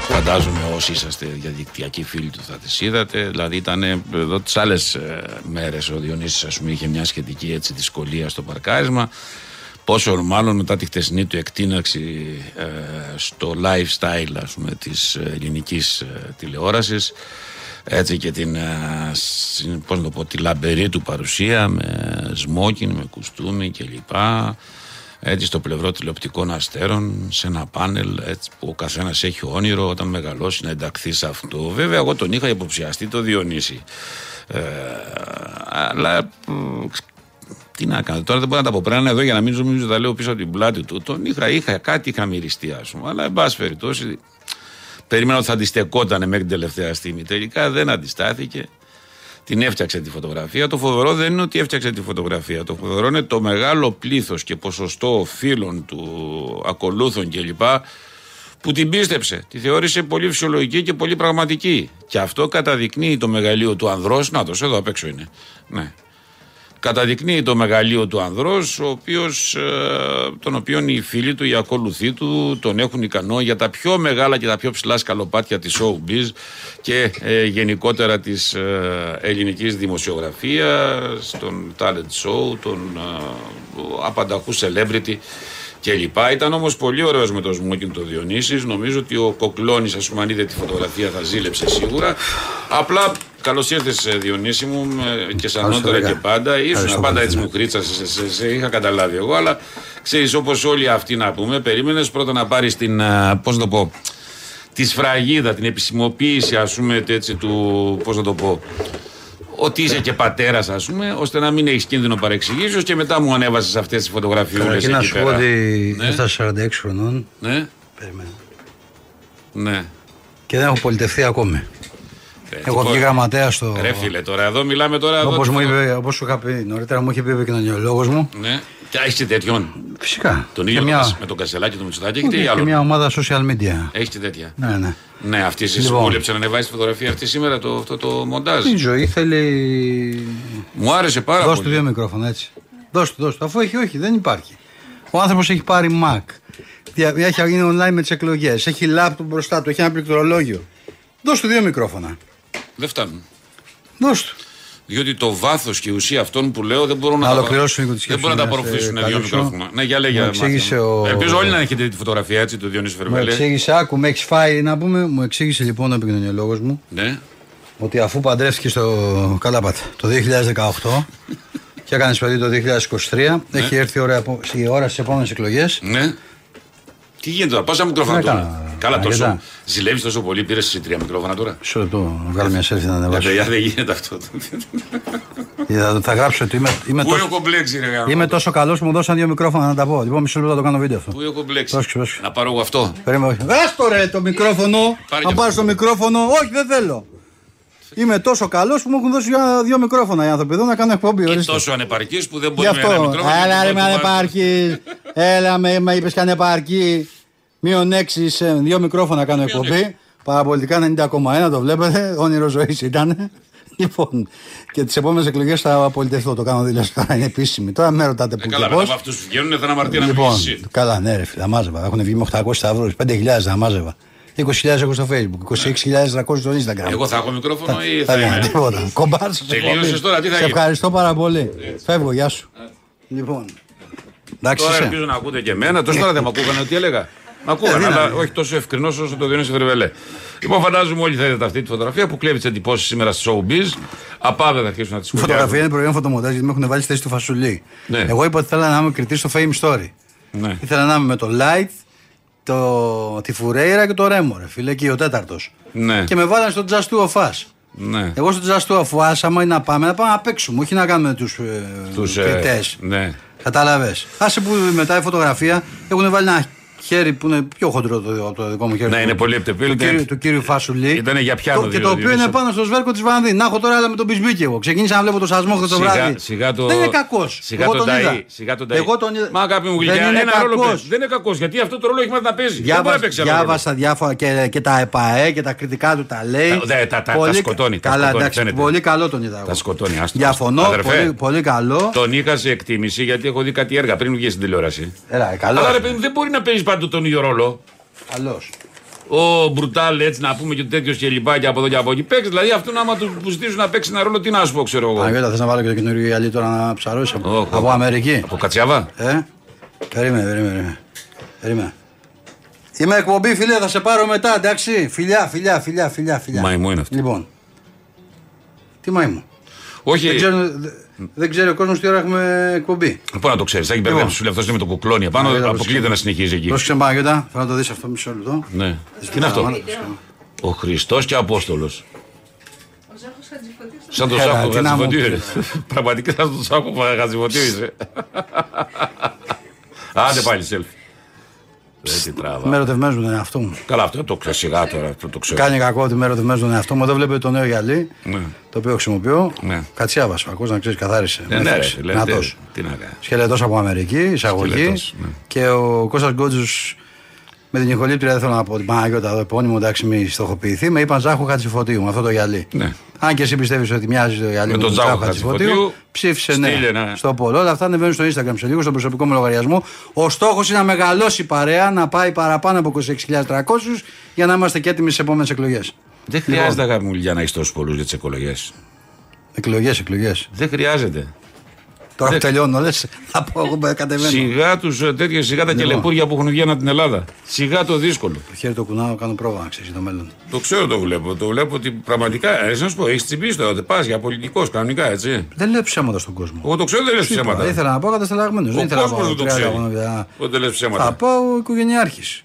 Φαντάζομαι όσοι είσαστε διαδικτυακοί φίλοι τους θα τις είδατε. Δηλαδή ήταν εδώ τις άλλες μέρες ο Διονύσης ας πούμε, είχε μια σχετική έτσι, δυσκολία στο παρκάρισμα. Πόσο μάλλον μετά τη χτεσινή του εκτείναξη ε, στο lifestyle ας πούμε, της ελληνικής ε, τηλεόρασης έτσι και την, ε, συν- πώς να το πω, τη λαμπερή του παρουσία με σμόκιν, με κουστούμι κλπ. Έτσι στο πλευρό τηλεοπτικών αστέρων, σε ένα πάνελ έτσι, που ο καθένας έχει όνειρο όταν μεγαλώσει να ενταχθεί σε αυτό. Βέβαια, εγώ τον είχα υποψιαστεί το Διονύση. Ε, αλλά μ, τι να κάνω, τώρα δεν μπορώ να τα πω. Πρέπει να είναι εδώ για να μην νομίζω τα λέω πίσω από την πλάτη του. Τον είχα, είχα κάτι είχα μυριστεί, ας πούμε. Αλλά εν πάση περιπτώσει, περίμενα ότι θα αντιστεκόταν μέχρι την τελευταία στιγμή. Τελικά δεν αντιστάθηκε. Την έφτιαξε τη φωτογραφία. Το φοβερό δεν είναι ότι έφτιαξε τη φωτογραφία. Το φοβερό είναι το μεγάλο πλήθος και ποσοστό φίλων του, ακολούθων κλπ. που την πίστεψε. Τη θεώρησε πολύ φυσιολογική και πολύ πραγματική. Και αυτό καταδεικνύει το μεγαλείο του ανδρός. Να το, εδώ απ' έξω είναι. Ναι, καταδεικνύει το μεγαλείο του ανδρός ο οποίος, ε, τον οποίον οι φίλοι του, οι ακολουθοί του τον έχουν ικανό για τα πιο μεγάλα και τα πιο ψηλά σκαλοπάτια της showbiz και ε, γενικότερα της ε, ελληνικής δημοσιογραφίας, των talent show, των ε, απανταχού celebrity και λοιπά. Ήταν όμως πολύ ωραίος με το Σμόκιν το Διονύσης. Νομίζω ότι ο Κοκλώνης, ας πούμε, αν είδε τη φωτογραφία θα ζήλεψε σίγουρα. Απλά καλώς ήρθες ε, Διονύση μου ε, και σαν Καλώς νότερα ήρθα. και πάντα. Ευχαριστώ Ήσουν πάντα πολύ, έτσι ναι. μου κρίτσασες, σε, σε, σε είχα καταλάβει εγώ, αλλά ξέρεις όπως όλοι αυτοί να πούμε, περίμενες πρώτα να πάρεις την, α, πώς να το πω, τη σφραγίδα, την επισημοποίηση ας πούμε έτσι του, πώς να το πω, ότι είσαι και πατέρας ας πούμε, ώστε να μην έχεις κίνδυνο παρεξηγήσεως και μετά μου ανέβασες αυτές τις φωτογραφιούλες Καταρχήν να εκεί σου πω πέρα. ότι Ναι. έφτασα 46 χρονών, Ναι, περιμένω, ναι. και δεν έχω πολιτευτεί ακόμη. Ε, Έχω τι βγει πω- γραμματέα στο... Ρε φίλε τώρα, εδώ μιλάμε τώρα... εδώ- Όπως, μου είπε, όπως σου είχα πει νωρίτερα, μου είχε πει ο επικοινωνιολόγος μου. Ναι. Και έχεις τέτοιον. Φυσικά. Τον Και ίδιο μια- με τον Κασελάκη, τον Μητσοτάκη, έχετε ή και άλλον. μια ομάδα social media. Έχετε τέτοια. Ναι, ναι. Ναι, αυτή σε Λοιπόν. συμβούλεψε να ανεβάσει τη φωτογραφία αυτή σήμερα, το, αυτό το μοντάζ. Η ζωή θέλει. Μου άρεσε πάρα Δώσ' του πολύ. δύο μικρόφωνα, έτσι. Δώσ' του, δώσ' του. Αφού έχει, όχι, δεν υπάρχει. Ο άνθρωπος έχει πάρει Mac. Δια- Έχει γίνει online με τις εκλογές. Έχει laptop μπροστά του, έχει ένα πληκτρολόγιο. Δώσ' του δύο μικρόφωνα. Δεν φτάνουν. Δώσ' του. Διότι το βάθος και η ουσία αυτών που λέω δεν μπορούν να, Να τα- ολοκληρώσω λίγο τη Δεν σκέψη μπορούν να τα μου, να σε απορροφήσουν δύο ε, καλύψω. μικρόφωνα. Ναι, για λέγε. Μου μάθημα. εξήγησε ο- Ελπίζω όλοι να έχετε τη φωτογραφία έτσι του Διονύση Μου Φερμελέ. εξήγησε, άκου, με έχεις φάει να πούμε. Μου εξήγησε λοιπόν ο επικοινωνιολόγος μου Ναι. ότι αφού παντρεύτηκε στο Καλάπατ το 2018 και έκανες παιδί το 2023, έχει έρθει η ώρα, απο- η ώρα στις επόμενες εκλογές. ναι. Τι γίνεται τώρα, πόσα μικρόφωνα Ναι, τώρα. καλά, Καλά, τόσο. αρκετά. Ζηλεύεις τόσο πολύ, πήρες εσύ τρία μικρόφωνα τώρα. Σου λεπτό, να βγάλω μια selfie να Για ανεβάσω. παιδιά δεν γίνεται αυτό. Θα, θα γράψω ότι είμαι, είμαι, Πού είναι ο τόσο, κομπλέξ, ρε γάμο. είμαι τόσο καλός που μου δώσαν δύο μικρόφωνα να τα πω. Λοιπόν, μισό λεπτό θα το κάνω βίντεο αυτό. Πού είναι ο κομπλέξ. Πρόσεξε, πρόσεξε. Να πάρω εγώ αυτό. Περίμενε. όχι. Άστο ρε το μικρόφωνο. Ε, Πάρε Θα και πάρω αυτό. το μικρόφωνο. Όχι, δεν θέλω. Είμαι τόσο καλός που μου έχουν δώσει δύο- δύο μικρόφωνα οι άνθρωποι εδώ να κάνω εκπομπή. Είναι ορίστε. τόσο ανεπαρκής που δεν Γι' μπορεί να ένα αυτό. μικρόφωνο. Έλα ρε με να ανεπάρκει. Έλα με, με είπες και ανεπάρκει. Μείον έξι σε δύο μικρόφωνα κάνω εκπομπή. Παραπολιτικά 90,1 το βλέπετε. Όνειρος ζωής ήταν. Λοιπόν, και τις επόμενες εκλογές θα πολιτευτώ. Το κάνω δήλωση τώρα. Είναι επίσημη. Τώρα με ρωτάτε Ε, που καλά, και μετά από πώ. αυτούς που βγαίνουν θα είναι αμαρτία να μην Λοιπόν, εσύ. καλά, ναι, ρε φίλε, τα μάζευα. Έχουν βγει με 800 σταυρού, 5.000 τα μάζευα. 20.000 έχω στο Facebook, 26.300 στο Instagram. Εγώ θα έχω μικρόφωνο ή θα Δεν είναι είμαι. ε. τίποτα. Κομπάρσες. Τελείωσες τώρα, τι θα Σε γίνει. Ε. ευχαριστώ πάρα πολύ. Φεύγω, γεια σου. Λοιπόν. Εντάξει, Τώρα είσαι. ελπίζω να ακούτε και εμένα. Τόσο τώρα δεν με ακούγανε, τι έλεγα. Μ' Ε, ακούγανε, αλλά όχι τόσο ευκρινός όσο το Διονύσης Βερβελέ. Λοιπόν, φαντάζομαι όλοι θα είδατε αυτή τη φωτογραφία που κλέβει τις εντυπώσεις σήμερα στο showbiz. Απάβε θα αρχίσουν να τις Η φωτογραφία είναι προϊόν φωτομοντάζ γιατί με έχουν βάλει στη θέση του φασουλή. Ναι. Εγώ είπα ότι θέλω να είμαι κριτής στο Fame Story. Ναι. Ήθελα να είμαι με το Light, το... τη Φουρέιρα και το Ρέμο, ρε φίλε, και ο τέταρτος. Ναι. Και με βάλανε στο Just Two of Us. ναι. Εγώ στο Just Two of Us, άμα είναι να πάμε, να πάμε να παίξουμε, όχι να κάνουμε τους Τους, ε, κριτές. ναι. Κατάλαβες. Άσε που μετά η φωτογραφία έχουν βάλει ένα χέρι που είναι πιο χοντρό το, από το δικό μου χέρι. Ναι, του- είναι πολύ επτεπίλη. Του, κύριου- του κύριου Φασουλή. Ήτανε για πιάνο, Το- Και το δηλαδή, οποίο είναι δηλαδή. πάνω στο σβέρκο της Βανδί. Να έχω τώρα άλλα με τον πισμπίκι εγώ. Ξεκίνησα να βλέπω το σασμό χθες το Σιγά- βράδυ. σιγά το- Δεν είναι κακός. Σιγά τον Ταΐ. Σιγά τον Ταΐ. Εγώ τον είδα. Μα αγάπη μου γλυκιά, Δεν είναι ένα ρόλο κακός. παίζει. Δεν είναι κακός γιατί αυτό το ρόλο έχει μάθει να παίζει. δεν μπορεί Διάβα, να παίξει άλλο ρόλο. διάβασα διάφορα και, και τα ΕΠΑΕ και τα κριτικά του τα λέει. Τα- Ε, δε, τα- τα- τα σκοτώνει, τα καλά, σκοτώνει, εντάξει, φαίνεται. πολύ καλό τον είδα. εγώ. Τα σκοτώνει, άστο. Διαφωνώ, Αδερφέ, πολύ, πολύ καλό. Τον είχα σε εκτίμηση γιατί έχω δει κάτι έργα πριν βγει στην τηλεόραση. Έλα, καλό. Αλλά ρε παιδί μου, δεν μπορεί να παίζεις πάντοτε τον ίδιο ρόλο. Καλός. Ο Μπρουτάλ, έτσι να πούμε και τέτοιος και λοιπά και από εδώ και από εκεί. Παίξει, δηλαδή αυτόν άμα τους που ζητήσουν να παίξει ένα ρόλο, τι να σου πω, ξέρω εγώ. Παναγιώτα, θες να βάλω και το καινούριο γυαλί τώρα να ψαρώσει από, Όχι. από Αμερική. Από Κατσιαβά. Ε, περίμενε, περίμενε, περίμενε. περίμενε. Είμαι εκπομπή, φίλε, θα σε πάρω μετά, εντάξει. Φιλιά, φιλιά, φιλιά, φιλιά. φιλιά. Μαϊμού είναι αυτό. Λοιπόν. Τι μαϊμού. Όχι, Δεν ξέρω, δε- δεν ξέρει ο κόσμος τι ώρα έχουμε εκπομπή. Λοιπόν. πού να το ξέρεις, θα έχει μπερδέψει. Σου λέει αυτό είναι με το κουκλόνι. Μαγιώτα, Απάνω αποκλείεται προσέξτε. να συνεχίζει εκεί. Πρόσεξε, Παναγιώτα, θα το δεις αυτό μισό λεπτό. Ναι. Τι είναι αυτό. Ο Χριστός και ο Απόστολος. Ο Ζάχος Χατζηφωτής Σαν τον Έλα, Σάκο τι να μου Χατζηφωτίου. είναι. Πραγματικά σαν τον Σάκο Χατζηφωτίου είσαι. Άντε πάλι selfie. Δεν τη τράβα. Είμαι ερωτευμένο με τον εαυτό μου. Καλά, αυτό το ξέρω σιγά τώρα. Αυτό το ξέρω. Κάνει κακό ότι είμαι ερωτευμένο με τον εαυτό μου. Εδώ βλέπετε το νέο γυαλί, Ναι. το οποίο χρησιμοποιώ. Ναι. Κατσιάβα, ακού να ξέρεις, καθάρισε. Ε, ναι, ρε, Μέθαψε. φίλε, Δυνατός. τι- Τι να κάνει. Σκελετός από Αμερική, εισαγωγή. Σκελετός, ναι. Και ο Κώστας Γκότζου με την ηχολήπτρια, δεν θέλω να πω την Παναγιώτα εδώ, επώνυμο, εντάξει, μη στοχοποιηθεί. Με είπαν Ζάχο Χατζηφωτίου με αυτό το γυαλί. Ναι. Αν και εσύ πιστεύεις ότι μοιάζει το γυαλί Με τον Ζάχο Χατζηφωτίου, ψήφισε ναι. στείλε ένα. Στο πόλο. Όλα αυτά ανεβαίνουν στο Instagram σε λίγο, στον προσωπικό μου λογαριασμό. Ο στόχος είναι να μεγαλώσει η παρέα, να πάει παραπάνω από 26.300 για να είμαστε και έτοιμοι στι επόμενες εκλογές. Δεν χρειάζεται, αγάπη μου, για να έχεις τόσους πολλούς για τις εκλογές. Εκλογές, εκλογές. Δεν χρειάζεται. Τώρα που τελειώνω, λες. Θα πω εγώ που κατεβαίνω. Σιγά τους τέτοια, σιγά τα κελεπούρια που έχουν βγει ανά την Ελλάδα. Σιγά το δύσκολο. Το χέρι το κουνάω, κάνω πρόβα, ξέρει το μέλλον. Το ξέρω, το βλέπω. Το βλέπω ότι πραγματικά. Εσύ να σου πω, έχεις τσιμπήσει τώρα. Πας για πολιτικός κανονικά, έτσι. Δεν λέω ψέματα στον κόσμο. Εγώ το ξέρω, δεν λε Είπα, ψέματα. Ήθελα να πω κατασταλαγμένο. Ο Δεν ήθελα να κόσμος πω δεν το 30 ξέρει. γονόβια. Ότι λες ψέματα. Θα πω οικογενειάρχης.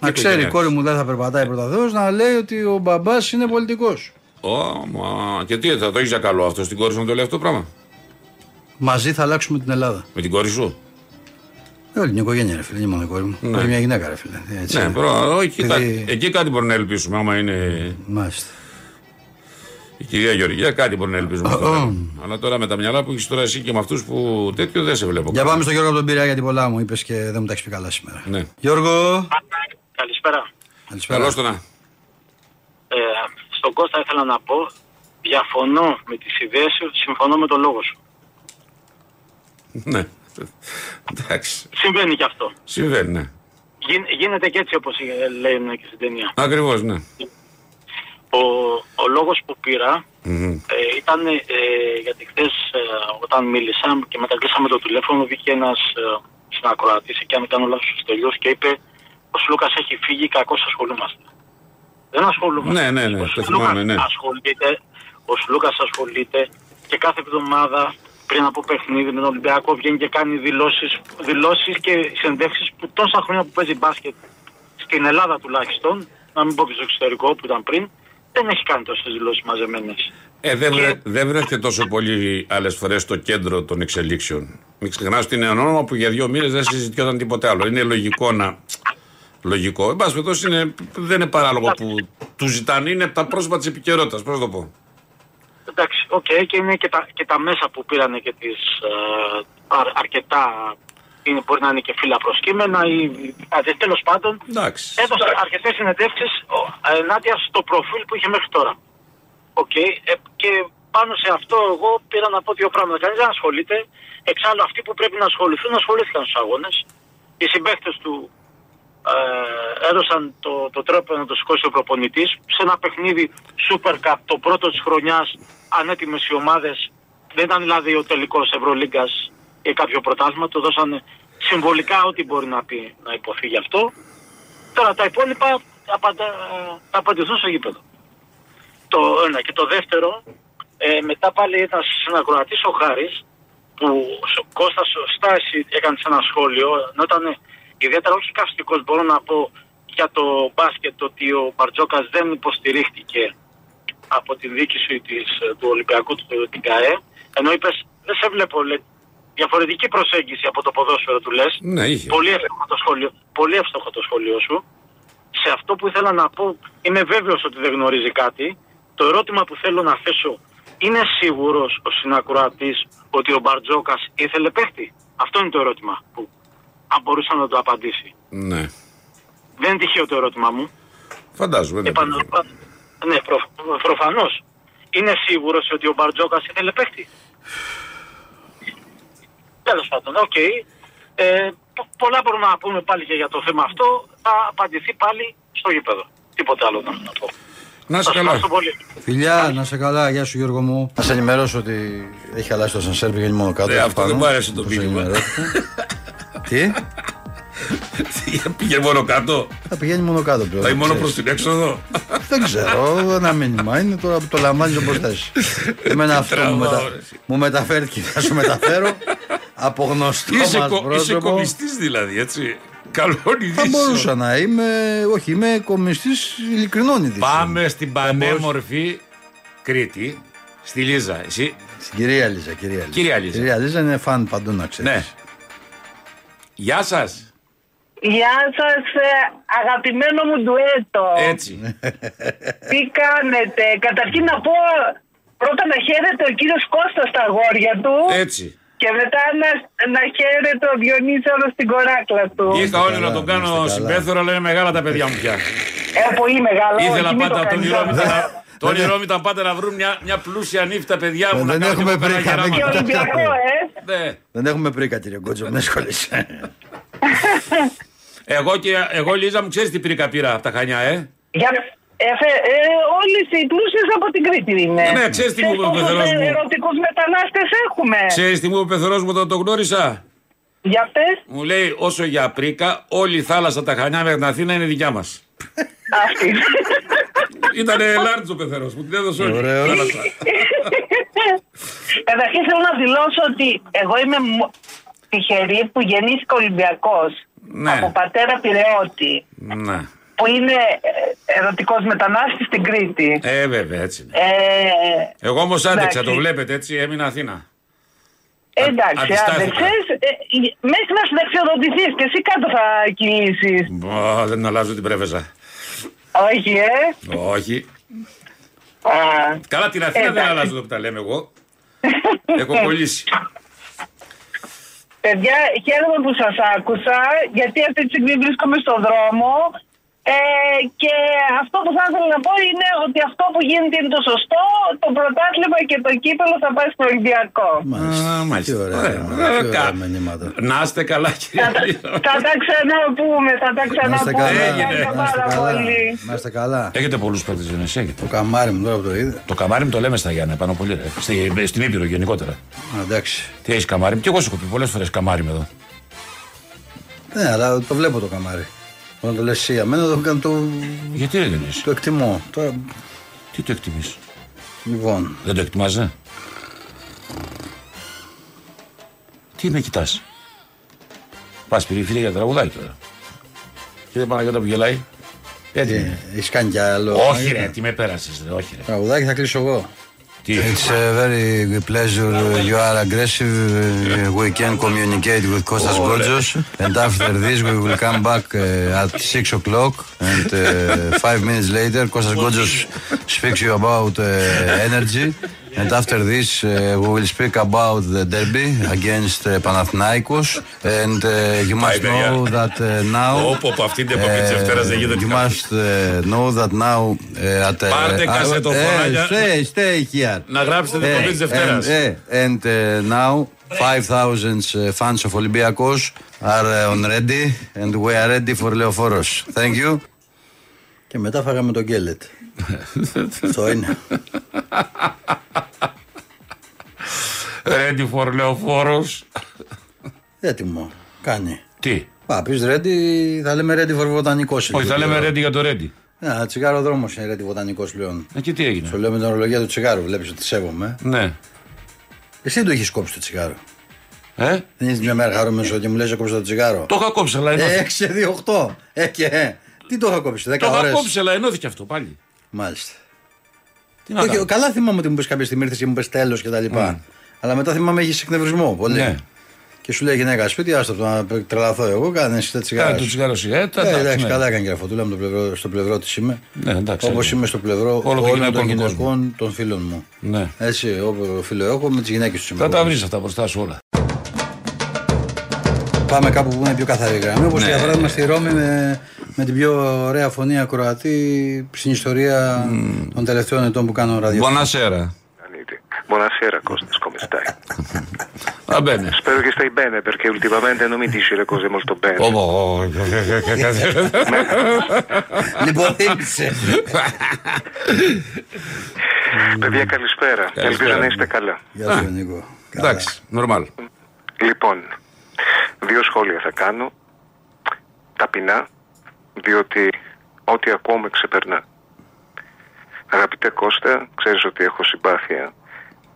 Να ξέρει, η οικογενειάρχης. κόρη μου δεν θα περπατάει πρώτα Θεός, να λέει ότι ο μπαμπάς είναι πολιτικός. Ω, μα, και τι θα το έχεις για καλό αυτό στην κόρη σου να το λέει αυτό το πράγμα. Μαζί θα αλλάξουμε την Ελλάδα. Με την κόρη σου. Ε, Όλη την οικογένεια, ρε φίλε, δεν είναι μόνο η κόρη μου. Όλη μια γυναίκα, ρε φίλε. Έτσι Ναι, είναι. προ, όχι, κοίτα, Επειδή- εκεί κάτι μπορεί να ελπίσουμε. Άμα είναι Μάλιστα. η κυρία Γεωργία, κάτι μπορεί να ελπίσουμε. στο μέλλον. Αλλά τώρα με τα μυαλά που έχεις τώρα εσύ και με αυτούς που τέτοιο δεν σε βλέπω. Για πάμε στον Γιώργο από τον Πειραιά γιατί πολλά μου είπες και δεν μου τα έχεις πει καλά σήμερα. Ναι. Γιώργο. Καλησπέρα. Καλησπέρα. Καλώς το να. Ε, στον Κώστα ήθελα να πω, διαφωνώ με τις ιδέες σου, συμφωνώ με τον λόγο σου. Ναι. Εντάξει. Συμβαίνει και αυτό. Συμβαίνει, ναι. Γι- γίνεται και έτσι όπως ε, λένε και στην ταινία. Ακριβώς, ναι. Ο, ο λόγος που πήρα ε, ήταν ε, γιατί χθες όταν μίλησα και μετά κλείσαμε το τηλέφωνο βγήκε ένας ε, συνακροατής και αν κάνω λάθος τελείως και είπε ο Σλούκας έχει φύγει κακώς ασχολούμαστε. Δεν Ναι, ασχολούμαστε. ναι, ναι, ο το Σλούκας θυμάμαι, ναι. ασχολείται, ο Σλούκας ασχολείται και κάθε εβδομάδα πριν από παιχνίδι με τον Ολυμπιακό βγαίνει και κάνει δηλώσεις, δηλώσεις και συνεντεύξεις που τόσα χρόνια που παίζει μπάσκετ στην Ελλάδα τουλάχιστον, να μην πω και στο εξωτερικό που ήταν πριν, δεν έχει κάνει τόσες δηλώσεις μαζεμένες. Ε, δεν, βρε, δεν βρέθηκε τόσο πολύ άλλες φορές στο κέντρο των εξελίξεων. Μην ξεχνάς ότι είναι ένα όνομα που για δύο μήνες δεν συζητιόταν τίποτε άλλο. Είναι λογικό να. Λογικό. Εν πάση περιπτώσει, είναι- δεν είναι παράλογο που του ζητάνε. Είναι από τα πρόσωπα τη επικαιρότητας. Πώς το πω. Εντάξει, οκ, και είναι και τα, και τα μέσα που πήρανε και τις ε, αρ- αρκετά, είναι, μπορεί να είναι και φύλλα προσκύμενα ή α, δε- τέλος πάντων. Εντάξει. Έδωσε αρκετές συνεντεύξεις ενάντια στο προφίλ που είχε μέχρι τώρα. Οκ. ε, και πάνω σε αυτό, εγώ πήρα να πω δύο πράγματα. Κανείς δεν ασχολείται. Εξάλλου, αυτοί που πρέπει να ασχοληθούν, ασχολήθηκαν στους αγώνες. Οι συμπαίκτες του ε, έδωσαν το, το τρόπο να το σηκώσει ο προπονητής. Σε ένα παιχνίδι Super Cup, το πρώτο της χρονιάς, ανέτοιμες οι ομάδες. Δεν ήταν δηλαδή ο τελικός Ευρωλίγκας ή κάποιο πρωτάθλημα. Το δώσανε συμβολικά ό,τι μπορεί να πει να υποθεί γι' αυτό. Τώρα τα υπόλοιπα απαντα... θα απαντηθούν στο γήπεδο. Το ένα. Και το δεύτερο, ε, μετά πάλι ήταν συνακροατής ο Χάρης, που ο Κώστας σωστά εσύ έκανε σε ένα σχόλιο, ενώ ήταν ε, ιδιαίτερα όχι καυστικός μπορώ να πω για το μπάσκετ ότι ο Μπαρτζόκας δεν υποστηρίχτηκε από την διοίκηση της, ε, του Ολυμπιακού του, του την ΚΑΕ, ενώ είπες δεν σε βλέπω λέει, διαφορετική προσέγγιση από το ποδόσφαιρο του λες. Ναι, είχε. Πολύ εύστοχο το σχόλιο, πολύ εύστοχο το σχόλιο σου. Σε αυτό που ήθελα να πω, είμαι βέβαιος ότι δεν γνωρίζει κάτι. Το ερώτημα που θέλω να θέσω, είναι σίγουρος ο συνακροατής ότι ο Μπαρτζόκας ήθελε παίχτη. Αυτό είναι το ερώτημα που αν μπορούσα να το απαντήσει. Ναι. Δεν είναι τυχαίο το ερώτημα μου. Φαντάζομαι. Ναι, Επαναλαμβάνω. Ναι, προ, προφανώς. Είναι σίγουρος ότι ο Μπαρτζόκας ήθελε παίχτη. Τέλος πάντων, οκ. Ε, πο- πολλά μπορούμε να πούμε πάλι και για το θέμα αυτό. Θα απαντηθεί πάλι στο γήπεδο. Τίποτα άλλο να να πω. Να είσαι Σας καλά. ευχαριστώ πολύ. Φιλιά, να σε καλά, γεια σου Γιώργο μου. Να σε ενημερώσω ότι έχει αλλάξει το σανσέρ, πηγαίνει μόνο κάτω. Ε, όχι αυτό πάνω, δεν μου άρεσε το όπως μήνυμα. ενημερώθηκα. Τι, Πήγε μόνο κάτω. θα πηγαίνει μόνο κάτω πλέον. Θα είναι μόνο ξέρεις. προς την έξοδο. Δεν ξέρω, ένα μήνυμα είναι τώρα που το λαμβάνεις όπως θες. Εμένα αυτό μου, μετα... τραβάω, ρε, εσύ. μου μεταφέρθηκε, θα σου μεταφέρω από γνωστό Είσαι, μας κο- είσαι πρόσωπο. κομιστής δηλαδή, έτσι. Καλών Θα ειδήσεων. μπορούσα να είμαι, όχι, είμαι κομμιστής ειλικρινών ειδήσεων. Πάμε στην πανέμορφη Κρήτη, στη Λίζα. Εσύ, Στην κυρία Λίζα, κυρία Λίζα. Κυρία Λίζα. Κυρία Λίζα είναι φαν παντού να ξέρεις. ναι. Γεια σας. Γεια σας ε, αγαπημένο μου ντουέτο. Έτσι. Τι κάνετε. Καταρχήν να πω πρώτα να χαίρεται ο κύριος Κώστας στα αγόρια του Έτσι. και μετά να, να χαίρεται ο Διονύσης όλος στην κοράκλα του. Είχα καλά, όλο να τον είμαστε κάνω καλά. συμπέθωρο, αλλά είναι μεγάλα τα παιδιά μου πια. Ε, πολύ μεγάλο. Ήθελα όχι, μην το πάντα το κάνεις όνειρό μου αυτό. ήταν- το όνειρό μου ήταν πάντα να βρουν μια, μια πλούσια νύφτα παιδιά μου. Ε, Δεν να κάνω έχουμε και εγώ βρει πέρα καμία. Και γεράματα. Ολυμπιακό, ε. Ναι. Δεν έχουμε πρίκα, κύριε Κότσο, μην ασχολείσαι. Εγώ, και, εγώ Λίζα μου ξέρεις τι πήρκα πήρα από τα Χανιά, ε. Για... Ε, φε- ε, όλες οι πλούσιες από την Κρήτη είναι. Ναι, ξέρεις τι μου είπε ο πόσους πεθερός μου. ερωτικούς μετανάστες έχουμε. Ξέρεις τι μου είπε ο πεθερός μου όταν τον γνώρισα. Ε. Για πες. Μου λέει όσο για πρίκα όλη η θάλασσα τα Χανιά μέχρι την Αθήνα είναι δικιά μας. Αυτή. Ήταν λάρτζο ο πεθερός μου, την έδωσε όλη. Ωραία, ωραία. Θάλασσα. Καταρχήν θέλω να δηλώσω ότι εγώ είμαι μο- τυχερή που γεννήθηκα Ολυμπιακός Ναι. από πατέρα Πυραιώτη Ναι. που είναι ε, ερωτικός μετανάστης στην Κρήτη. Ε, βέβαια, έτσι είναι. Ε, Εγώ όμως άντεξα, Εντάξει. το βλέπετε έτσι, έμεινα Αθήνα. εντάξει, αντιστάθηκα. άντεξες. Ε, ε, μέχρι να συνταξιοδοτηθείς και εσύ κάτω θα κυλήσεις. Μπα, δεν αλλάζω την πρέβεζα. Όχι, ε. Όχι. Α, Καλά, την Αθήνα δεν Εντάξει. αλλάζω εδώ που τα λέμε εγώ. Έχω κολλήσει. Παιδιά, χαίρομαι που σας άκουσα, γιατί αυτή τη στιγμή βρίσκομαι στον δρόμο. Ε, και αυτό που θα ήθελα να πω είναι ότι αυτό που γίνεται είναι το σωστό. Το πρωτάθλημα και το κύπελο θα πάει στο Ολυμπιακό. Μάλιστα. Α, μάλιστα. Τι ωραία, Ωραία. μάνα, τι ωραία Κα- μηνύματα. Να είστε καλά, κύριε Λίζα. θα τα ξαναπούμε, θα τα Να είστε ξαναπούμε. καλά, Ευχαριστώ να είστε πάρα καλά. πολύ. Να είστε καλά. Έχετε πολλούς παίκτες, δεν εσύ, έχετε. Το καμάρι μου τώρα που το είδε. Το καμάρι μου το λέμε στα Γιάννα, πάνω πολύ. Ε, Ρε. Στη, στην Ήπειρο γενικότερα. Α, Εντάξει. Τι έχεις καμάρι μου, και εγώ σου έχω πει πολλές φορές καμάρι μου εδώ. Ναι, αλλά το βλέπω το καμάρι. Όταν το λες εσύ, αμένα το, το, Γιατί ρε, δεν είσαι. το εκτιμώ. Τώρα, Τι το εκτιμείς. λοιπόν, Δεν το εκτιμάς, ναι. Τι με κοιτάς. Πας πήρε φίλε για τραγουδάκι τώρα. Και δεν Παναγιώτα που γελάει. τι, Έτσι. Ε, έχεις κάνει κι άλλο. Όχι ρε, τι με πέρασες, ρε, όχι ρε. Τραγουδάκι θα κλείσω εγώ. Τι. It's a very pleasure you are aggressive. We can communicate with Kostas Gorgios. And after this we will come back uh, at 6 o'clock. And uh, five minutes later Kostas Gorgios speaks you about uh, energy. And after this uh, we will speak about the derby against uh, Panathinaikos. And uh, you must παιδιά. know that uh, now... Όπου από αυτήν την εποχή της Δευτέρας δεν γίνεται You τίποτα. must uh, know that now uh, at... uh, Πάρτε κασετοφωνάκια. ε, stay, stay here. Να γράψετε την εκπομπή της Δευτέρας. And, eh, Ε, and uh, now 5,000 uh, fans of Olympiacos are uh, on ready and we are ready for Leoforos. Thank you. Και μετά φάγαμε τον Γκέλετ. Αυτό είναι. Ready for λεωφόρος. Έτοιμο. Κάνει. Τι. Πα, πεις ready, θα λέμε ready for βοτανικός. Όχι, θα λέμε ready για το ready. Ένα τσιγάρο δρόμος είναι ready βοτανικός πλέον. Ε, και τι Σου έγινε. λέω με την ορολογία του τσιγάρου, βλέπεις ότι σέβομαι. Ναι. Εσύ το έχεις κόψει το τσιγάρο. Ε, Δεν είσαι μια μέρα χαρούμενος ότι μου λες έκοψε το τσιγάρο. το είχα κόψει, αλλά ενώθηκε. 6-2-8. Ε, και. ε. Τι το είχα κόψει, 10 Το είχα ώρες. κόψει, αλλά ενώθηκε αυτό πάλι. Μάλιστα. Τι να Όχι, κάνω. καλά θυμάμαι ότι μου πει κάποια στιγμή ήρθες και μου πει τέλος και τα λοιπά. Αλλά μετά θυμάμαι έχεις εκνευρισμό πολύ. Ναι. Και σου λέει η γυναίκα σπίτι, άστο το να τρελαθώ εγώ, κάνε εσύ τα τσιγάρα. Κάνε το σου. τσιγάρο σου. Ε, τα- Ε, τα- εντάξει, ναι. καλά έκανε και αυτό. Του λέμε το πλευρό, στο πλευρό της είμαι. Ναι, εντάξει, Όπως έγινε. είμαι στο πλευρό Όλων των όλων γυναικών των του κόσμου. γυναικών των φίλων μου. Ναι. Έτσι, όποιο φίλο έχω με τις γυναίκες τους είμαι. Θα τα εγώ. βρεις αυτά μπροστά σου όλα. Πάμε κάπου που είναι πιο καθαρή γραμμή. Όπως Ναι. για παράδειγμα στη Ρώμη με, με την πιο ωραία φωνή ακροατή στην ιστορία των τελευταίων ετών που κάνω ραδιόφωνο. Buonasera. Buonasera Costas, come stai? Va bene. Spero che stai bene perché ultimamente non mi dici le cose molto bene. Oh, oh, oh. Λοιπόν, ήλισε. Παιδιά καλησπέρα. Ελπίζω να είστε καλά. Γεια σου, Νίκο. Καλά. Εντάξει, normal. Λοιπόν, δύο σχόλια θα κάνω. Ταπεινά, διότι ό,τι ακούω με ξεπερνά. Αγαπητέ Κώστα, ξέρεις ότι έχω συμπάθεια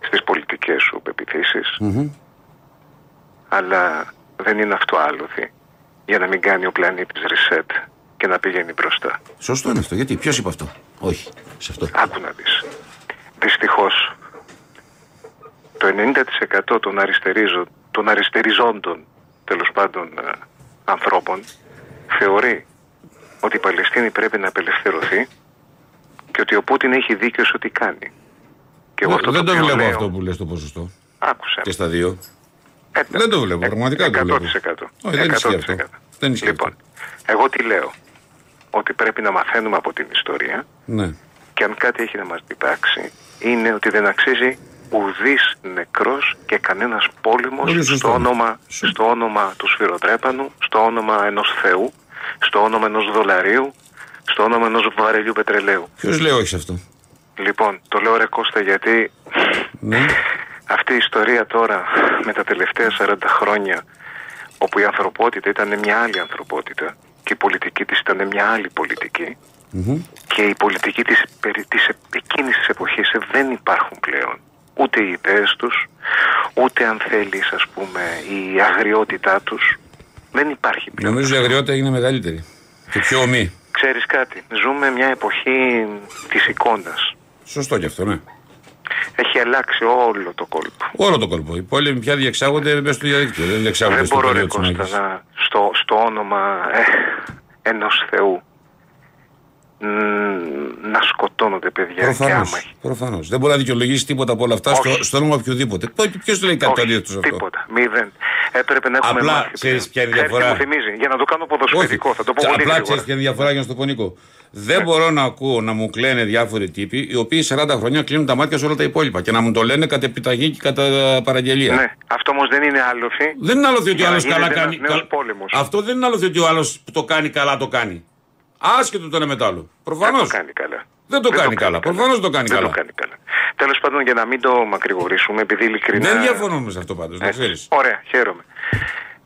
στις πολιτικές σου πεπιθήσεις, αλλά δεν είναι αυτό άλοθη για να μην κάνει ο πλανήτης reset και να πηγαίνει μπροστά. Σωστό είναι αυτό. Γιατί, ποιος είπε αυτό. Όχι, σε αυτό. Άκου να δεις. Δυστυχώς, το 90% των, αριστερίζων, των αριστεριζόντων, τέλος πάντων, ε, ανθρώπων, θεωρεί ότι η Παλαιστίνη πρέπει να απελευθερωθεί και ότι ο Πούτιν έχει δίκιο σε ό,τι κάνει. Και εγώ αυτό Δεν το οποίο βλέπω λέω- αυτό που λες το ποσοστό. Άκουσα. Και στα δύο. Ε, Δεν το βλέπω, ε, πραγματικά το βλέπω. 100%. Όχι, δεν ισχύει 100%. αυτό. Δεν ισχύει Λοιπόν, εγώ τι λέω. Ότι πρέπει να μαθαίνουμε από την ιστορία Ναι. και αν κάτι έχει να μας διδάξει είναι ότι δεν αξίζει ουδής νεκρός και κανένας πόλεμος Πολύ σωστό. στο όνομα, Σωστό. στο όνομα του σφυροτρέπανου, στο όνομα ενός θεού, στο όνομα ενός δολαρίου, στο όνομα ενός βαρελιού πετρελαίου. Ποιος λέει όχι σε αυτό. Λοιπόν, το λέω ρε Κώστα γιατί Ναι. αυτή η ιστορία τώρα με τα τελευταία 40 χρόνια όπου η ανθρωπότητα ήταν μια άλλη ανθρωπότητα και η πολιτική της ήταν μια άλλη πολιτική, και η πολιτική της, περί- της ε- εκείνης της εποχής ε, δεν υπάρχουν πλέον ούτε οι ιδέες τους ούτε αν θέλεις ας πούμε η αγριότητά τους δεν υπάρχει πλέον Νομίζω η αγριότητα έγινε μεγαλύτερη. Και πιο ομή. Ξέρεις κάτι, ζούμε μια εποχή της εικόνας Σωστό κι αυτό, ναι. έχει αλλάξει όλο το κόλπο Όλο το κόλπο. Οι πόλεμοι πια διεξάγονται μέσα στο διαδίκτυο. Δεν διεξάγονται Δεν στο μπορώ πεδίο ρε τη Κώστα μάχη. να, στο, στο όνομα ε, ενός Θεού μ, να σκοτώνονται παιδιά και Προφανώ. άμαχοι. Προφανώς. Δεν μπορεί να δικαιολογήσει τίποτα από όλα αυτά στο, Όχι. στο όνομα οποιοδήποτε. Ποιος του λέει κάτι Όχι, αντίθετο σε αυτό. Τίποτα. Μηδέν. Έπρεπε να έχουμε Απλά μάθει. ξέρεις πια. ποια είναι η Ξέρεις τι διαφορά. μου θυμίζει. Για να το κάνω ποδοσφαιρικό, θα το πω Τσα- πολύ Απλά γρήγορα. ξέρει και διαφορά για να στο πω Νίκο. Δεν μπορώ να ακούω να μου κλαίνε διάφοροι τύποι οι οποίοι 40 χρόνια κλείνουν τα μάτια σε όλα τα υπόλοιπα και να μου το λένε κατά επιταγή και κατά παραγγελία. Ναι, αυτό όμως δεν είναι άλοφη. Δεν είναι άλλο ότι ο Για να άλλο καλά γίνεται κάνει. ένας νέος καλά- πόλεμος. Αυτό δεν είναι άλλο ότι ο άλλος που το κάνει καλά το κάνει. Άσχετο το ένα με το άλλο. Δεν Προφανώ. Ε, το κάνει καλά. Δεν το κάνει καλά. Προφανώς δεν το κάνει Δεν καλά. το κάνει καλά. Τέλος πάντων, για να μην το μακρηγορήσουμε, επειδή ειλικρινά. Δεν διαφωνούμε Ναι, σε αυτό πάντως, να Έτσι. ξέρεις. Ωραία, χαίρομαι.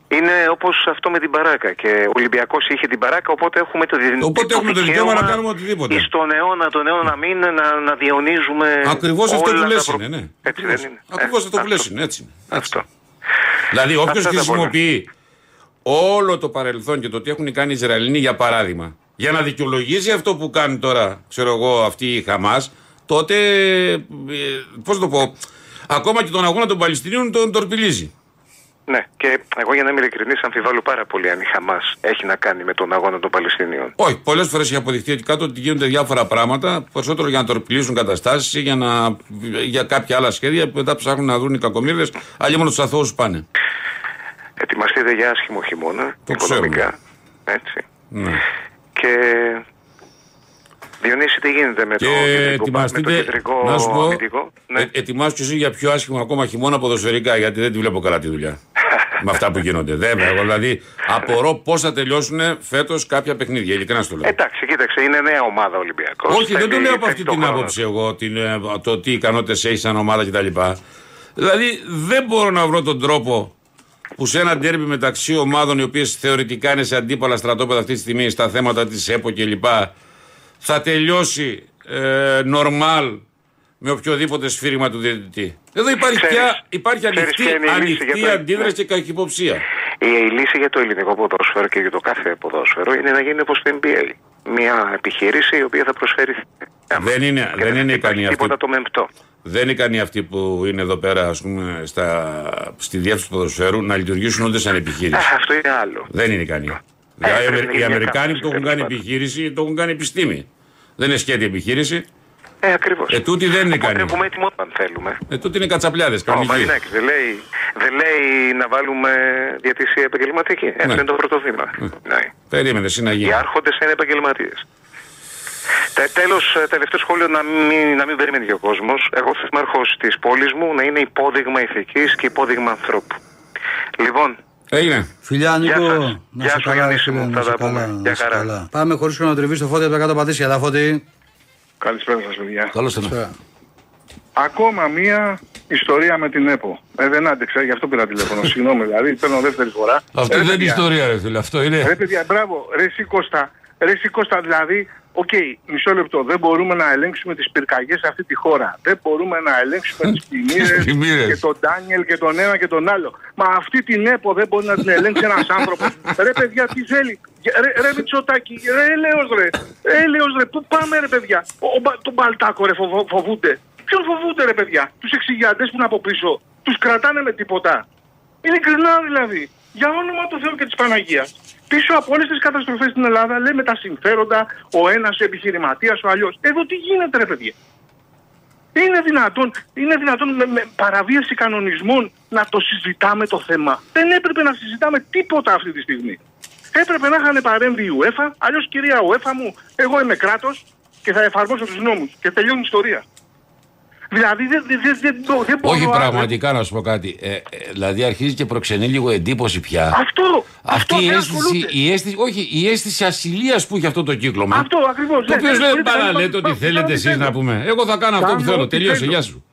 Είναι όπως αυτό με την παράκα. Και ο Ολυμπιακός είχε την παράκα, οπότε έχουμε το, δι... Οπότε έχουμε το δικαίωμα να κάνουμε οτιδήποτε. εις Στον αιώνα, τον αιώνα μην να, να διονύζουμε. Ακριβώς αυτό Ε, όλα που τα λες προ- είναι, ναι. Έτσι δεν είναι. Ακριβώς Ε, αυτό που λες είναι, έτσι. είναι. Αυτό. Δηλαδή, όποιος Αυτά τα χρησιμοποιεί όλο το παρελθόν και το τι έχουν κάνει οι Ισραηλοί, για παράδειγμα, για να δικαιολογήσει αυτό που κάνει τώρα, ξέρω εγώ, αυτή η Χαμάς, τότε. Πώς το πω. Ακόμα και τον αγώνα των Παλαιστινίων τον τορπιλίζει. Ναι, και εγώ για να είμαι ειλικρινής, αμφιβάλλω πάρα πολύ αν η Χαμάς έχει να κάνει με τον αγώνα των Παλαιστινίων. Όχι, πολλές φορές έχει αποδειχθεί ότι κάτω ότι γίνονται διάφορα πράγματα, περισσότερο για να τορπιλίζουν καταστάσεις ή για, να, για κάποια άλλα σχέδια που μετά ψάχνουν να δουν οι κακομίρδε, αλλιώς μόνο τους αθώους πάνε. Ετοιμαστείτε για άσχημο χειμώνα, Το οικονομικά. ξέρουμε. Έτσι. Ναι. Και Διονύση, τι γίνεται με το Και κεντρικό, με το ετοιμαστείτε, κεντρικό να σου πω, αμυντικό. Ναι. ε, ετοιμάσου και εσύ για πιο άσχημο ακόμα χειμώνα ποδοσφαιρικά, γιατί δεν τη βλέπω καλά τη δουλειά. με αυτά που γίνονται. Δεν βλέπω. Δηλαδή, απορώ πώς θα τελειώσουν φέτος κάποια παιχνίδια. Ειλικρινά στο λέω. Εντάξει, κοίταξε, είναι νέα ομάδα Ολυμπιακός. Όχι, δεν το λέω από αυτή την άποψη εγώ, την, ε, το τι ικανότητες έχει σαν ομάδα κτλ. Δηλαδή, δεν μπορώ να βρω τον τρόπο που σε ένα ντέρμπι μεταξύ ομάδων οι οποίες θεωρητικά είναι σε αντίπαλα στρατόπεδα αυτή τη στιγμή στα θέματα της ΕΠΟ κλπ. θα τελειώσει ε, normal με οποιοδήποτε σφύριγμα του διαιτητή. Εδώ υπάρχει, Ξέρεις- πια, υπάρχει ξέρεις ανοιχτή, ποια είναι η λύση ανοιχτή για το- αντίδραση και καχυποψία. Η, η λύση για το ελληνικό ποδόσφαιρο και για το κάθε ποδόσφαιρο είναι να γίνει όπως το NBA. Μια επιχείρηση η οποία θα προσφέρει. Δεν είναι- Και δεν είναι υπάρχει ικανή αυτή. Τίποτα το μεμπτό. Δεν είναι ικανοί αυτοί που είναι εδώ πέρα, ας πούμε, στα, στη διεύθυνση του ποδοσφαίρου να λειτουργήσουν όντως σαν Ε, επιχείρηση. αυτό είναι άλλο. Δεν είναι ικανοί. Ε, Δηλαδή, οι Αμε- πρέπει να οι γίνει Αμερικάνοι κάπως, που το έχουν τέλος κάνει πάντων. επιχείρηση το έχουν κάνει επιστήμη. Δεν είναι σχέδια επιχείρηση. Ε, ακριβώς. Ε, τούτη δεν είναι ικανοί. Ανέβουμε έτοιμο όταν θέλουμε. Ε, τούτη είναι κατσαπλιάδες. Ο Κανονικοί. Μαρινάκη δεν λέει, δεν λέει να βάλουμε διατησία επαγγελματική. Αυτό Ναι. είναι το πρώτο βήμα. Ναι. Περίμενε, εσύ να γίνει. Οι άρχοντες είναι επαγγελματίες. Τέλος, ε, τελευταίο σχόλιο να μην, να μην περιμένει και ο κόσμος. Εγώ θα είμαι αρχό της πόλης μου να είναι υπόδειγμα ηθικής και υπόδειγμα ανθρώπου. Λοιπόν, Έγινε. Φιλιά Νίκο, σας. να Γεια σε σου, καλά, Γιάννη, ρε φίλε, μου. να Θα σε τα καλά, πούμε. να Γεια σε χαρά. καλά. Πάμε χωρίς χρονοτριβή στο φώτι από τα κάτω πατήσια, τα φώτι. Καλησπέρα σας παιδιά. Καλώς ήρθατε. Ακόμα μία ιστορία με την ΕΠΟ. Ε, δεν άντεξα, γι' αυτό πήρα τηλέφωνο. Συγγνώμη, δηλαδή παίρνω δεύτερη φορά. Αυτό Ε, δεν είναι παιδιά, ιστορία, ρε φίλε. Αυτό είναι. Ρε παιδιά, μπράβο, ρε εσύ Κώστα. Ρε εσύ Κώστα, δηλαδή, οκ, μισό λεπτό. Δεν μπορούμε να ελέγξουμε τις πυρκαγιές σε αυτή τη χώρα. Δεν μπορούμε να ελέγξουμε τις Τις πλημμύρες. πλημμύρες και τον Ντάνιελ και τον ένα και τον άλλο. Μα αυτή την ΕΠΟ δεν μπορεί να την ελέγξει ένας άνθρωπος. Ρε παιδιά, τι θέλει. Ρε, ρε Μητσοτάκη, ρε έλεος ρε. Έλεος ρε, πού πάμε ρε παιδιά. Ο, ο, Μπα- τον Μπαλτάκο ρε φοβο- φοβούνται. Ποιον φοβούνται ρε παιδιά. Τους εξηγιαντές που είναι από πίσω. Τους κρατάνε με τίποτα. Ειλικρινά δηλαδή. Για όνομα του Θεού και της Παναγίας. Πίσω από όλες τις καταστροφές στην Ελλάδα λέμε τα συμφέροντα, ο ένας ο επιχειρηματίας, ο αλλιώ. Εδώ τι γίνεται, ρε παιδιά. Είναι δυνατόν, είναι δυνατόν με, με παραβίαση κανονισμών να το συζητάμε το θέμα. Δεν έπρεπε να συζητάμε τίποτα αυτή τη στιγμή. Έπρεπε να είχαν παρέμβει η UEFA, αλλιώς κυρία UEFA μου, εγώ είμαι κράτος και θα εφαρμόσω τους νόμους και τελειώνει η ιστορία. Δηλαδή δεν δεν- δεν- δεν- δεν μπορώ. Όχι άλλο. πραγματικά να σου πω κάτι. Ε, ε, δηλαδή αρχίζει και προξενεί λίγο εντύπωση πια. Αυτό, αυτό Αυτή η δεν αίσθηση, ασχολούνται. η αίσθηση, όχι, η αίσθηση ασυλίας που έχει αυτό το κύκλωμα. Αυτό ακριβώς. Το οποίο λέει παρά λέτε ότι θέλετε εσεί να πούμε. Εγώ θα κάνω αυτό που Κάνω θέλω. ό,τι Τελείωσε, θέλω. γεια σου.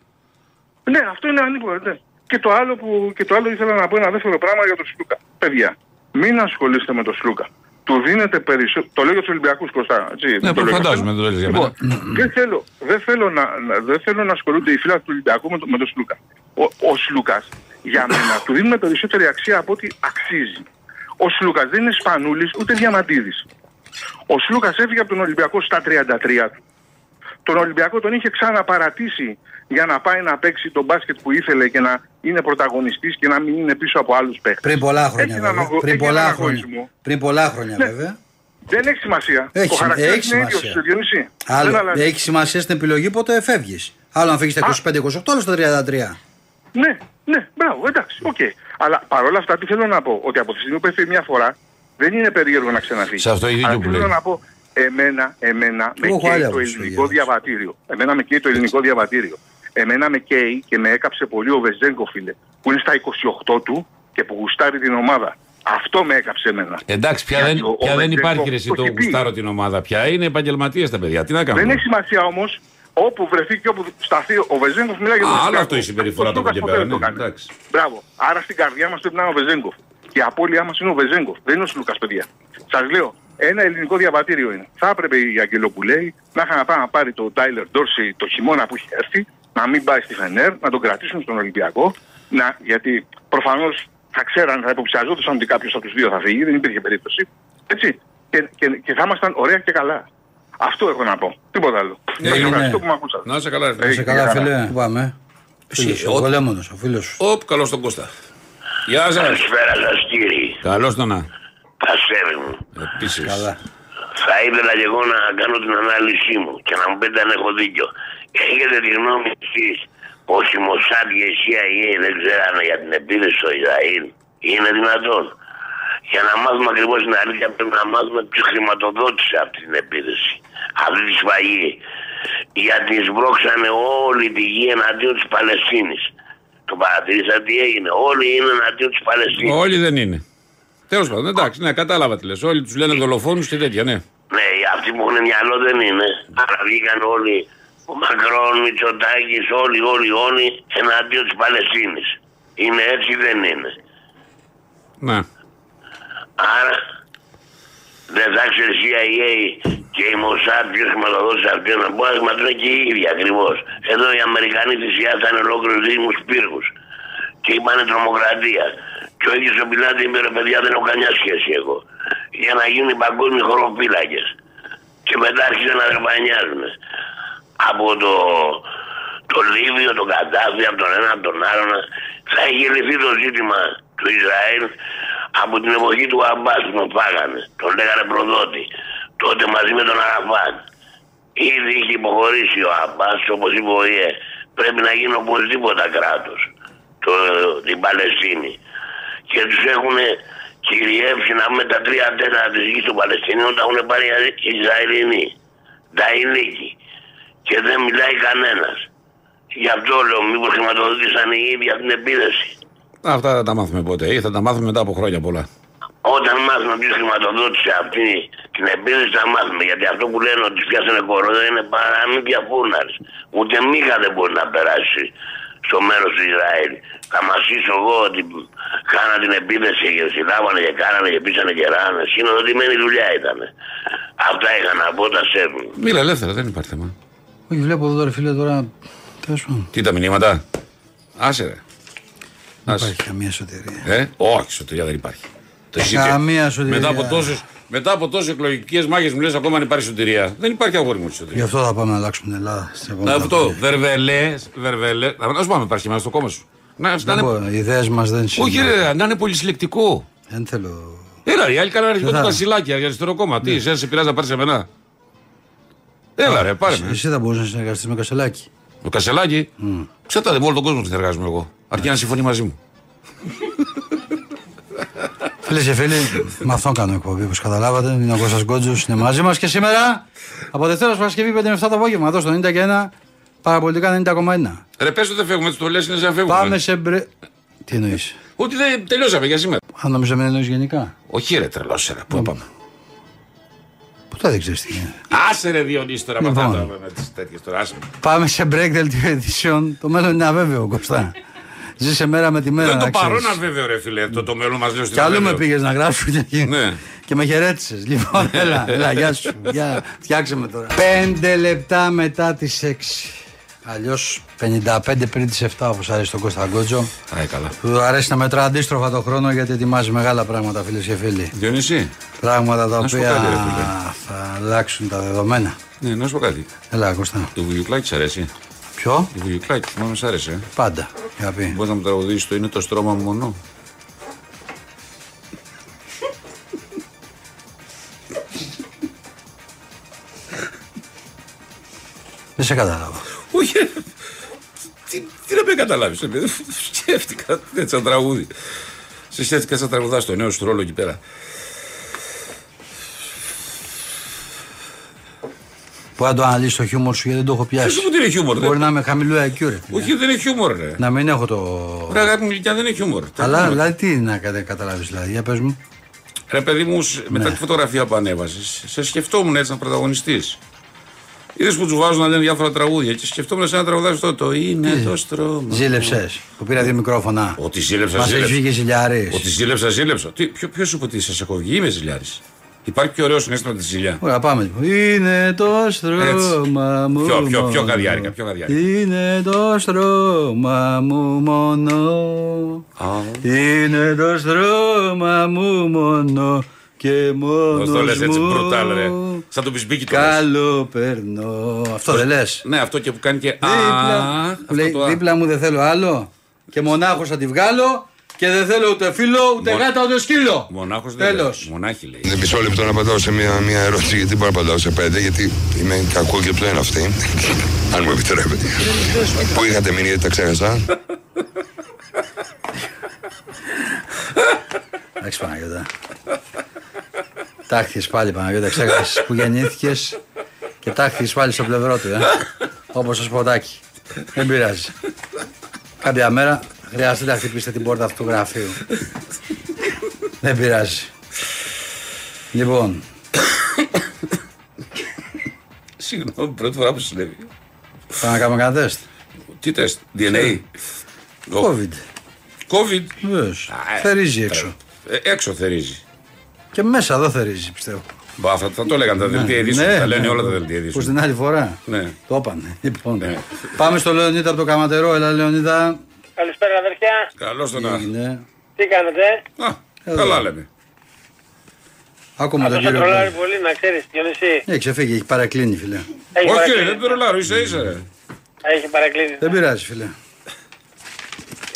Ναι, αυτό είναι ανίποτα. Ναι. Και, το άλλο που, και το άλλο ήθελα να πω ένα δεύτερο πράγμα για τον Σλούκα. Παιδιά, μην ασχολείστε με τον Σλούκα. Του δίνετε περισσότερο. Το λέω για του Ολυμπιακού Κωστά. Έτσι, δεν Ναι, το λέω για φαντάζομαι σένα. το λες για Λοιπόν, μένα. δεν θέλω, δεν, θέλω να, να- δεν θέλω να ασχολούνται οι φίλοι του Ολυμπιακού με, το, με τον Σλούκα. Ο, ο Σλούκας για μένα του δίνουμε περισσότερη αξία από ό,τι αξίζει. Ο Σλούκας δεν είναι σπανούλης ούτε διαμαντίδης. Ο Σλούκας έφυγε από τον Ολυμπιακό στα 33 του. Τον Ολυμπιακό τον είχε ξαναπαρατήσει για να πάει να παίξει τον μπάσκετ που ήθελε και να είναι πρωταγωνιστής και να μην είναι πίσω από άλλους παίχτες. Πριν πολλά χρόνια Έχει έναν βέβαια. αγω- Πριν έχει πολλά έναν χρόνια. αγωισμό. Ναι. Πριν πολλά χρόνια βέβαια. Δεν έχει σημασία. Έχει Ο σημα- χαρακτήρας έχει είναι ίδιος, σημασία. ο Διονύση. Άλλο, Δεν αλλάζει. έχει σημασία στην επιλογή πότε φεύγεις. Άλλο αν φύγεις στα 25-28, άλλο στα 33. Ναι, ναι, μπράβο, εντάξει, οκ. Αλλά παρόλα αυτά τι θέλω να πω, ότι από τη στιγμή που έφυγε μια φορά δεν είναι περίεργο να ξαναφύγεις. Σε αυτό έχει δίκιο Αλλά που τι θέλω λέει. να πω, εμένα, εμένα με Εγώ έχω άλλη καίει το άποψη, ελληνικό Γιάννης. διαβατήριο. Εμένα με καίει το ελληνικό διαβατήριο. Εμένα με καίει και με έκαψε πολύ ο Βεζέγκο, φίλε, που είναι στα 28 του και που γουστάρει την ομάδα. Αυτό με έκαψε εμένα. Εντάξει, πια Γιατί δεν, ο- πια ο δεν Βεντέκο υπάρχει ρε, εσύ το το έχει πει. γουστάρω την ομάδα πια. Είναι επαγγελματίες τα παιδιά. Τι να κάνουμε. Δεν έχει σημασία όμως όπου βρεθεί και όπου σταθεί ο Βεζέγκοφ μιλάει για Α, τον άλλο Ολυμπιακό. αυτό η συμπεριφορά Ο του από εκεί Στούκας πέρα, ποτέ δεν ναι, το κάνει. εντάξει. Μπράβο. Άρα στην καρδιά μας πρέπει να είναι ο Βεζέγκοφ. Και η απώλειά μας είναι ο Βεζέγκοφ. Δεν είναι ο Σλούκα, παιδιά. Σας λέω, ένα ελληνικό διαβατήριο είναι. Θα έπρεπε η Αγγελοπουλέη να είχαν να πάει να πάρει τον Τάιλερ Ντόρση το χειμώνα που είχε έρθει, να μην πάει στη Φενέρ, να τον κρατήσουν στον Ολυμπιακό. Να, γιατί προφανώς θα ξέραν, θα υποψιαζόντουσαν ότι κάποιος από τους δύο θα φύγει, δεν υπήρχε περίπτωση. Έτσι. Και, και, και θα ήμασταν ωραία και καλά. Αυτό έχω να πω. Τίποτα άλλο. Σας ναι. ευχαριστώ που με ακούσατε. Να σε καλά, ρε. Ε, Σε και καλά, καλά. φίλε. Πού Πάμε. Φίλος σου, ό- Ε, Ο Πολέμονος, ο φίλος σου. Οπ, καλώς τον Κώστα. Γεια σας. Καλησπέρα σας, κύριε. Καλώς τον Α. Πασέρι μου. Επίσης. Καλά. Θα ήθελα και εγώ να κάνω την ανάλυση μου και να μου πείτε αν έχω δίκιο. Έχετε τη γνώμη εσείς πως η Μοσάντ και η CIA δεν ξέρανε για την επίθεση στο Ισραήλ. Είναι δυνατόν. Για να μάθουμε ακριβώς την αλήθεια πρέπει να μάθουμε ποιος χρηματοδότησε αυτή την επίθεση. Αυτή τη σφαγή. Γιατί σμπρώξανε όλη τη γη εναντίον της Παλαιστίνης. Το παρατηρήσατε τι έγινε. Όλοι είναι εναντίον της Παλαιστίνης. Όλοι δεν είναι. Τέλος πάντων, εντάξει, ναι, κατάλαβα τι λες. Όλοι τους λένε δολοφόνους και τέτοια, ναι. Ναι, αυτοί που έχουν μυαλό δεν είναι. Άρα βγήκαν όλοι. Ο Μακρόν, Μητσοτάκης, όλοι, όλοι, όλοι εναντίον της Παλαιστίνης. Είναι έτσι, δεν είναι. Να. Άρα δεν θα ξέρεις η CIA και η Μοσάτ ποιος χρηματοδότησε αυτήν την απόφαση, είναι και οι ίδιοι ακριβώς. Εδώ οι Αμερικανοί θυσιάσαν ολόκληρου δήμου πύργους και είπανε τρομοκρατία. Και ο ίδιος ο Πιλάτη είπε ρε παιδιά, δεν έχω καμιά σχέση εγώ. Για να γίνουν οι παγκόσμιοι χωροφύλακες. Και μετά άρχισαν να ρεπανιάζουν. Από το το Λίβιο, τον Καντάφη, από τον έναν τον άλλον, θα είχε λυθεί το ζήτημα του Ισραήλ από την εποχή του Αμπάς που τον φάγανε, τον λέγανε προδότη, τότε μαζί με τον Αραφάτ. Ήδη είχε υποχωρήσει ο Αμπάς, όπως είπε ο ΙΕ, πρέπει να γίνει οπωσδήποτε κράτος το, την Παλαιστίνη. Και τους έχουν κυριεύσει να με τα τρία τέταρτα της γης των Παλαιστινίων τα έχουν πάρει οι Ισραηλινοί, τα ηλίκη. Και δεν μιλάει κανένας. Γι' αυτό λέω μήπως χρηματοδοτήσαν οι ίδιοι για την επίδεση. Αυτά δεν τα μάθουμε ποτέ ή θα τα μάθουμε μετά από χρόνια πολλά. Όταν μάθουμε ποιος χρηματοδότησε αυτή την επίδεση θα μάθουμε. Γιατί αυτό που λένε ότι πιάσανε κορώνα είναι παραμύθια φούρναρης. Ούτε μίγα δεν μπορεί να περάσει στο μέρος του Ισραήλ. Θα μα ίσω εγώ ότι κάνα την επίδεση και συλλάβανε και κάνανε και πήσανε και ράνε. Συνοδοτημένη δουλειά ήταν. Αυτά είχα να πω, τα σέβουν. Μίλα ελεύθερα, δεν υπάρχει θέμα. Όχι, βλέπω εδώ τώρα, φίλε, τώρα. Τέλος πάντων. Τι τα μηνύματα. Άσε ρε. Δεν υπάρχει καμία εσωτερία. Ε, όχι, σωτηρία δεν υπάρχει. Το εσύ- Καμία σωτηρία. Μετά από τόσες, μετά από τόσες εκλογικές μάχες μου λες ακόμα αν υπάρχει σωτηρία. Δεν υπάρχει αγόρι μου σωτηρίας. Γι' αυτό θα πάμε να αλλάξουμε την Ελλάδα. στην επόμενη Αυτό, δερβελέ, δερβελέ. Να σου πάμε, υπάρχει μέσα στο κόμμα σου. Να, να Δεν είναι- μπορώ, οι ιδέες μας δεν Όχι, συνέβη. ρε, να είναι πολυσυλλεκτικό. Δεν θέλω. Έλα, οι άλλοι κάνανε αρχικό του θα- Ναι. βασιλάκια για αριστερό κόμμα. Τι, εσένα σε πειράζει να πάρεις σε μένα. Έλα, ρε, πάρε Εσύ- με. Εσύ θα μπορούσες να συνεργαστείς με Κασελάκη. Το Κασελάκι. Mm. Ξέρετε, με όλο τον κόσμο συνεργάζομαι εγώ. Αρκεί να συμφωνεί μαζί μου. Φίλες και φίλοι, με αυτόν κάνω εκπομπή, όπως καταλάβατε. Είναι ο Κώστας Γκότζος, είναι μαζί μας και σήμερα από Δευτέρα ως Παρασκευή 5 με 7 το απόγευμα. Εδώ στο 91 παραπολιτικά 90,1. Ρε, πες ότι δεν φεύγουμε, το λες είναι σαν να φεύγουμε. Πάμε σε μπρε. Τι εννοείς. Ότι δεν τελειώσαμε για σήμερα. Αν νομίζω με εννοείς γενικά. Όχι, ρε, τρελό, ρε, πού πάμε. Ποτέ δεν ξέρεις τι γίνεται. Άσε ρε Διονύση τώρα με Λοιπόν. αυτά τα- με τις τέτοιες τώρα. Άσε. Πάμε σε break δελτίο ειδήσεων. Το μέλλον είναι αβέβαιο, Κώστα. Ζήσε μέρα με τη μέρα. Δεν το να ξέρεις. παρόν αβέβαιο ρε φίλε, το, το μέλλον μας λέω στην Κι Ναι, αλλού με πήγες να γράψω και, και- Ναι. και με χαιρέτησες. Λοιπόν, έλα, έλα, γεια σου. Γεια. Φτιάξε με τώρα. 5 λεπτά μετά τις 6. Αλλιώ 55 πριν τις 7, όπως αρέσει τον Κώστα Γκότζο. Α, ε, καλά. Του αρέσει να μετρά αντίστροφα το χρόνο γιατί ετοιμάζει μεγάλα πράγματα, φίλες και φίλοι. Διονύση, Πράγματα τα Να σου πω οποία κάτι, ρε φίλε. θα αλλάξουν τα δεδομένα. ναι, να σου πω κάτι. Έλα, Κώστα. Το βουλιουκλάκι σ' αρέσει. Ποιο? Το βουλιουκλάκι, θυμάμαι σ' άρεσε. ε. Πάντα. Για πει. Μπορείς να μου τραγουδήσεις το είναι το στρώμα μου μονό. Δεν σε κατάλαβα. Όχι. ρε. Τι, τι να με καταλάβεις. ρε, Σκέφτηκα έτσι σαν τραγούδι. Σε σκέφτηκα σαν τραγουδάς στο νέο σου ρόλο εκεί πέρα. Μπορεί να το αναλύσεις το χιούμορ σου γιατί δεν το έχω Δεν σου πιάσει. πω τι είναι χιούμορ. ρε. Μπορεί να είμαι χαμηλού IQ, ρε. φίλε. Όχι, δεν είναι χιούμορ, ρε. Να μην έχω το. Ρε, αγάπη μου, ηλικιά δεν είναι χιούμορ. Τα Αλλά χιούμορ. δηλαδή τι να κατα- καταλάβεις δηλαδή, για πες μου. Ρε παιδί μου, σ- μετά τη φωτογραφία που ανέβασες, σε σκεφτόμουν έτσι να πρωταγωνιστή. Είδες που του βάζουν να λένε διάφορα τραγούδια και σκεφτόμουν σε ένα τραγουδάκι αυτό. Το είναι το στρώμα. Ζήλεψες που πήρα δύο μικρόφωνα. Ότι ζήλεψα, Μας έχει ζήλεψα. φύγει ζηλιάρης. Ότι ζήλεψα, ζήλεψα. Τι, ποιο, ποιος σου είπε ότι σας έχω βγει, είμαι ζηλιάρης. Υπάρχει πιο ωραίος συνέστημα από τη ζηλιά. Ωραία πάμε λοιπόν. Είναι το στρώμα μου Πιο- πιο- πιο μόνο. γαδιάρικα, πιο γαδιάρικα. Είναι το στρώμα μου μόνο. Είναι το στρώμα μου μόνο και μόνο. Πώς το λες έτσι, μπρουτάλ, ρε. Σαν το πισμπίκι του. Καλό περνώ. Αυτό δεν λες. Ναι, αυτό και που κάνει και. Δίπλα, Αχ, αυτό λέει, το α. δίπλα μου δεν θέλω άλλο. Και μονάχος θα τη βγάλω. Και δεν θέλω ούτε φίλο, ούτε Μον- γάτα, ούτε σκύλο. Μονάχος δεν Τέλος. λέει. Μονάχη λέει. Είναι μισό λεπτό να απαντάω σε μια, μια ερώτηση, γιατί μπορώ να απαντάω σε πέντε, γιατί είναι κακό και πλέον αυτή. Αν μου επιτρέπετε. Πού είχατε μείνει, γιατί τα ξέχασα. Εντάξει, Παναγιώτα. Τάχθηκε πάλι, Παναγιώτα. Ξέχασες που γεννήθηκες και τάχθηκε πάλι στο πλευρό του. Ε. Όπως το σποτάκι. Δεν πειράζει. Κάποια μέρα χρειάζεται να χτυπήσετε την πόρτα αυτού του γραφείου. Δεν πειράζει. Λοιπόν, Συγγνώμη, πρώτη φορά που συνέβη. θα να κάνουμε κανένα τεστ. Ε, Τι τεστ, DNA. Ο- COVID. COVID. Βεβαίως. Α, ε, Θερίζει ε, έξω. ε, Έξω θερίζει. Και μέσα εδώ θερίζει, πιστεύω. Μπα, θα, θα το λέγανε τα δελτία ειδήσεων. Ναι, τα λένε ναι. όλα τα δελτία Που ειδήσεων. στην άλλη φορά. Ναι. Το είπανε. Λοιπόν, Ναι. πάμε στο Λεωνίδα από το Καματερό. Έλα, Λεωνίδα. Καλησπέρα αδερφιά, Καλώς τον Α, Ναι. τι κάνετε. Εδώ. καλά λέμε. Άκουμε Αυτό τον θα κύριο. Ε, τρολάρει Πλεύρη. πολύ να ξέρεις Διονυσή. Έχει ξεφύγει, έχει παρακλίνει, φίλε. Έχει Όχι, παρακαλεί. δεν το ρολάρω, ίσα ίσα. ρε. Έχει παρακλείδη. Δεν πειράζει, φίλε.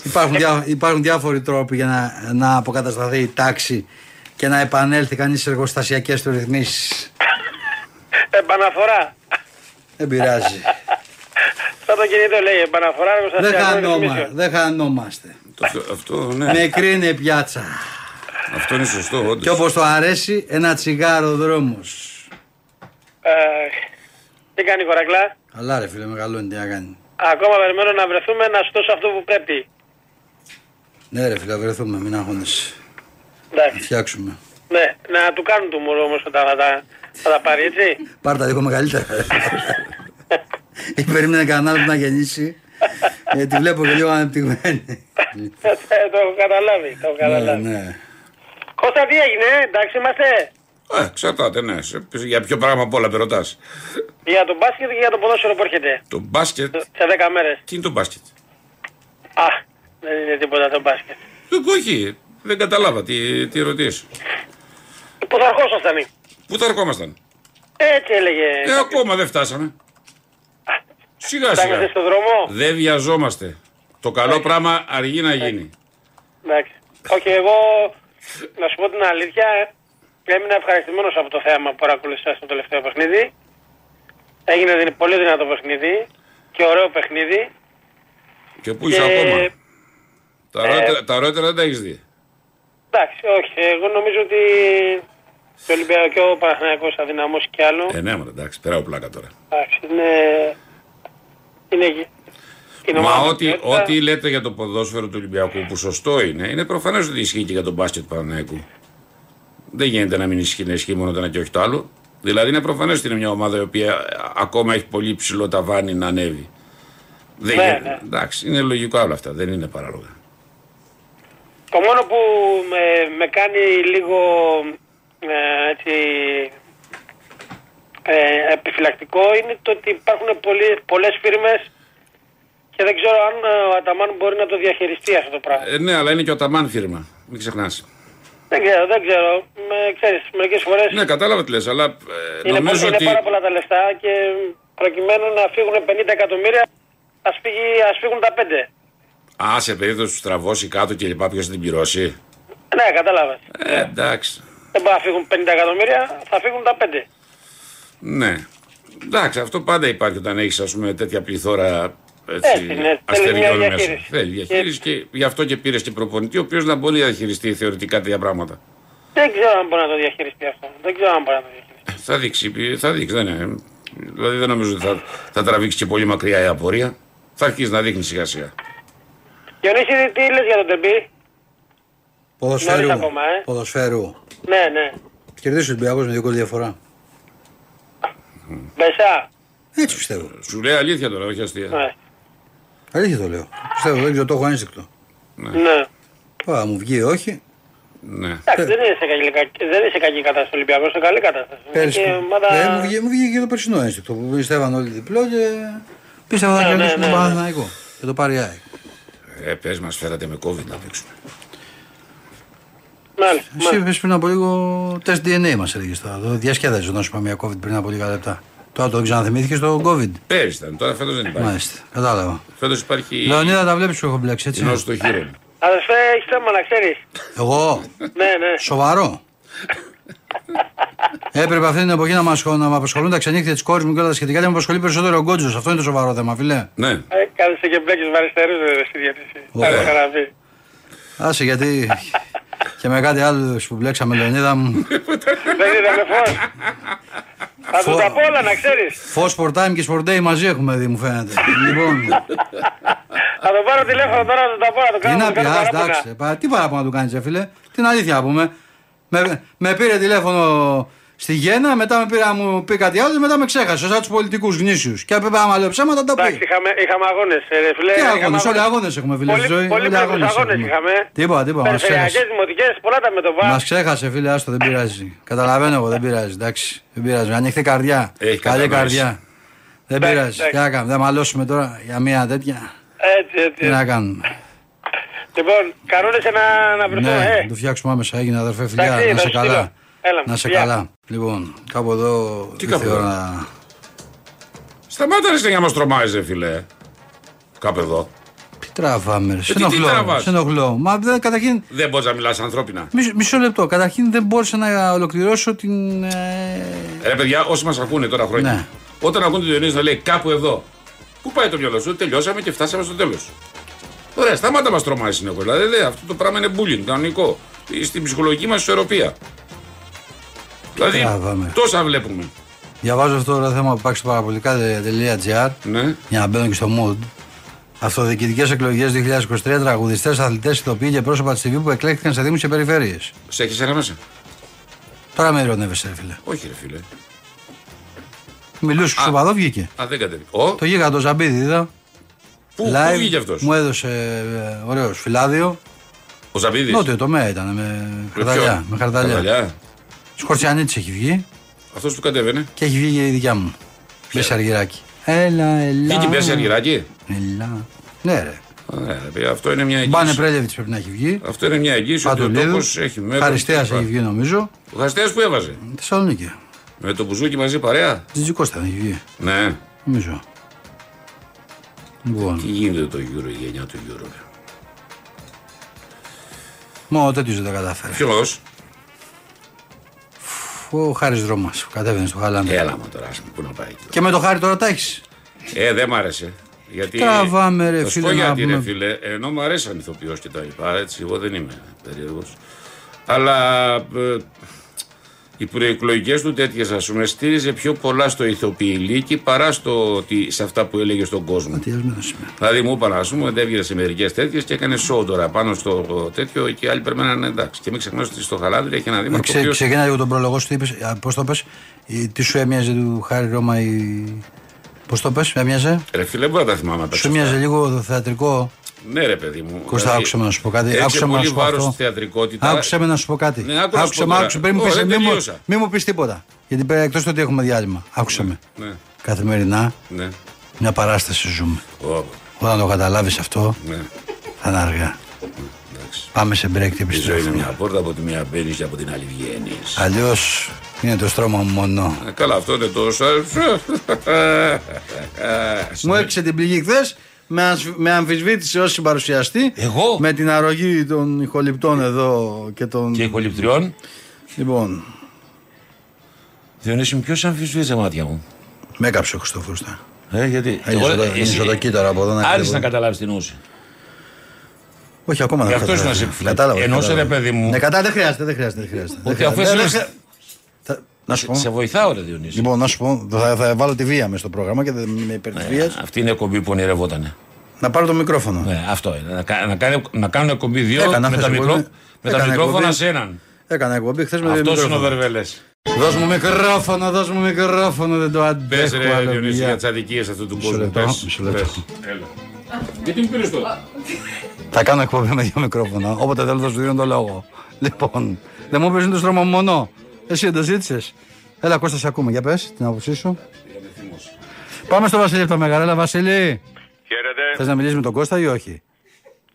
Υπάρχουν, διά- υπάρχουν διάφοροι τρόποι για να, να αποκατασταθεί η τάξη και να επανέλθει κανείς στις εργοστασιακές του ρυθμίσεις. Επαναφορά. Δεν πειράζει. Στο το κινητό λέει επαναφορά δεν, εργοστασιακών χανόμα, ρυθμίσεων. δεν χανόμαστε. Αυτό- Αυτό, ναι. Νεκρή είναι η πιάτσα. Αυτό είναι σωστό, όντως. Και όπως το αρέσει, ένα τσιγάρο δρόμος. Ε, Τι κάνει η Κορακλά. Καλά, ρε φίλε, μεγαλώνει τι να κάνει. Ακόμα περιμένω να βρεθούμε να σου δώσω αυτό που πρέπει. Ναι, ρε φίλε, βρεθούμε, μην αγχώνεσαι. Εντάξει. Να φτιάξουμε. Ναι, να του κάνουν του μωρό όμως όταν θα τα, θα τα πάρει, έτσι. Πάρτα λίγο μεγαλύτερα. Ή περίμενε κανένα που να γεννήσει. Γιατί βλέπω και λίγο Ναι, ανεπτυγμένη. Ε, το έχω καταλάβει, το έχω ναι, καταλάβει. ναι. Κώστα τι έγινε, ε, εντάξει είμαστε. Ε, εξαρτάται, ναι. Σε- Για ποιο πράγμα απ' όλα με ρωτάς. Για το μπάσκετ και για το ποδόσφαιρο που έρχεται. Το μπάσκετ. Σε 10 μέρες. Τι είναι το μπάσκετ. Α, δεν είναι τίποτα το μπάσκετ. Ε, Όχι, δεν καταλάβα τι, τι ρωτήσεις. Που θα ερχόσασταν. ε. Πού θα ερχόμασταν. Έτσι έλεγε. Ε, ακόμα δεν φτάσαμε. Σιγά Φτάνετε σιγά. στον δρόμο. Δεν βιαζόμαστε. Το Ε, καλό πράγμα αργεί να γίνει. Εντάξει. Όχι, εγώ να σου πω την αλήθεια, έμεινα ευχαριστημένος από το θέαμα που παρακολουθήσα στο τελευταίο παιχνίδι. Έγινε δυ- πολύ δυνατό παιχνίδι και ωραίο παιχνίδι. Και πού είσαι ακόμα. ε, Τα ρότερα- Τα ρότερα δεν τα έχεις δει. Εντάξει, όχι. Εγώ νομίζω ότι το Ολυμπιακό και ο Παναθηναϊκός θα δυναμώσει κι άλλο. Ε, ναι, μωρέ, εντάξει, πέρα από πλάκα τώρα. Εντάξει, είναι... είναι... γε- είναι Μα ομάδα ό,τι, ποιότητα. ό,τι λέτε για το ποδόσφαιρο του Ολυμπιακού που σωστό είναι, είναι προφανές ότι ισχύει και για τον μπάσκετ του Παναναϊκού. Δεν γίνεται να μην ισχύει, να ισχύει μόνο το ένα και όχι το άλλο. Δηλαδή είναι προφανές ότι είναι μια ομάδα η οποία ε, ακόμα έχει πολύ ψηλό ταβάνι να ανέβει. Δεν Ναι, γίνεται. ναι. Εντάξει, είναι λογικά όλα αυτά, δεν είναι παράλογα. Το μόνο που με, με κάνει λίγο ε, έτσι, ε, επιφυλακτικό είναι το ότι υπάρχουν πολλοί, πολλές φίρμες και δεν ξέρω αν ε, ο Αταμάν μπορεί να το διαχειριστεί αυτό το πράγμα. Ε, ναι, αλλά είναι και ο Ταμάν φίρμα. Μην ξεχνάς. Δεν ξέρω, δεν ξέρω. Με, ξέρεις, μερικές φορές Ναι, κατάλαβα τι λες, αλλά ε, είναι, νομίζω είναι ότι. πάρα πολλά τα λεφτά και προκειμένου να φύγουν 50 εκατομμύρια ας, φύγει, ας φύγουν τα 5. Α, σε περίπτωση του τραβώσει κάτω και λοιπά, ποιος θα την πληρώσει. Ναι, κατάλαβες. Ε, εντάξει. Δεν μπορεί να φύγουν 50 εκατομμύρια, θα φύγουν τα 5. Ναι. Εντάξει, αυτό πάντα υπάρχει όταν έχεις ας πούμε, τέτοια πληθώρα Έτσι, έτσι, ναι. Θέλει αστεριών μια μέσα. διαχείριση. Θέλει διαχείριση και γι' αυτό και πήρες και προπονητή, ο οποίος να μπορεί να διαχειριστεί θεωρητικά τέτοια πράγματα. Δεν ξέρω αν μπορεί να το διαχειριστεί αυτό. Δεν ξέρω αν μπορεί να το διαχειριστεί. Ε, Θα δείξει, θα δείξει, δεν είναι. Δηλαδή δεν νομίζω ότι θα, θα τραβήξει και πολύ μακριά η απορία. Θα αρχίσει να δείχνει σιγά σιγά. Διονύση, τι λες για τον Τεμπή. Ποδοσφαίρου. Νωρίς ακόμα, ε. Ποδοσφαίρου. Ναι, ναι. Κερδίσει ο Ολυμπιακός με δύο γκολ διαφορά. Μπεσά. Έτσι πιστεύω. Σου λέει αλήθεια τώρα, όχι αστεία. Ναι. Αλήθεια το λέω. Πιστεύω, δεν ξέρω, το έχω ένστικτο. Ναι. Πα, μου βγει, όχι. Ναι. Εντάξει, Ε. δεν είναι σε καλή, δεν είναι σε κακή κατάσταση ο Ολυμπιακός, σε καλή κατάσταση. Πέρυσι. Είναι και ομάδα- Ε, μου, βγήκε, μου βγήκε και το περσινό ένστικτο που πιστεύαν όλοι διπλό και πίστευα Ναι, θα ναι, κερδίσουν ναι, τον ναι. Παναθηναϊκό και το πάρει η ΑΕΚ. Ε, πες μας, φέρατε με COVID να παίξουμε. Μάλιστα. Εσύ είπες πριν από λίγο τεστ DNA μας έλεγες τώρα. Το διασκέδαζες όταν σου είπα μια COVID πριν από λίγα λεπτά. Τώρα το ξαναθυμήθηκες το COVID. Πέρυσι ήταν, τώρα φέτος δεν υπάρχει. Μάλιστα. Κατάλαβα. Φέτος υπάρχει. Λεωνίδα, τα βλέπεις που έχω μπλέξει η έτσι. νόση των χείρων. Αδερφέ, έχεις θέμα να ξέρεις. Εγώ. ναι, ναι. Σοβαρό. Έπρεπε αυτή την εποχή να μας απασχολούν τα ξενύχτια της κόρης μου και όλα τα σχετικά. Δεν με απασχολεί περισσότερο ο Γκότζος. Αυτό είναι το σοβαρό θέμα, φιλέ. Ναι. Ε, Κάθεσαι και μπλέκεις με αριστερούς, ρε, στη διατησή. Τα έχω ξαναπεί. Άσε γιατί. και με κάτι άλλο που μπλέξαμε, Λεωνίδα μου. Δεν είδαμε φως. Θα σου Φω- τα πω όλα, να ξέρεις. Φως for time και for day μαζί έχουμε δει, μου φαίνεται. λοιπόν. Θα το πάρω τηλέφωνο τώρα, θα τα πω, να Τι να το κάνω. θα πει, κάνω ας, παράπονα. εντάξει. πα- Τι παράπονο να του κάνεις, φίλε. Την αλήθεια να πούμε. Με, με πήρε τηλέφωνο στη Γέννα, μετά με πήρε, να μου πει κάτι άλλο, μετά με ξέχασε. Σαν τους πολιτικούς γνήσιους. Και έπρεπε άμα λέω ψέματα τα πει. Εντάξει, είχαμε, είχαμε αγώνες, ε, ρε, φίλε. Τι είχαμε αγώνες, όλοι αγώνες έχουμε, φίλε. στη Πολύ, ζωή. πολύ Όλοι πολλούς αγώνες αγώνες είχαμε. Τίποτα, τίποτα. Μας Περιφερειακές, ξέχασε. δημοτικές, πολλά τα με το Μας ξέχασε, φίλε, άστο δεν πειράζει. Καταλαβαίνω εγώ, δεν πειράζει. Εντάξει, δεν πειράζει. Ανοιχτή καρδιά. Έχει Καλή κατανόηση. καρδιά. Δεν Εντάξει, πειράζει. Τι εντάξει. να κάνουμε, δεν μαλώσουμε τώρα για μια τέτοια. Έτσι, έτσι. Τι να κάνουμε. Λοιπόν, κανόνισε να, να βρεθούμε. Ναι, Ε, να το φτιάξουμε άμεσα. Έγινε αδερφέ, φιλιά. εντάξει, Να θα σε σου στείλω. καλά. Έλα, Να σε φιλιά. καλά. Λοιπόν, κάπου εδώ Τι ήρθε η κάπου ώρα εδώ? να Σταμάτα ρε, εσύ, για να μας τρομάζει, φίλε. Κάπου εδώ. Ε, Τι τραβάμε, ρε. Σε τι ενοχλώ, τραβάς? σε ενοχλώ. Μα δεν, καταρχήν, Δεν μπορείς να μιλάς ανθρώπινα. μισό, μισό λεπτό. Καταρχήν δεν μπόρεσα να ολοκληρώσω την. ε, Ρε παιδιά, όσοι μας ακούνε τώρα χρόνια. Ναι. Όταν ακούνε τον Διονύση να λέει κάπου εδώ. Πού πάει το μυαλό σου, τελειώσαμε και φτάσαμε στο τέλος. Ωραία, σταμάτα μα τρομάει συνεχώ. Δηλαδή, δε, αυτό το πράγμα είναι bullying, κανονικό. Ε, Στην ψυχολογική μας ισορροπία. Δηλαδή, τραβάμε. τόσα βλέπουμε. Διαβάζω αυτό το θέμα που υπάρχει στο παραπολικά.gr Ναι. για να μπαίνω και στο mood. Αυτοδιοικητικές εκλογές 2023, τραγουδιστές, αθλητές, ηθοποιοί και πρόσωπα της TV που εκλέχθηκαν σε Δήμους και Περιφέρειες. Σε έχεις ένα μέσα. Τώρα με ειρωνεύεσαι, ρε φίλε. Όχι, ρε φίλε. Μιλούσες στο παδό, βγήκε. Α, δεν κατέβηκε. Ο, Το γίγαντο Ζαμπίδη είδα. Πού- πού βγήκε αυτός? Μου έδωσε ε, ωραίος φυλάδιο. ο Ζαμπίδης. Νότιο τομέα ήταν με χαρταλιά. Με χαρταλιά. Σκορτσιανίτη έχει βγει Αυτός του κατέβαινε. και έχει βγει και η δικιά μου. Μπέσα αργυράκι. Έλα, έλα. Βγήκε την πέσει αργυράκι. Έλα. Ναι, ρε. Ωραία, ρε παιδιά, αυτό είναι μια Μπάνε εγγύηση. πρέλεβιτ πρέπει να έχει βγει. Αυτό είναι μια εγγύηση ότι ο Παντολίδου. τόπος έχει μέρο. Χαριστέα έχει βγει νομίζω. Ο Χαριστέας που έβαζε. Θεσσαλονίκη. Με το μπουζούκι μαζί παρέα. Τζιτζικό ήταν, έχει βγει. Ναι. Νομίζω. Λοιπόν. Τι γίνεται το γύρο, η γενιά του γύρω. Μόνο τέτοιος δεν τα κατάφερε. Ποιο. Ο Χάρης Δρόμα που κατέβαινε στο Χαλάνδρη. Έλα μα τώρα, ας πούμε, πού να πάει. Και με το Χάρη τώρα τα έχεις. Ε, δεν μ' άρεσε. Γιατί... Τραβάμε, ρε, Θα σου φίλε, πω να γιατί, ρε πούμε. φίλε. Ενώ μου αρέσει αν ηθοποιό και τα λοιπά, έτσι, εγώ δεν είμαι περίεργος. Αλλά ε, οι προεκλογικέ του τέτοιες, ας πούμε, στήριζε πιο πολλά στο ηθοποιηλίκι παρά στο, ότι- σε αυτά που έλεγε στον κόσμο. Τι ας με δώσει. Δηλαδή μου είπαν, ας πούμε, δεν έβγαινε σε μερικές τέτοιες και έκανε σοου τώρα πάνω στο τέτοιο και οι άλλοι περμέναν εντάξει. Και μην ξεχνάς ότι στο Χαλάνδρη έχει ένα δήμαρχο. ο Ε, Ξε, Ε, οποίος- ξεκινάει λίγο τον προλογό σου, πώς το πες, τι σου έμοιαζε του Χάρη Ρώμα η. Πώς το πες, έμοιαζε. Ρε φίλε, δεν μπορώ να τα θυμάμαι. τα Σου έμοιαζε λίγο το θεατρικό. Ναι, ρε παιδί μου. Κώστα, Δηλαδή, άκουσε με να σου πω κάτι. έτσι Άκουσε με να πολύ σου πω βάρος αυτό. στη θεατρικότητα. Άκουσε με να σου πω κάτι. Ναι, άκου να σου άκουσε πω με, τώρα. άκουσε. Πριν μου Ω, πεις, δεν μη μου, τελείωσα. μη μου πεις τίποτα. Γιατί εκτό του ότι έχουμε διάλειμμα. Άκουσε με. Ναι, Καθημερινά ναι. μια παράσταση ζούμε. Ω, Όταν το καταλάβεις αυτό, ναι. θα είναι αργά. Πάμε σε break και Η ζωή είναι επιστρέφουμε. μια πόρτα από τη μία μπαίνεις και από την άλλη βγαίνεις. Αλλιώς είναι το στρώμα μου μόνο. Ε, Καλά, αυτό είναι τόσο. Μου έριξε την πληγή χθες. Με, ασ- με αμφισβήτησε ω συμπαρουσιαστή. Εγώ. Με την αρρωγή των ηχοληπτών εδώ και των. Και κολυπτριών. Λοιπόν. Διονύση μου, ποιος αμφισβητεί τα μάτια μου. Με έκαψε ο Χριστόφουρστα. Ε, γιατί. Ένιωσα το- ένιωσα το κύτταρα από εδώ να Άρχισε κρύβω. να καταλάβεις την όση. Όχι, ακόμα Γι' δεν αυτός κατάλαβα. ήσουν σε επιφυλακή. Κατάλαβα. Ενώ σε, κατάλαβα. ρε παιδί μου- Ναι, κατά, δεν χρειάζεται, δεν χρειάζεται. Δεν χρειάζεται. Δεν Ότι χρειάζεται. αφού Δεν- εσύ. δεν- θα- Να σου πω. Σε βοηθάω, ρε Διονύση. Λοιπόν, να σου πω, θα, θα βάλω τη βία μέσα στο πρόγραμμα και δεν με υπέρ της βίας. Ε, Αυτή είναι η εκπομπή που ονειρευότανε. Να πάρω το μικρόφωνο. Ναι, αυτό είναι. Να, κα- να, κάνει, να κάνουν εκπομπή δύο Έκανα με χθες τα, μικρό, εκπομπή. με τα Έκανα μικρόφωνα εκπομπή. σε έναν. Έκανα εκπομπή χθες με το Αυτός είναι ο μικρόφωνο. Βερβελέ. Δώσ' μου μικρόφωνο, δώσ' μου μικρόφωνο, δεν το Πε αντέχω. ρε, άλλο, Διονύση, παιδιά. για τις αδικίες αυτού του κόσμου. λεπτό, Πες, μισό λεπτό. πες. Έλα. Γιατί μου πήρες το. Θα κάνω εκπομπή με δύο μικρόφωνα. Όποτε θέλω θα σου δίνω το λόγο. Λοιπόν, δεν μου πες είναι το στρώμα μου μόνο. Εσύ δεν το ζήτησες. Έλα, Κώστα, σε ακούμε. Για πες την άποψή σου. Πάμε στο Βασίλη από τα Μεγαρέλα. Βασίλη, Χαίρετε. θες να μιλήσεις με τον Κώστα ή όχι.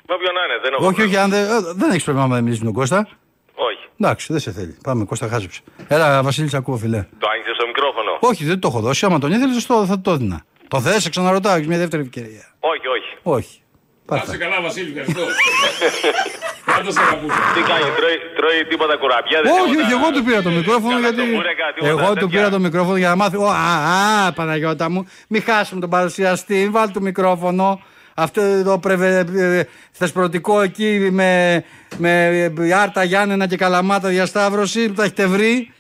Με ποιον να είναι, δεν έχω. όχι, όχι, αν δεν, ε, δεν έχεις πρόβλημα να μιλήσεις με τον Κώστα. Όχι. Εντάξει, δεν σε θέλει. Πάμε, Κώστα, χάζεψε. Έλα, Βασίλη, σε ακούω, φιλέ. Το άνοιξε στο μικρόφωνο. Όχι, δεν το έχω δώσει. Άμα τον ήθελες, θα το έδινα. Το θες, σε ξαναρωτάω, έχεις μια δεύτερη ευκαιρία. Όχι, όχι. Όχι. Πάσε καλά, Βασίλη, ευχαριστώ. Πάντω Τι κάνει, τρώει, τρώει τίποτα κουραμπιά, δεν Όχι, όχι, εγώ του πήρα το μικρόφωνο γιατί. βούρεκα, τίποτα Εγώ τέτοια. του πήρα το μικρόφωνο για να μάθει. Ω, α, α, Παναγιώτα μου, μην χάσουμε τον παρουσιαστή. Βάλ το μικρόφωνο. Αυτό το πρεβε, ε, θεσπρωτικό εκεί με, με ε, άρτα Γιάννενα και καλαμάτα διασταύρωση που τα έχετε βρει.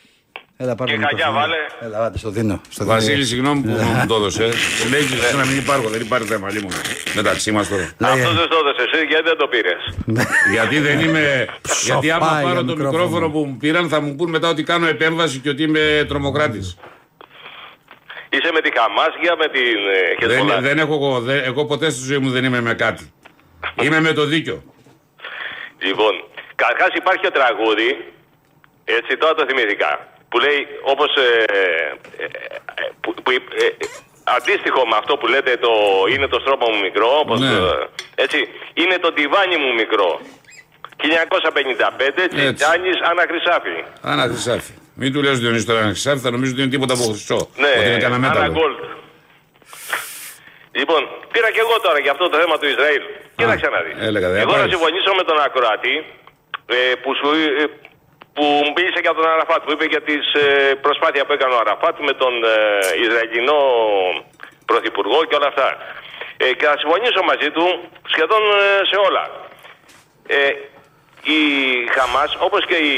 Έλα, πάρε το Χαγιά, μικρόφωνο. βάλε. Έλα, βάλε, στο δίνω. Στο δίνω. Βασίλη, συγγνώμη που μου το έδωσε. Λέει και να μην υπάρχω, δεν υπάρχει θέμα. λίμωνο. Μεταξύ μας τώρα. Αυτό δεν το έδωσε εσύ, γιατί δεν το πήρες. Γιατί δεν είμαι. γιατί άμα Ψοφάει πάρω Ναι. το για μικρόφωνο. μικρόφωνο που μου πήραν θα μου πούν μετά ότι κάνω επέμβαση και ότι είμαι τρομοκράτης. Είσαι με τη Χαμάσια, με την. ε, Χεσμολά. Δεν, δεν έχω εγώ. δεν- εγώ ποτέ στη ζωή μου δεν είμαι με κάτι. Είμαι με το δίκιο. Λοιπόν, καταρχάς υπάρχει το τραγούδι, έτσι τώρα το θυμήθηκα, που λέει όπως. ε, που, που, ε, ε, αντίστοιχο με αυτό που λέτε το είναι το στρώμα μου μικρό, όπως, Ναι. ε, έτσι, είναι το τιβάνι μου μικρό. 1955, Τσιτσάνης, Άννα Χρυσάφη. Άνα Χρυσάφη. Μην του λες Διονύσης τώρα Άνα Χρυσάφη, θα νομίζω ότι είναι τίποτα από χρυσό. Ναι, ότι είναι κανένα Άννα μέταλλο. Γκολτ. Λοιπόν, πήρα και εγώ τώρα για αυτό το θέμα του Ισραήλ. Κοίταξε να δεις. έλεγα, δεν Εγώ να πάρεις. συμφωνήσω με τον Ακροατή ε, που, σου, ε, που μίλησε για τον Αραφάτ, που είπε για τις ε, προσπάθεια που έκανε ο Αραφάτ με τον ε, Ισραηλινό Πρωθυπουργό και όλα αυτά. Ε, και θα συμφωνήσω μαζί του σχεδόν ε, σε όλα. Ε, η Χαμάς, όπως και η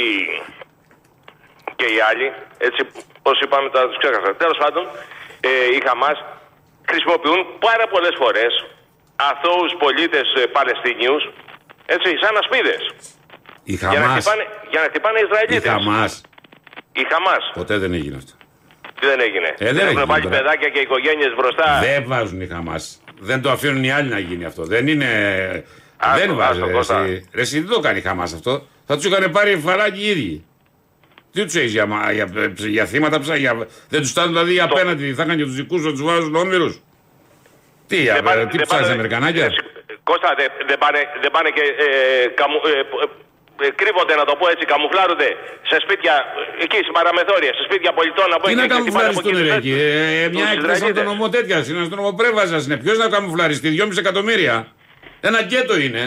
και οι άλλοι, έτσι όπως είπαμε τα τους ξέχασα. Τέλος πάντων, ε, η Χαμάς χρησιμοποιούν πάρα πολλές φορές αθώους πολίτες ε, Παλαιστινίους, έτσι, σαν ασπίδες. Η Για να, Χαμάς. χτυπάνε, για να χτυπάνε Η Ισραηλίτες. Χαμάς. Η Χαμάς. Ποτέ δεν έγινε αυτό. Τι δεν έγινε. Ε, δεν έχουν έγινε βάλει τώρα. παιδάκια και οικογένειες μπροστά. Δεν βάζουν οι Χαμάς. Δεν το αφήνουν οι άλλοι να γίνει αυτό. Δεν είναι. δεν άστο, βάζουν. Ρε, Κώστα. εσύ. ρε, εσύ, τι το κάνει η Χαμάς αυτό. Θα τους είχαν πάρει φαράκι οι ίδιοι. Τι τους έχεις για, μα- για, για θύματα ψά, για- Δεν τους στάνουν δηλαδή απέναντι. Θα είχαν και τους δικούς να τους βάζουν όμοιρους. Τι, α, πάνε- τι δεν ψάχνεις, πάνε- Αμερικανάκια. Κώστα, δεν δεν πάνε, δεν πάνε και ε, καμου- ε, π- ε, κρύβονται, να το πω έτσι, καμουφλάρονται σε σπίτια, ε, εκεί στις παραμεθόρια, σε σπίτια πολιτών. Από Τι εκεί να και χτυπάνε από καμουφλαριστούν, εκεί ρε τους εκεί. Έλληνες. Ε, Μια Τους έκθεση από Ισραηλίτες. τον νομοτέτεια είναι, στον νομοπρέβαζας είναι. Ποιος να καμουφλαριστεί, 2,5 εκατομμύρια. Ένα γκέτο είναι.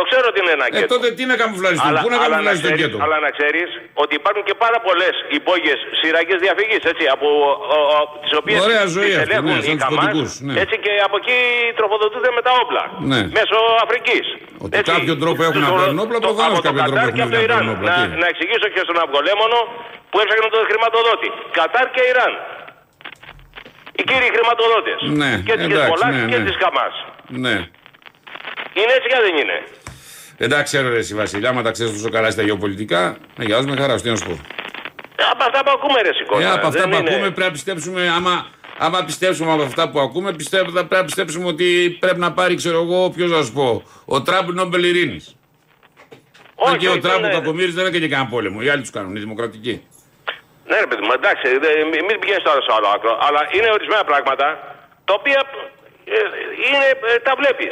Το ξέρω ότι είναι ένα Ε, γκέτο. τότε τι να καμουφλαριστούν, πού να καμουφλαριστεί το ξέρεις- γκέτο. αλλά να ξέρεις ότι υπάρχουν και πάρα πολλές υπόγειες σειράκε διαφυγής, έτσι, από τις οποίες Ωραία ζωή αυτή, ελέγχουν ναι, σαν οι τους Χαμάς, κωδικούς, ναι. έτσι και από εκεί τροφοδοτούνται με τα όπλα. Ναι. Μέσω Αφρικής. Ότι κάποιον τρόπο έχουν να παίρνουν όπλα, προφανώς από το κάποιον τρόπο Κατάρ και έχουν από το να Ιράν. ναι. παίρνουν όπλα. Να, Τι. να εξηγήσω και στον Αυγολέμονο που έψαχνε τον χρηματοδότη. Κατάρ και Ιράν. Οι κύριοι χρηματοδότες. Ναι, και τη εντάξει, Χεσμολά ναι, και ναι. τη Χαμάς. Ναι. Είναι έτσι και δεν είναι. Δεν τα ξέρω, ρε, εσύ, Βασιλιά, μα τα ξέρεις τόσο καλά στα γεωπολιτικά. ναι, Να γιάζουμε χαρά, σου, τι να σου πω. Ε, Από αυτά που ακούμε, ρε Ε, Σικώνα. από αυτά Δεν που είναι- ακούμε πρέπει να πιστέψουμε, άμα, άμα πιστέψουμε από αυτά που ακούμε, πιστεύω, θα πρέπει να πιστέψουμε ότι πρέπει να πάρει, ξέρω εγώ, ποιος να σου πω, ο Τραμπ Νόμπελ Ειρήνης. Όχι, ναι. και ο ήταν- Τραμπ ο κακομοίρης δεν έκανε και κανένα πόλεμο. Οι άλλοι τους κάνουν, οι δημοκρατικοί. Ναι, ρε παιδί μου, εντάξει, δε, μη- μην πηγαίνεις τώρα σε άλλο άκρο, αλλά είναι ορισμένα πράγματα τα οποία ε, είναι, ε, τα βλέπεις.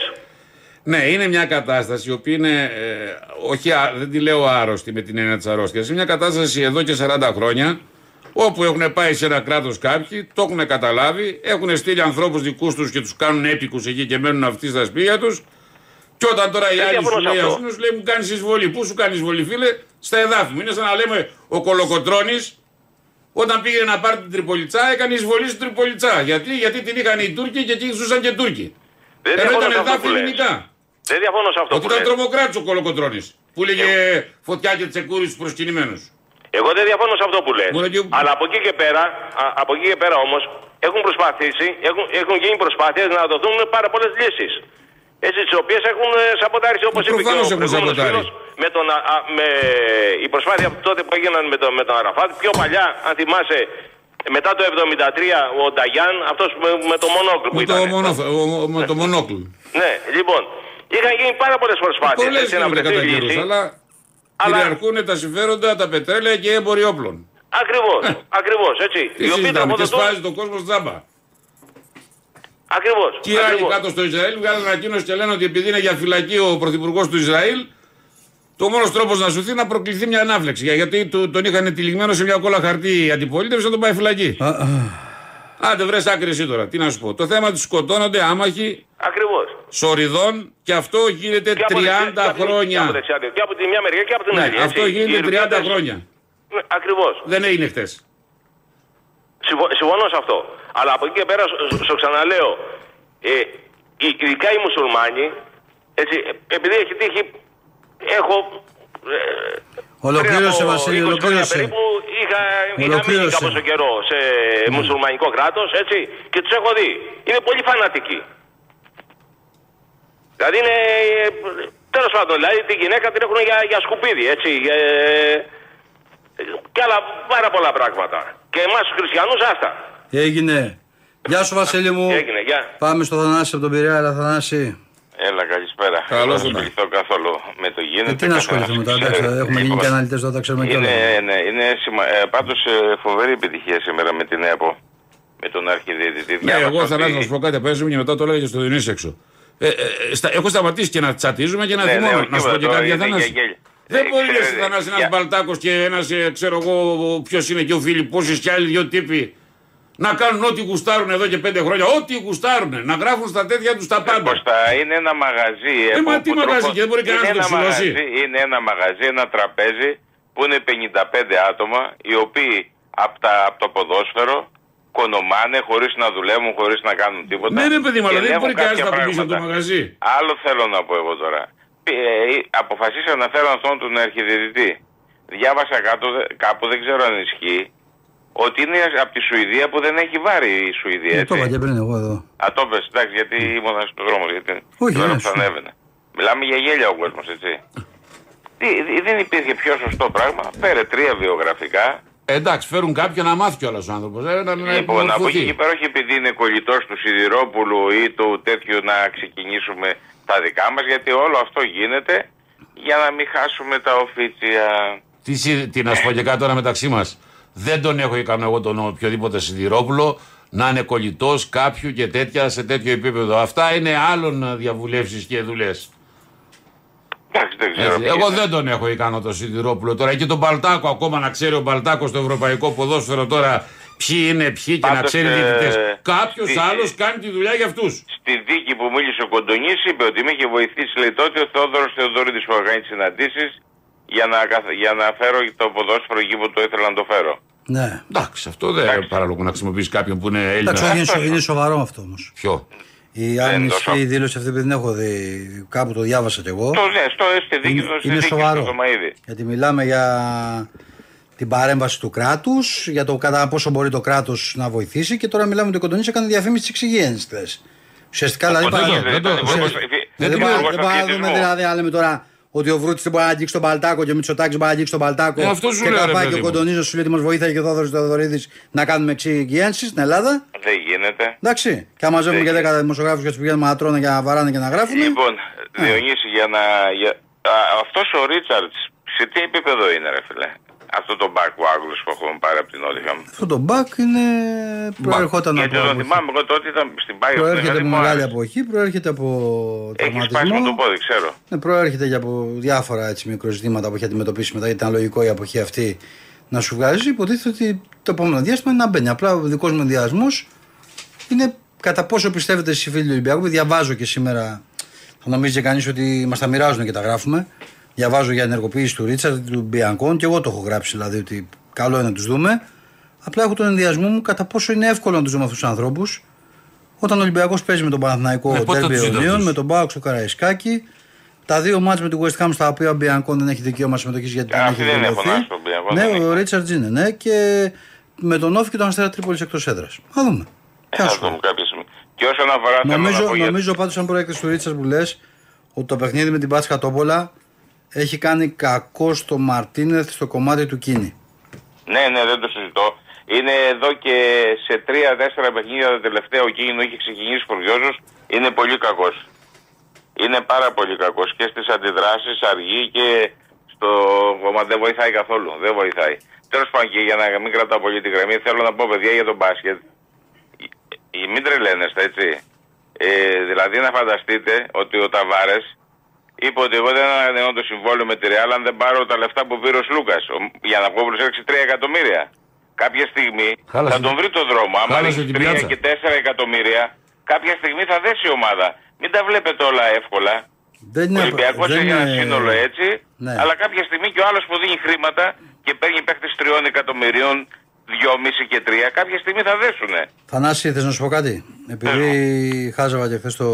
Ναι, είναι μια κατάσταση η οποία είναι. ε, όχι, α- δεν τη λέω άρρωστη με την έννοια της αρρώστιας. Είναι μια κατάσταση εδώ και 40 χρόνια όπου έχουν πάει σε ένα κράτος κάποιοι, το έχουν καταλάβει, έχουν στείλει ανθρώπους δικούς τους και τους κάνουν έπικους εκεί και μένουν αυτοί στα σπίτια τους. Και όταν τώρα οι Δεν άλλοι σου διαφωνώ σε λέει, αυτό. ας πούμε, σου λέει, μου κάνεις εισβολή. Πού σου κάνεις εισβολή, φίλε, στα εδάφη μου. Είναι σαν να λέμε ο Κολοκοτρόνη, όταν πήγε να πάρει την Τριπολιτσά, έκανε εισβολή στην Τριπολιτσά. Γιατί, γιατί την είχαν οι Τούρκοι και εκεί ζούσαν και Τούρκοι. Δεν Ενώ διαφωνώ ήταν σε αυτό εδάφη που λες. ελληνικά. Δεν διαφωνώ σε αυτό Ότι που ήταν λες. Ε, τρομοκράτη ο Κολοκοτρόνη. Που έλεγε φωτιά και τσεκούρις στους προσκυνημένους. Εγώ δεν διαφωνώ σε αυτό που λες. Αλλά από εκεί και πέρα, α, από εκεί και πέρα όμως, έχουν προσπαθήσει, έχουν, έχουν γίνει προσπάθειες να δοθούν πάρα πολλές λύσεις. Έτσι, τις οποίες έχουν ε, σαμποτάρει, όπως είπε και ο προφανώς έχουν προηγούμενος σαμποτάρει. φίλος, με, τον, α, α, με η προσπάθεια που τότε που έγιναν με, το, με τον Αραφάτ, πιο παλιά, αν θυμάσαι, μετά το 73, ο Νταγιάν, αυτός με, με το μονόκλου που Με ήταν. το, μονόφ- ο- ο- με το μονόκλ. Ναι, λοιπόν, είχαν γίνει πάρα πολλές προσπάθειες Πολλέ έτσι, να γίνονται βρεθεί κατά λύση. καιρού, αλλά, Αλλά- κυριαρχούν τα συμφέροντα, τα πετρέλαια και οι έμποροι όπλων. Ακριβώς, ακριβώς, έτσι. Ε, Τι συζητάμε, και σπάζει τον κόσμο τζάμπα. Ακριβώς, Και οι άλλοι ακριβώς. κάτω στο Ισραήλ βγάλαν ανακοίνωση και λένε ότι επειδή είναι για φυλακή ο πρωθυπουργός του Ισραήλ, το μόνος τρόπος να σωθεί είναι να προκληθεί μια ανάφλεξη. Για- Γιατί του- τον είχαν τυλιγμένο σε μια κόλλα χαρτί η αντιπολίτευση να τον πάει φυλακή. Άντε βρες άκρη εσύ τώρα, τι να σου πω. Το θέμα του σκοτώνονται άμαχοι Ακριβώς. σοριδών και αυτό γίνεται 30 Και από δεξιά- και από- Και από, χρόνια. δεξιά, και από τη μια μεριά και από την άλλη. Ναι, έτσι. αυτό Οι γίνεται 30 Ιρλανδές- χρόνια. Ναι, Ακριβώς. Δεν έγινε χτε. Συμφω- Συμφωνώ σε αυτό. Αλλά από εκεί και πέρα, σ- σ- σου ξαναλέω, ε, οι- ειδικά οι μουσουλμάνοι, έτσι, ε, επειδή έχει τύχει, έχω. ε, Ολοκλήρωσε, πριν από Βασίλη, 20 χρόνια ολοκλήρωσε. Περίπου είχα, είχα μείνει Ολοκλήρωσε. κάπως καιρός σε ε, μουσουλμανικό κράτος, έτσι, και τους έχω δει. Είναι πολύ φανατικοί. Δηλαδή είναι. Τέλος πάντων, δηλαδή τη γυναίκα την έχουν για, για σκουπίδι, έτσι. ε, και άλλα πάρα πολλά πράγματα. Και εμάς τους χριστιανούς, άστα. Έγινε. Γεια σου Βασίλη μου. Έγινε, γεια. Πάμε στο Θανάση από τον Πειραιά, αλλά Θανάση. Έλα, καλησπέρα. Καλώς Δεν ήρθατε. ασχοληθώ καθόλου με το γίνεται. Ε, τι να ασχοληθούμε τώρα, εντάξει, ξέρει. έχουμε γίνει και αναλυτές τώρα, τα ξέρουμε κιόλα. Είναι, ναι, είναι σημα... ε, πάντως ε, φοβερή επιτυχία σήμερα με την ΕΠΟ. Με τον αρχιδιαιτητή. Ναι, Διάβασα εγώ θα ότι- να σου πω κάτι απέσαμε και μετά το έλεγα και στο Διονύσης έξω. Ε, ε, στα- έχω σταματήσει και να τσατίζουμε και να Ναι, ναι, θυμόμαστε. όχι, να σου πω και τώρα κάτι για είναι Θανάση. για γέλια. Δεν Ε, μπορείς να ξέρετε, Θανάση για- ε, ένα Μπαλτάκος και ένας, ξέρω εγώ, ποιος είναι και ο Φιλιππός και άλλοι δύο τύποι να κάνουν ό,τι γουστάρουν εδώ και πέντε χρόνια. Ό,τι γουστάρουν. Να γράφουν στα τέτοια Ε, τους τα πάντα. Κώστα, είναι ένα μαγαζί. Ε, μα που- τι που μαγαζί, τροφο- και δεν μπορεί Είναι κανένας να το ένα ξυλώσει. μαγαζί- Είναι ένα μαγαζί, ένα τραπέζι που είναι 55 άτομα οι οποίοι από απ το ποδόσφαιρο κονομάνε χωρίς να δουλεύουν, χωρίς να κάνουν τίποτα. Ναι, ρε παιδί μου, αλλά δεν Γεννεύουν μπορεί κανένας κάποια να κουμπίσει από πράγματα. το μαγαζί. Άλλο θέλω να πω εγώ τώρα. Ε, ε, Αποφασίσαν να φέρουν αυτόν τον αρχιδιαιτητή. Διάβασα κάτω, δε- κάπου, δεν ξέρω αν ισχύει, ότι είναι από τη Σουηδία που δεν έχει βάρει η Σουηδία. Ε, το έτσι. είπα και πριν εγώ εδώ. Α, το πες, εντάξει, γιατί ήμουν στον δρόμο. Γιατί Όχι, την ώρα ναι, που θα σου. ανέβαινε. Μιλάμε για γέλια ο κόσμος, έτσι. Τι- δι- Δεν υπήρχε πιο σωστό πράγμα. Φέρε τρία βιογραφικά. Ε, εντάξει, φέρουν κάποιον να μάθει κιόλας ο άνθρωπος. Ε, να, να Λοιπόν, από εκεί επιμορφωθεί. και πέρα, όχι επειδή είναι κολλητός του Σιδηρόπουλου ή του τέτοιου να ξεκινήσουμε τα δικά μας, γιατί όλο αυτό γίνεται για να μην χάσουμε τα οφίτσια. Τι, συ- τι να σου πω και κάτι τώρα μεταξύ μας. Δεν τον έχω ικανό εγώ τον οποιοδήποτε Σιδηρόπουλο να είναι κολλητός κάποιου και τέτοια σε τέτοιο επίπεδο. Αυτά είναι άλλων διαβουλεύσεις και δουλειές. Εγώ δεν τον έχω ικανό τον Σιδηρόπουλο τώρα. Και τον Μπαλτάκο ακόμα να ξέρει ο Μπαλτάκο στο ευρωπαϊκό ποδόσφαιρο τώρα ποιοι είναι ποιοι και να Πάντως, ξέρει ε, διαιτητές. Κάποιος στη- άλλος κάνει τη δουλειά για αυτούς. Στη δίκη που μίλησε ο Κοντονής, είπε ότι με είχε βοηθήσει, λέει τότε, ο Θόδωρο Θεοδωρίδης που έκανε τις συναντήσεις για να, καθ- για να φέρω το ποδόσφαιρο εκεί που το ήθελα να το φέρω. Ναι. Εντάξει, αυτό δεν παράλογο να χρησιμοποιήσει κάποιον που είναι Εντάξει, όχι, είναι, σο- Έλληνα. είναι σοβαρό αυτό όμως. Ποιο. Ε, Η αν είναι τόσο. ισχύει η δήλωση αυτή που την έχω δει, κάπου το διάβασα κι εγώ. Το ναι, στο, στη δίκη Είναι- του στη είναι δίκη του σοβαρό. Θωμαίδη. Γιατί μιλάμε για την παρέμβαση του κράτους, για το κατά πόσο μπορεί το κράτος να βοηθήσει και τώρα μιλάμε ότι ο Κοντονής έκανε διαφήμιση της εξυγίανσης χθες. Ουσιαστικά δηλαδή. Κοντονής παρά- δεν δεν ήταν το- υπουργός- ουσιαστικά- υφη- δεν δεν μπορώ- υπουργός Δεν μπορούμε να δούμε αθλητισμού. δηλαδή, άλλα με τώρα ότι ο Βρούτης δεν μπορεί να αγγίξει τον Παλτάκο και ο Μητσοτάκης μπορεί να αγγίξει τον Παλτάκο. Ε, αυτό σου και λέω, να ρε πάει παιδί και ο μου. Κοντονή να σου λέει ότι μας βοήθησε και ο Θόδωρος Θεοδωρίδης να κάνουμε εξυγίανση στην Ελλάδα. Δεν γίνεται. Εντάξει. Και αν μαζεύουμε και 10 δημοσιογράφους και τους πηγαίνουμε να τρώνε και να βαράνε και να γράφουν. Λοιπόν, Διονύση, για να. Για... Α, αυτός ο Ρίτσαρτ, σε τι επίπεδο είναι, ρε φίλε. Αυτό το back ο Άγγλος που έχουμε πάρει από την Όλιχαμ. Αυτό το μπακ είναι. προερχόταν Γιατί ε, από. το θυμάμαι εγώ τότε ήταν στην Πάιο. Προέρχεται από μεγάλη αποχή, προέρχεται από Έχεις σπάσει με το τραυματισμό. πόδι, ξέρω. Ναι, προέρχεται και από διάφορα έτσι, μικροζητήματα που έχει αντιμετωπίσει μετά. γιατί Ήταν λογικό η αποχή αυτή να σου βγάζει. Υποτίθεται ότι το επόμενο διάστημα είναι να μπαίνει. Απλά ο δικός μου ενδιασμός είναι κατά πόσο πιστεύετε εσείς φίλοι του Ολυμπιακού. που Διαβάζω και σήμερα. Θα νομίζει κανείς ότι μας τα μοιράζουν και τα γράφουμε. Διαβάζω για ενεργοποίηση του Ρίτσαρτ, του Μπιανκόν και εγώ το έχω γράψει δηλαδή ότι καλό είναι να τους δούμε. Απλά έχω τον ενδιασμό μου κατά πόσο είναι εύκολο να τους δούμε αυτούς τους ανθρώπους. Όταν ο Ολυμπιακός παίζει με τον Παναθηναϊκό Ναι, ναι, πότε θα τους δείτε Ιωνίων, αυτούς. με τον Μπάουξ στο Καραϊσκάκι, τα δύο μάτς με την West Ham στα οποία ο Μπιανκόν δεν έχει δικαίωμα συμμετοχής γιατί δεν έχει Αυτοί δεν έχουν δικαιωθεί. άστο τον Μπιακό. Ναι, ο Ρίτσαρτ είναι, ναι, και με τον Όφη και τον Αστέρα Τρίπολης εκτός έδρας. Θα δούμε. Θα δούμε κάποια στιγμή. Και όσον αφορά θέλω να Νομίζω, πω για- νομίζω πάντως, αν προέκυψε του Ρίτσαρτ που λες, ότι το παιχνίδι με την Πάτση Κατόπολα έχει κάνει κακό στο Μαρτίνεθ στο κομμάτι του κίνη. Ναι, ναι, δεν το συζητώ. Είναι εδώ και σε τρία-τέσσερα παιχνίδια τα τελευταία ο Κίνο έχει ξεκινήσει φουριόζος. Είναι πολύ κακός. Είναι πάρα πολύ κακός και στις αντιδράσεις αργεί και στο κόμμα δεν βοηθάει καθόλου. Δεν βοηθάει. Τέλος πάντων και για να μην κρατάω πολύ τη γραμμή θέλω να πω παιδιά για τον μπάσκετ. Ε, Μην τρελαίνεστε έτσι. Ε, δηλαδή να φανταστείτε ότι ο Ταβάρες είπε ότι εγώ δεν ανανεώνω το συμβόλαιο με τη Ρεάλ αν δεν πάρω τα λεφτά που πήρε ο Σλούκας. Για να πω που 3 εκατομμύρια. Κάποια στιγμή Χάλασε θα τον την- βρει το δρόμο. Άμα χάλασε έχει την 3 πιάτσα. και 4 εκατομμύρια, κάποια στιγμή θα δέσει η ομάδα. Μην τα βλέπετε όλα εύκολα. Δεν Ο είναι. Ολυμπιακός Ε, ναι, δεν έχει ένα είναι- σύνολο έτσι, Ναι. αλλά κάποια στιγμή και ο άλλος που δίνει χρήματα και παίρνει παίχτε 3 εκατομμυρίων, 2,5 και 3, κάποια στιγμή θα δέσουνε. Θανάση, θες να σου πω κάτι. Επειδή χάζευα και χθες το.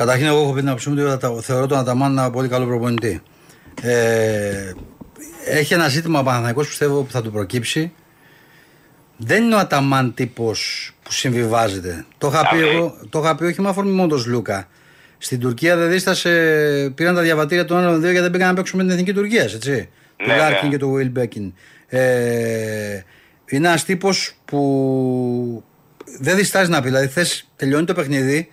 Καταρχήν, εγώ έχω πει την άποψή μου ότι ο Ατα- θεωρώ τον Αταμάν ένα πολύ καλό προπονητή. Ε, έχει ένα ζήτημα ο Παναθηναϊκός πιστεύω που θα του προκύψει. Δεν είναι ο Αταμάν τύπος που συμβιβάζεται. Το είχα, πει εγώ, το είχα πει όχι με αφορμή μόνο τον Σλούκα. Στην Τουρκία δεν δίστασε, πήραν τα διαβατήρια των άλλων δύο γιατί δεν πήγαν να παίξουν με την εθνική Τουρκία. Έτσι. του Ναι, ναι. Λάρκιν και του Βιλμπέκιν. Ε, είναι ένας τύπος που δεν διστάζει να πει. Δηλαδή, θες, τελειώνει το παιχνίδι,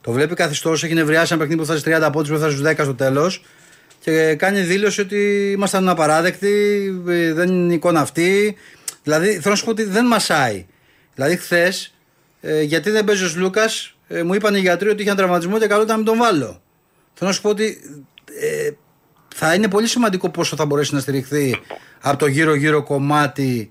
το βλέπει καθιστός, έχει νευριάσει ένα παιχνίδι που θα στου 30 πόντους, που θα στου 10 στο τέλος. Και κάνει δήλωση ότι ήμασταν απαράδεκτοι, ε, δεν είναι η εικόνα αυτή. Δηλαδή, θέλω να σου πω ότι δεν μασάει. Δηλαδή, χθες, ε, γιατί δεν παίζει ο Λούκας, ε, μου είπαν οι γιατροί ότι είχε ένα τραυματισμό και καλό ήταν να μην τον βάλω. Θέλω να σου πω ότι ε, θα είναι πολύ σημαντικό πόσο θα μπορέσει να στηριχθεί από το γύρω-γύρω κομμάτι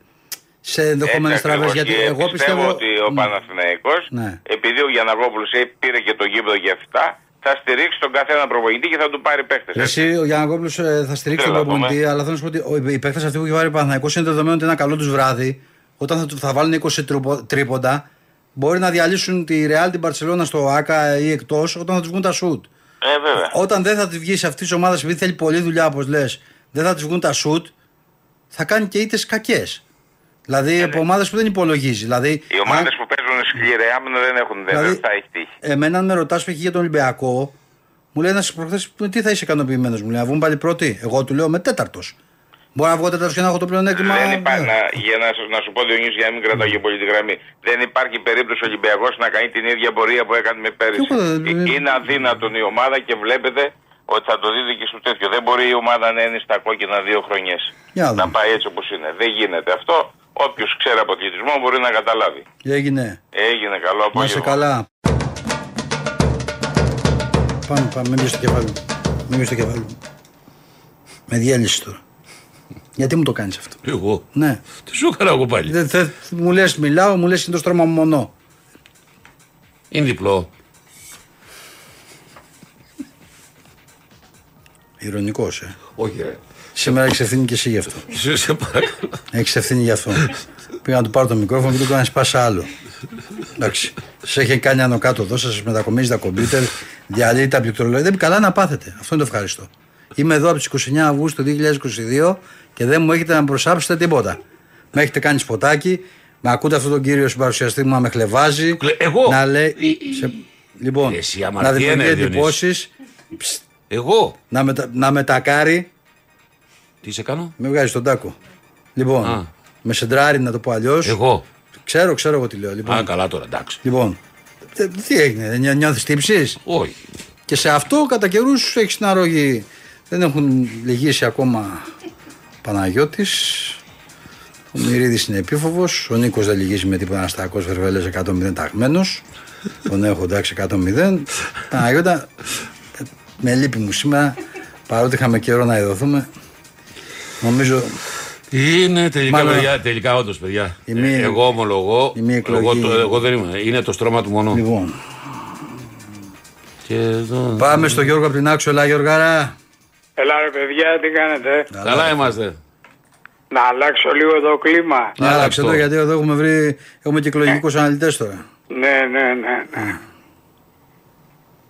σε ενδεχόμενες Έτσι τραβές. ακριβώς. Γιατί Και εγώ πιστεύω. ότι ο Παναθηναϊκός, Ναι. επειδή ο Γιανακόπουλος ε, πήρε και το γήπεδο για αυτά, θα στηρίξει τον καθένα προπονητή και θα του πάρει παίχτες. Εσύ, ο Γιάννακόπουλο, θα στηρίξει τον Θέλω να προπονητή, αλλά θέλω να σου πω ότι ο- οι παίχτε αυτοί που έχει βάλει ο Παναθυναϊκό είναι δεδομένο ότι ένα καλό τους βράδυ, όταν θα, του- θα βάλουν 20 τρουπο- τρίποντα, μπορεί να διαλύσουν τη Real την Παρσελώνα στο ΑΚΑ ή εκτός όταν θα τους βγουν τα σουτ. Ε, βέβαια. Όταν δεν θα τη βγει σε αυτής της ομάδας, επειδή θέλει πολλή δουλειά, όπως λες, δεν θα τη βγουν τα σουτ, θα κάνει και ήττες κακές. Ε, Δηλαδή ναι. από ομάδες που δεν υπολογίζει. Δηλαδή, Οι ομάδες που παίζουν σκληρή άμυνα δεν έχουν δεν Δηλαδή- θα έχει τύχει. εμένα, αν με ρωτάς που έχει για τον Ολυμπιακό, μου λέει ένας προχθές τι θα είσαι ικανοποιημένος, μου λέει. Να βγουν πάλι πρώτοι. Εγώ του λέω με τέταρτο. Μπορώ να βγω τέταρτος και να έχω το πλεονέκτημα. Δεν υπά- ναι. να, για να, σας- να σου πω, Διονύσης, για να μην κρατάω για πολύ τη γραμμή. Δεν υπάρχει περίπτωση ο Ολυμπιακός να κάνει την ίδια πορεία που έκανε με πέρυσι. Τίποτα δεν- Ε, Είναι αδύνατον η ομάδα και βλέπετε ότι θα το δείτε και στο τέτοιο. Δεν μπορεί η ομάδα να είναι στα κόκκινα δύο χρονιές. Για να Να δούμε. πάει έτσι όπως είναι. Δεν γίνεται αυτό. Όποιος ξέρει αποκλειτισμό μπορεί να καταλάβει. Έγινε. Έγινε καλό Να είσαι απόγευμα. καλά. Πάμε, πάμε, μην πιέσει το κεφάλι μου. Μην πιέσει το κεφάλι μου. Με διέλυσες τώρα. Γιατί μου το κάνεις αυτό. Εγώ. Ναι. Τι σου έκανα εγώ πάλι. Δεν θε- μου λες, μιλάω, μου λες είναι το στρώμα μου μονό. Είναι διπλό. Ηρωνικός, ε. Όχι, ρε. Σήμερα έχεις ευθύνη και εσύ γι' αυτό. Σε, σε παρακαλώ. Έχεις ευθύνη γι' αυτό. Πήγα να του πάρω το μικρόφωνο και του κάνει πα άλλο. Εντάξει. Σε έχει κάνει άνω κάτω εδώ, σας μετακομίζει τα κομπιούτερ, διαλύει τα πληκτρολόγια. Δεν καλά να πάθετε. Αυτό είναι το ευχαριστώ. Είμαι εδώ από τις 29 Αυγούστου 2022 και δεν μου έχετε να προσάψετε τίποτα. Με έχετε κάνει σποτάκι, με ακούτε αυτόν τον κύριο συμπαρουσιαστή μου να με χλεβάζει. εγώ? Να λέει. σε- λοιπόν, Εσύ να αμαρτία δημιουργεί είναι, Διονύση. εντυπώσεις. Εγώ. Να, μετα, να μετακάρει. Τι σε κάνω. Με βγάζει τον τάκο. Λοιπόν, με σεντράρι να το πω αλλιώς. Εγώ. Ξέρω, ξέρω εγώ τι λέω. Λοιπόν, Α, καλά τώρα, εντάξει. Λοιπόν, τε- τι έγινε, νιώ- νιώθεις τύψεις. Όχι. Και σε αυτό κατά καιρούς έχεις την αρρώγη. Δεν έχουν λυγίσει ακόμα ο Παναγιώτης. Ο Μυρίδης είναι επίφοβος. Ο Νίκος δεν λυγίζει με τίποτα αστακός βερβελές 100 ταγμένος. Τον έχω εντάξει 100 Παναγιώτα, ε, με λύπη μου σήμερα, παρότι είχαμε καιρό να ειδωθούμε, νομίζω Είναι τελικά, Μάλλον- παιδιά, τελικά όντως, παιδιά. Η μη- Ε, εγώ ομολογώ. η μη εκλογή- εγώ, το- εγώ δεν είμαι. Είναι το στρώμα του μονό. Λοιπόν. Και εδώ... πάμε στο Γιώργο από την Άξο. Ελά Γιώργαρα. Έλα ρε παιδιά, τι κάνετε. Καλά είμαστε. Να αλλάξω λίγο το κλίμα. Ναι, Να άλλαξε εδώ γιατί εδώ έχουμε βρει, έχουμε και εκλογικούς αναλυτές τώρα. Ναι, ναι, ναι, ναι.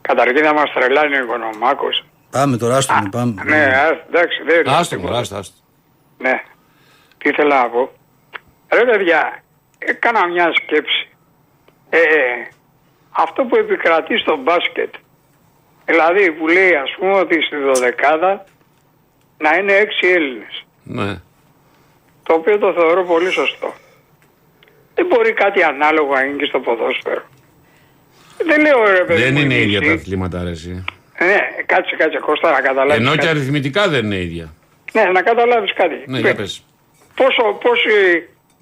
Καταρχήν να μας τρελάνει ο οικονομάκος. Πάμε τώρα, άστο μου, πάμε. Ναι, ας, εντάξει, δεν είναι. Άστο, μωρά, άστο, άστο. Ναι. Τι θέλω να πω. Ρε παιδιά, έκανα μια σκέψη. Ε, ε, αυτό που επικρατεί στο μπάσκετ. Δηλαδή που λέει ας πούμε ότι στη δωδεκάδα να είναι έξι Έλληνες. Ναι. Το οποίο το θεωρώ πολύ σωστό. Δεν μπορεί κάτι ανάλογο να είναι και στο ποδόσφαιρο. Δεν λέω ρε παιδί Δεν μου, είναι ίδια τα εσύ. αθλήματα, ρε. εσύ. Ναι, κάτσε, κάτσε, Κώστα, να καταλάβεις Ενώ και κάτι. αριθμητικά δεν είναι ίδια. Ναι, να καταλάβεις κάτι. Ναι, για πες. πόσο, πόσο,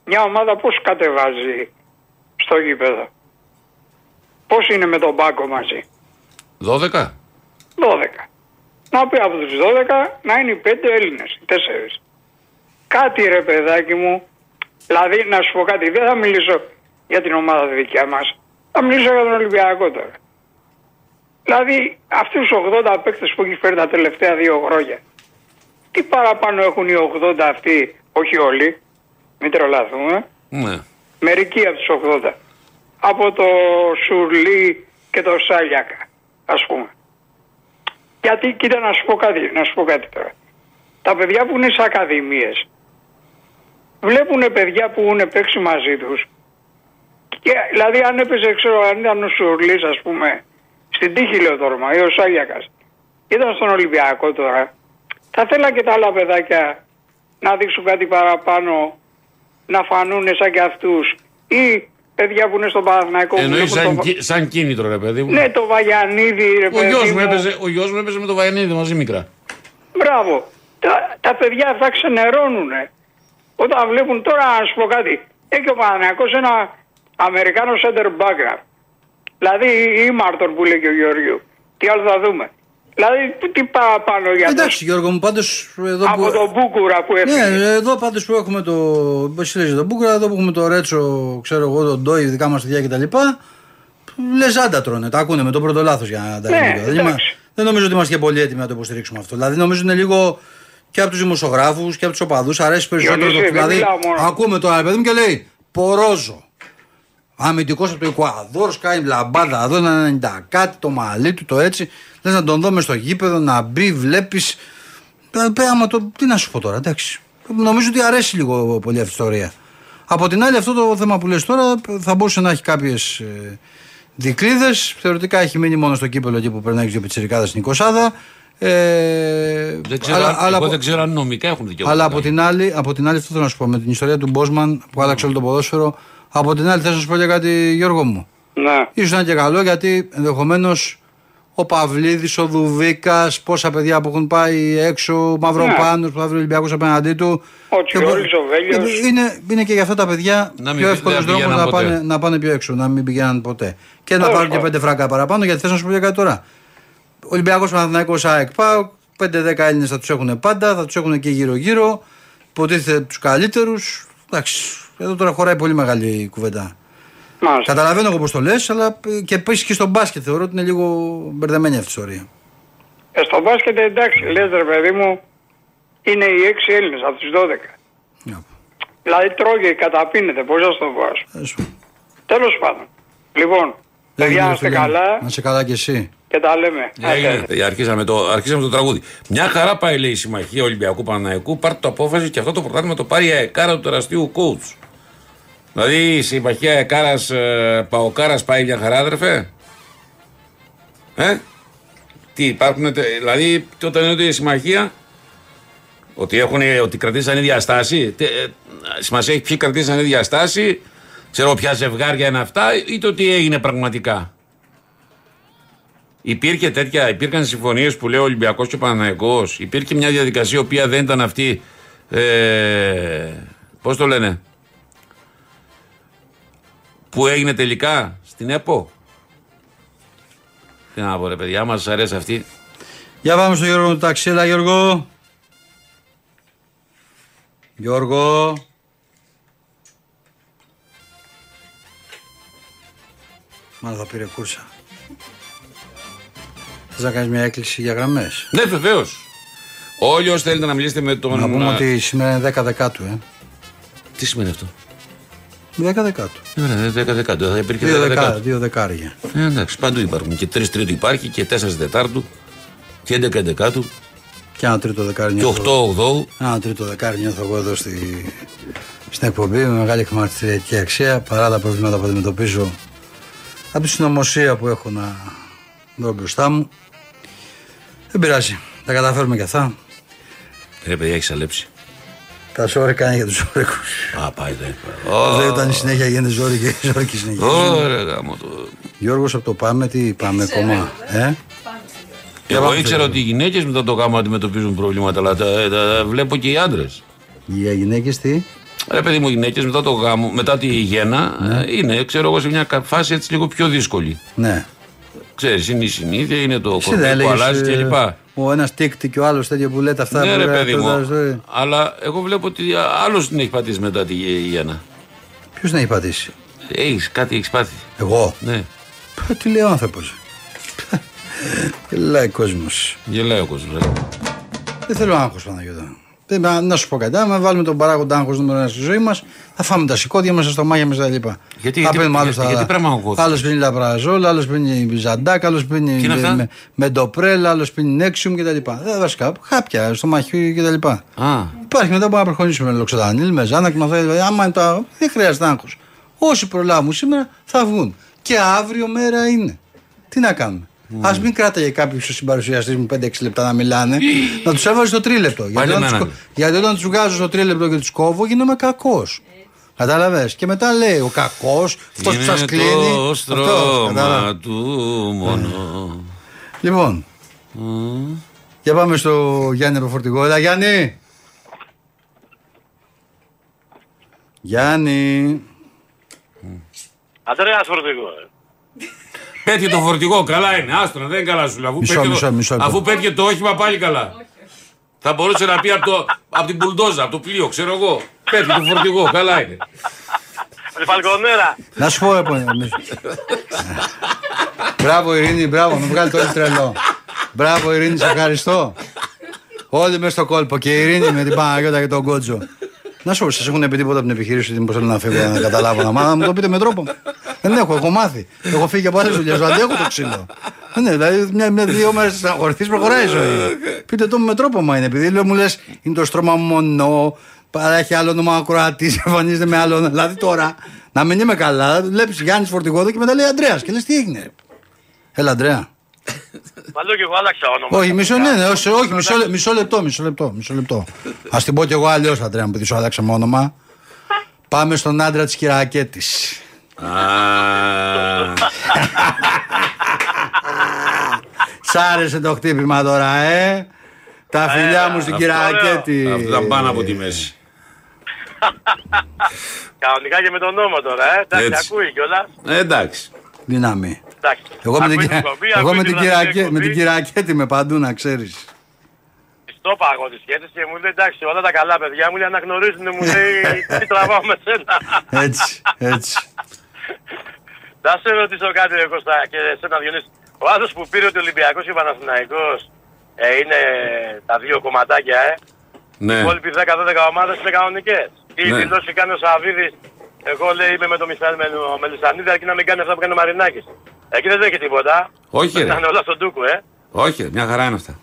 μια ομάδα πώς κατεβάζει στο γήπεδο. Πώς είναι με τον πάγκο μαζί. 12. 12. Να πει από τους 12 να είναι οι 5 Έλληνες, οι 4. Κάτι ρε παιδάκι μου, δηλαδή να σου πω κάτι, δεν θα μιλήσω για την ομάδα τη δικιά μας, θα μιλήσω για τον Ολυμπιακό τώρα. Δηλαδή αυτούς τους 80 παίκτες που έχει φέρει τα τελευταία δύο χρόνια, τι παραπάνω έχουν οι 80 αυτοί, όχι όλοι, μην τρελαθούμε, Ναι. μερικοί από τους 80, από το Σουρλί και το Σάλιακα, ας πούμε. Γιατί, κοίτα να σου πω κάτι, να σου πω κάτι τώρα. Τα παιδιά που είναι σε ακαδημίες βλέπουν παιδιά που έχουν παίξει μαζί τους και, δηλαδή αν έπαιζε, ξέρω, αν ήταν ο Σουρλής ας πούμε στην τύχη Λεωδόρμα ή ο Σάγιακας ήταν στον Ολυμπιακό τώρα θα θέλα και τα άλλα παιδάκια να δείξουν κάτι παραπάνω να φανούν σαν και αυτούς ή παιδιά που είναι στον Παναθηναϊκό που Εννοείς βλέπουν σαν, τον- κι- σαν κίνητρο, ρε παιδί μου. Ναι, το Βαγιανίδη, ρε ο παιδί γιος μου, έπαιζε- ο γιος μου έπαιζε με το Βαγιανίδη μαζί μικρά. Μπράβο. Τα, τα παιδιά αυτά ξενερώνουν. Όταν βλέπουν τώρα, να σου πω κάτι, έχει ο Παναγιακός ένα Αμερικάνο center back. Δηλαδή ή Μάρτον που λέει και ο Γεωργίου. Τι άλλο θα δούμε. Δηλαδή, τι- τι παραπάνω για το Εντάξει Γιώργο μου, πάντως εδώ Από που... τον Μπούκουρα που έφυγε. Ναι, εδώ πάντως που έχουμε το... Πώς λέγεται τον Μπούκρα, εδώ που έχουμε το Ρέτσο, ξέρω εγώ, τον Ντόι, δικά μας παιδιά κτλ. Λες άντα τρώνε, τα ακούνε με το πρώτο λάθος για να τα Ναι, λέμε κιόλας. Δεν, εντάξει. είμα- δεν νομίζω ότι είμαστε και πολύ έτοιμοι να το υποστηρίξουμε αυτό. Δηλαδή νομίζω είναι λίγο και από τους δημοσιογράφους και από τους οπαδούς αρέσει περισσότερο. Διονύση, δεν το- δηλαδή μιλάω μόνο. ακούμε τώρα παιδί μου και λέει πορόζο. Αμυντικός από το Εκουαδόρ, κάνει λαμπάδα εδώ, ένα 90 κάτι, το μαλλί του, το έτσι. Λες να τον δω μες στο γήπεδο, να μπει, βλέπεις. Ε, πέ, άμα το, τι να σου πω τώρα, εντάξει. Νομίζω ότι αρέσει λίγο πολύ αυτή η ιστορία. Από την άλλη, αυτό το θέμα που λες τώρα ε, θα μπορούσε να έχει κάποιες δικλείδε. Θεωρητικά έχει μείνει μόνο στο κύπελο εκεί που περνάει και ο Πιτσυρικάδας στην Κοσάδα. Ε, Δεν ξέρω, αλλά- αν- αλλά εγώ απο- δεν ξέρω αν νομικά έχουν δικαιώματα. αλλά από την, άλλη, από την άλλη, αυτό θέλω να σου πω με την ιστορία του Μπόσμαν που άλλαξε όλο το ποδόσφαιρο. Από την άλλη, θέλω να σου πω και κάτι, Γιώργο μου. Ναι. Ήσουν και καλό γιατί ενδεχομένως ο Παυλίδης, ο Δουβίκας, πόσα παιδιά που έχουν πάει έξω, ο Μαύρο Ναι. Πάνος, που θα βρει ο Ολυμπιακός απέναντί του. Ο Και μπο- Τσιόλης, ο Βέλιος. Είναι, είναι και για αυτά τα παιδιά Να μην πιο πη- εύκολο δεν δρόμο πηγαίναν να ποτέ. πάνε, να πάνε πιο έξω, να μην πηγαίναν ποτέ. Και να Τέλος πάρουν και πάντων. πέντε φράγκα παραπάνω, γιατί θέλω να σου πω και κάτι τώρα. Ολυμπιακός Παναθυναϊκό ΑΕΚ ΠΑΟΚ. 5-10 Έλληνες θα τους έχουν πάντα, θα τους έχουν και γύρω-γύρω. Υποτίθεται τους καλύτερους. Εντάξει, εδώ τώρα χωράει πολύ μεγάλη κουβέντα. Καταλαβαίνω εγώ πώς το λες, αλλά ε, και επίση και στο μπάσκετ θεωρώ ότι είναι λίγο μπερδεμένη αυτή η ιστορία. Ε, στο μπάσκετ εντάξει, λες ρε παιδί μου, είναι οι 6 Έλληνες από τους 12. Δηλαδή τρώγε, καταπίνεται, πώς να σου το πω. ας πούμε. Τέλος πάντων. Λοιπόν, παιδιά να είστε καλά Να σε καλά κι εσύ. και τα λέμε. Άντε. Ε, Αρχίσαμε το, αρχίσαμε το τραγούδι. Μια χαρά πάει λέει η συμμαχία Ολυμπιακού Παναναϊκού. Πάρτε το απόφαση και αυτό το πρωτάθλημα το πάρει η ΑΕΚΑΡΑ του τεραστίου κόουτ. Δηλαδή η συμμαχία ΑΕΚΑΡΑ Παοκάρας πάει μια χαρά, αδερφέ. Ε? Τι υπάρχουν, τε- δηλαδή όταν είναι ότι η συμμαχία ότι, έχουν, ότι κρατήσαν ίδια στάση. τε- ε, σημασία έχει ποιοι κρατήσαν ίδια στάση, ξέρω ποια ζευγάρια είναι αυτά ή το τι έγινε πραγματικά. Υπήρχε τέτοια, υπήρχαν συμφωνίες που λέει ο Ολυμπιακός και ο Παναναϊκός. Υπήρχε μια διαδικασία η οποία δεν ήταν αυτή. Ε, Πώς το λένε, που έγινε τελικά στην ΕΠΟ. Τι να πω, ρε παιδιά, μας αρέσει αυτή. Για πάμε στο Γιώργο του Ταξίλα, Γιώργο. Γιώργο. Μάλλον θα πήρε κούρσα. Θες να κάνεις μια έκκληση για γραμμές. Ναι, βεβαίως. Όλοι όσοι θέλετε Λοιπόν, να μιλήσετε με τον. Να πούμε ότι σήμερα είναι 10 δεκάτου, ε. Τι σημαίνει αυτό. 10 δεκάτου. Ωραία, 10 δεκάτου. Θα υπήρχε 10 Δύο, δεκα, δεκάτου. δύο δεκάρια. Ε, εντάξει, παντού υπάρχουν. Και 3 Τρίτου υπάρχει και 4 Δετάρτου και 11 Δεκάτου Και ένα τρίτο δεκάρι και 8 νιώθω. Ογδόου. Ένα τρίτο δεκάρι νιώθω εγώ εδώ στη, στην εκπομπή με μεγάλη χρηματιστηριακή αξία παρά τα προβλήματα που αντιμετωπίζω από τη συνωμοσία που έχω να δω μπροστά μου. Δεν πειράζει. Τα καταφέρουμε και αυτά. Ρε παιδιά, έχεις αλέψει. Τα σόρικα είναι για τους όρικου. Α, πάει το Δεν ήταν η συνέχεια γίνεται ζόρι και η ζόρι και η συνέχεια. Ωραία, γάμο το. Γιώργος από το πάμε, τι πάμε ακόμα. Ε? Εγώ ήξερα ότι οι γυναίκες μετά το γάμο αντιμετωπίζουν προβλήματα, αλλά τα, τα βλέπω και οι άντρες. Για γυναίκες τι. Ρε παιδί μου, οι γυναίκες μετά το γάμο, μετά τη γέννα, ε, είναι, ξέρω εγώ, σε μια κα- φάση έτσι λίγο πιο δύσκολη. Ναι. Ξέρεις, είναι η συνήθεια, είναι το Εσύ δεν κορμί που έλεγες, αλλάζεις ε, κλπ. Ο ένας τίκτη και ο άλλος τέτοιο που λέτε αυτά Ναι, που ρε λέγατε παιδί τώρα μου. στο- Αλλά εγώ βλέπω ότι άλλος την έχει πατήσει μετά τη γέ- γέννα. Ποιο να έχει πατήσει. Έχεις κάτι, έχεις πάθει. Εγώ. Ναι, Πα, Τι λέει ο άνθρωπος. Γελάει ο κόσμος. γελάει ο κόσμος. Δεν θέλω άγχος Παναγιώτα. Δεν- να- Να σου πω κάτι. Άμα βάλουμε τον παράγοντα άγχος νούμερο ένα στη ζωή μας, θα φάμε τα σηκώδια μας, τα στομάχια μας κτλ. Γιατί- θα γιατί- παίρνουμε άλλους γιατί- γιατί πράγμα αγχώθηκες? Άλλος πίνει λαπραζόλ, άλλος πίνει ζαντάκ, άλλος πίνει είναι αυτά? με- μεντοπρέλ, άλλος πίνει νέξιουμ κτλ. Δεν Ε, βασικά χάπια, στομαχίου κτλ. Υπάρχει μετά που να προχωρήσουμε με λοξοδανίλ, με ζάνακ, με αυτά. δηλαδή, Άμα είναι τα... δεν χρειάζεται άγχος. Όσοι προλάβουν σήμερα θα βγουν. Και αύριο μέρα είναι. Τι να κάνουμε. Ας μην κράταγε κάποιο ο συμπαρουσιαστή μου 5-6 λεπτά να μιλάνε, να τους έβαζε το τρίλεπτο. Γιατί όταν, τους, εμένα, κο- ναι. γιατί όταν τους βγάζω στο τρίλεπτο και τους κόβω, γίνομαι κακός. Κατάλαβες. Και μετά λέει ο κακός, αυτός που Είναι σας κλείνει. το αυτός, κατάλαβες. στρώμα του μόνο. Λοιπόν, για πάμε στο Γιάννη Αποφορτικό. Έλα, Γιάννη. Γιάννη. Αντρέας Φορτικό. ε. Πέτυχε το φορτηγό, καλά είναι. Άστονα, δεν είναι καλά σου. λέει. Αφού, Μισό, πέτυχε, μισό, το... μισό λεπτό. αφού πέτυχε το όχημα, πάλι καλά. Θα μπορούσε να πει από, το, απ' την πουλντόζα, από το πλοίο, ξέρω εγώ. Πέτυχε το φορτηγό, καλά είναι. Φαλκονέρα. Να σου πω, λοιπόν. μπράβο, Ειρήνη, μπράβο, με βγάλει το τρελό. Μπράβο, Ειρήνη, σε ευχαριστώ. Όλοι μες στο κόλπο και η Ειρήνη με την Παναγιώτα και τον Κότζο. Να σου πω, σας έχουν πει τίποτα από την επιχείρηση ότι μου θέλω να φύγω να καταλάβω να μάθω. Να μου το πείτε με τρόπο. Δεν έχω, έχω μάθει. Έχω φύγει από άλλες δουλειές, αντέχω το ξύλο. Ναι, δηλαδή μια, μια δύο μέρες θα αγορθεί, προχωράει η ζωή. Πείτε το μου με τρόπο, μα είναι. Επειδή λέω, μου λες, είναι το στρώμα μονό, παρά έχει άλλο όνομα ακροατή, εμφανίζεται με άλλο. όνομα. Δηλαδή τώρα, να μην είμαι καλά, βλέπεις Γιάννης Φορτηγόδο και μετά λέει Αντρέα. Και λες, τι έγινε. ρε. Έλα, Αντρέα. Παλό και εγώ άλλαξα όνομα. Όχι, μισό, ναι, ναι, όχι, όχι, μισό, λε- μισό λεπτό, μισό λεπτό, μισό λεπτό. Ας την πω κι εγώ αλλιώς, Αντρέα, μου επειδή σου άλλαξαμε όνομα. Πάμε στον άντρα της Κυρακέτης. Σ' άρεσε το χτύπημα τώρα, ε. Τα φιλιά μου στην αυτό Κυρακέτη. Αυτά τα πάνω από τη μέση. Κανονικά και με τον νόμο τώρα, ε. Έτσι. Εντάξει, ακούει κιόλας. Ε, εντάξει. Δύναμη. Εντάξει. Εγώ με την, Ακούει κυρα- εκπομπή, εγώ ακούει με την, τη ραδιοφωνική Κυρακέ- με την εκπομπή. Κυρακέτη με παντού, να ξέρεις. Στο παγό τη σχέση και μου λέει εντάξει, όλα τα καλά παιδιά μου λέει αναγνωρίζουν, μου λέει τι τραβάω με σένα. Έτσι, έτσι. Να σε ρωτήσω κάτι, ρε Κώστα, και εσένα Διονύση. Ο άνθρωπο που πήρε ότι Ολυμπιακός και Παναθυναϊκό ε, είναι τα δύο κομματάκια, ε. Οι Ναι. υπόλοιποι 10-12 ομάδες είναι κανονικές. Τι Ναι. δηλώσει κάνει ο Σαββίδης, εγώ λέει είμαι με το Μισανίδη, με, το- με Λισανίδη, αρκεί να μην κάνει αυτά που κάνει ο Μαρινάκης. Εκεί δεν τρέχει τίποτα. Όχι, Πρέπει ρε. να είναι όλα στον Τούκο, ε. Όχι, ρε, μια χαρά είναι αυτά.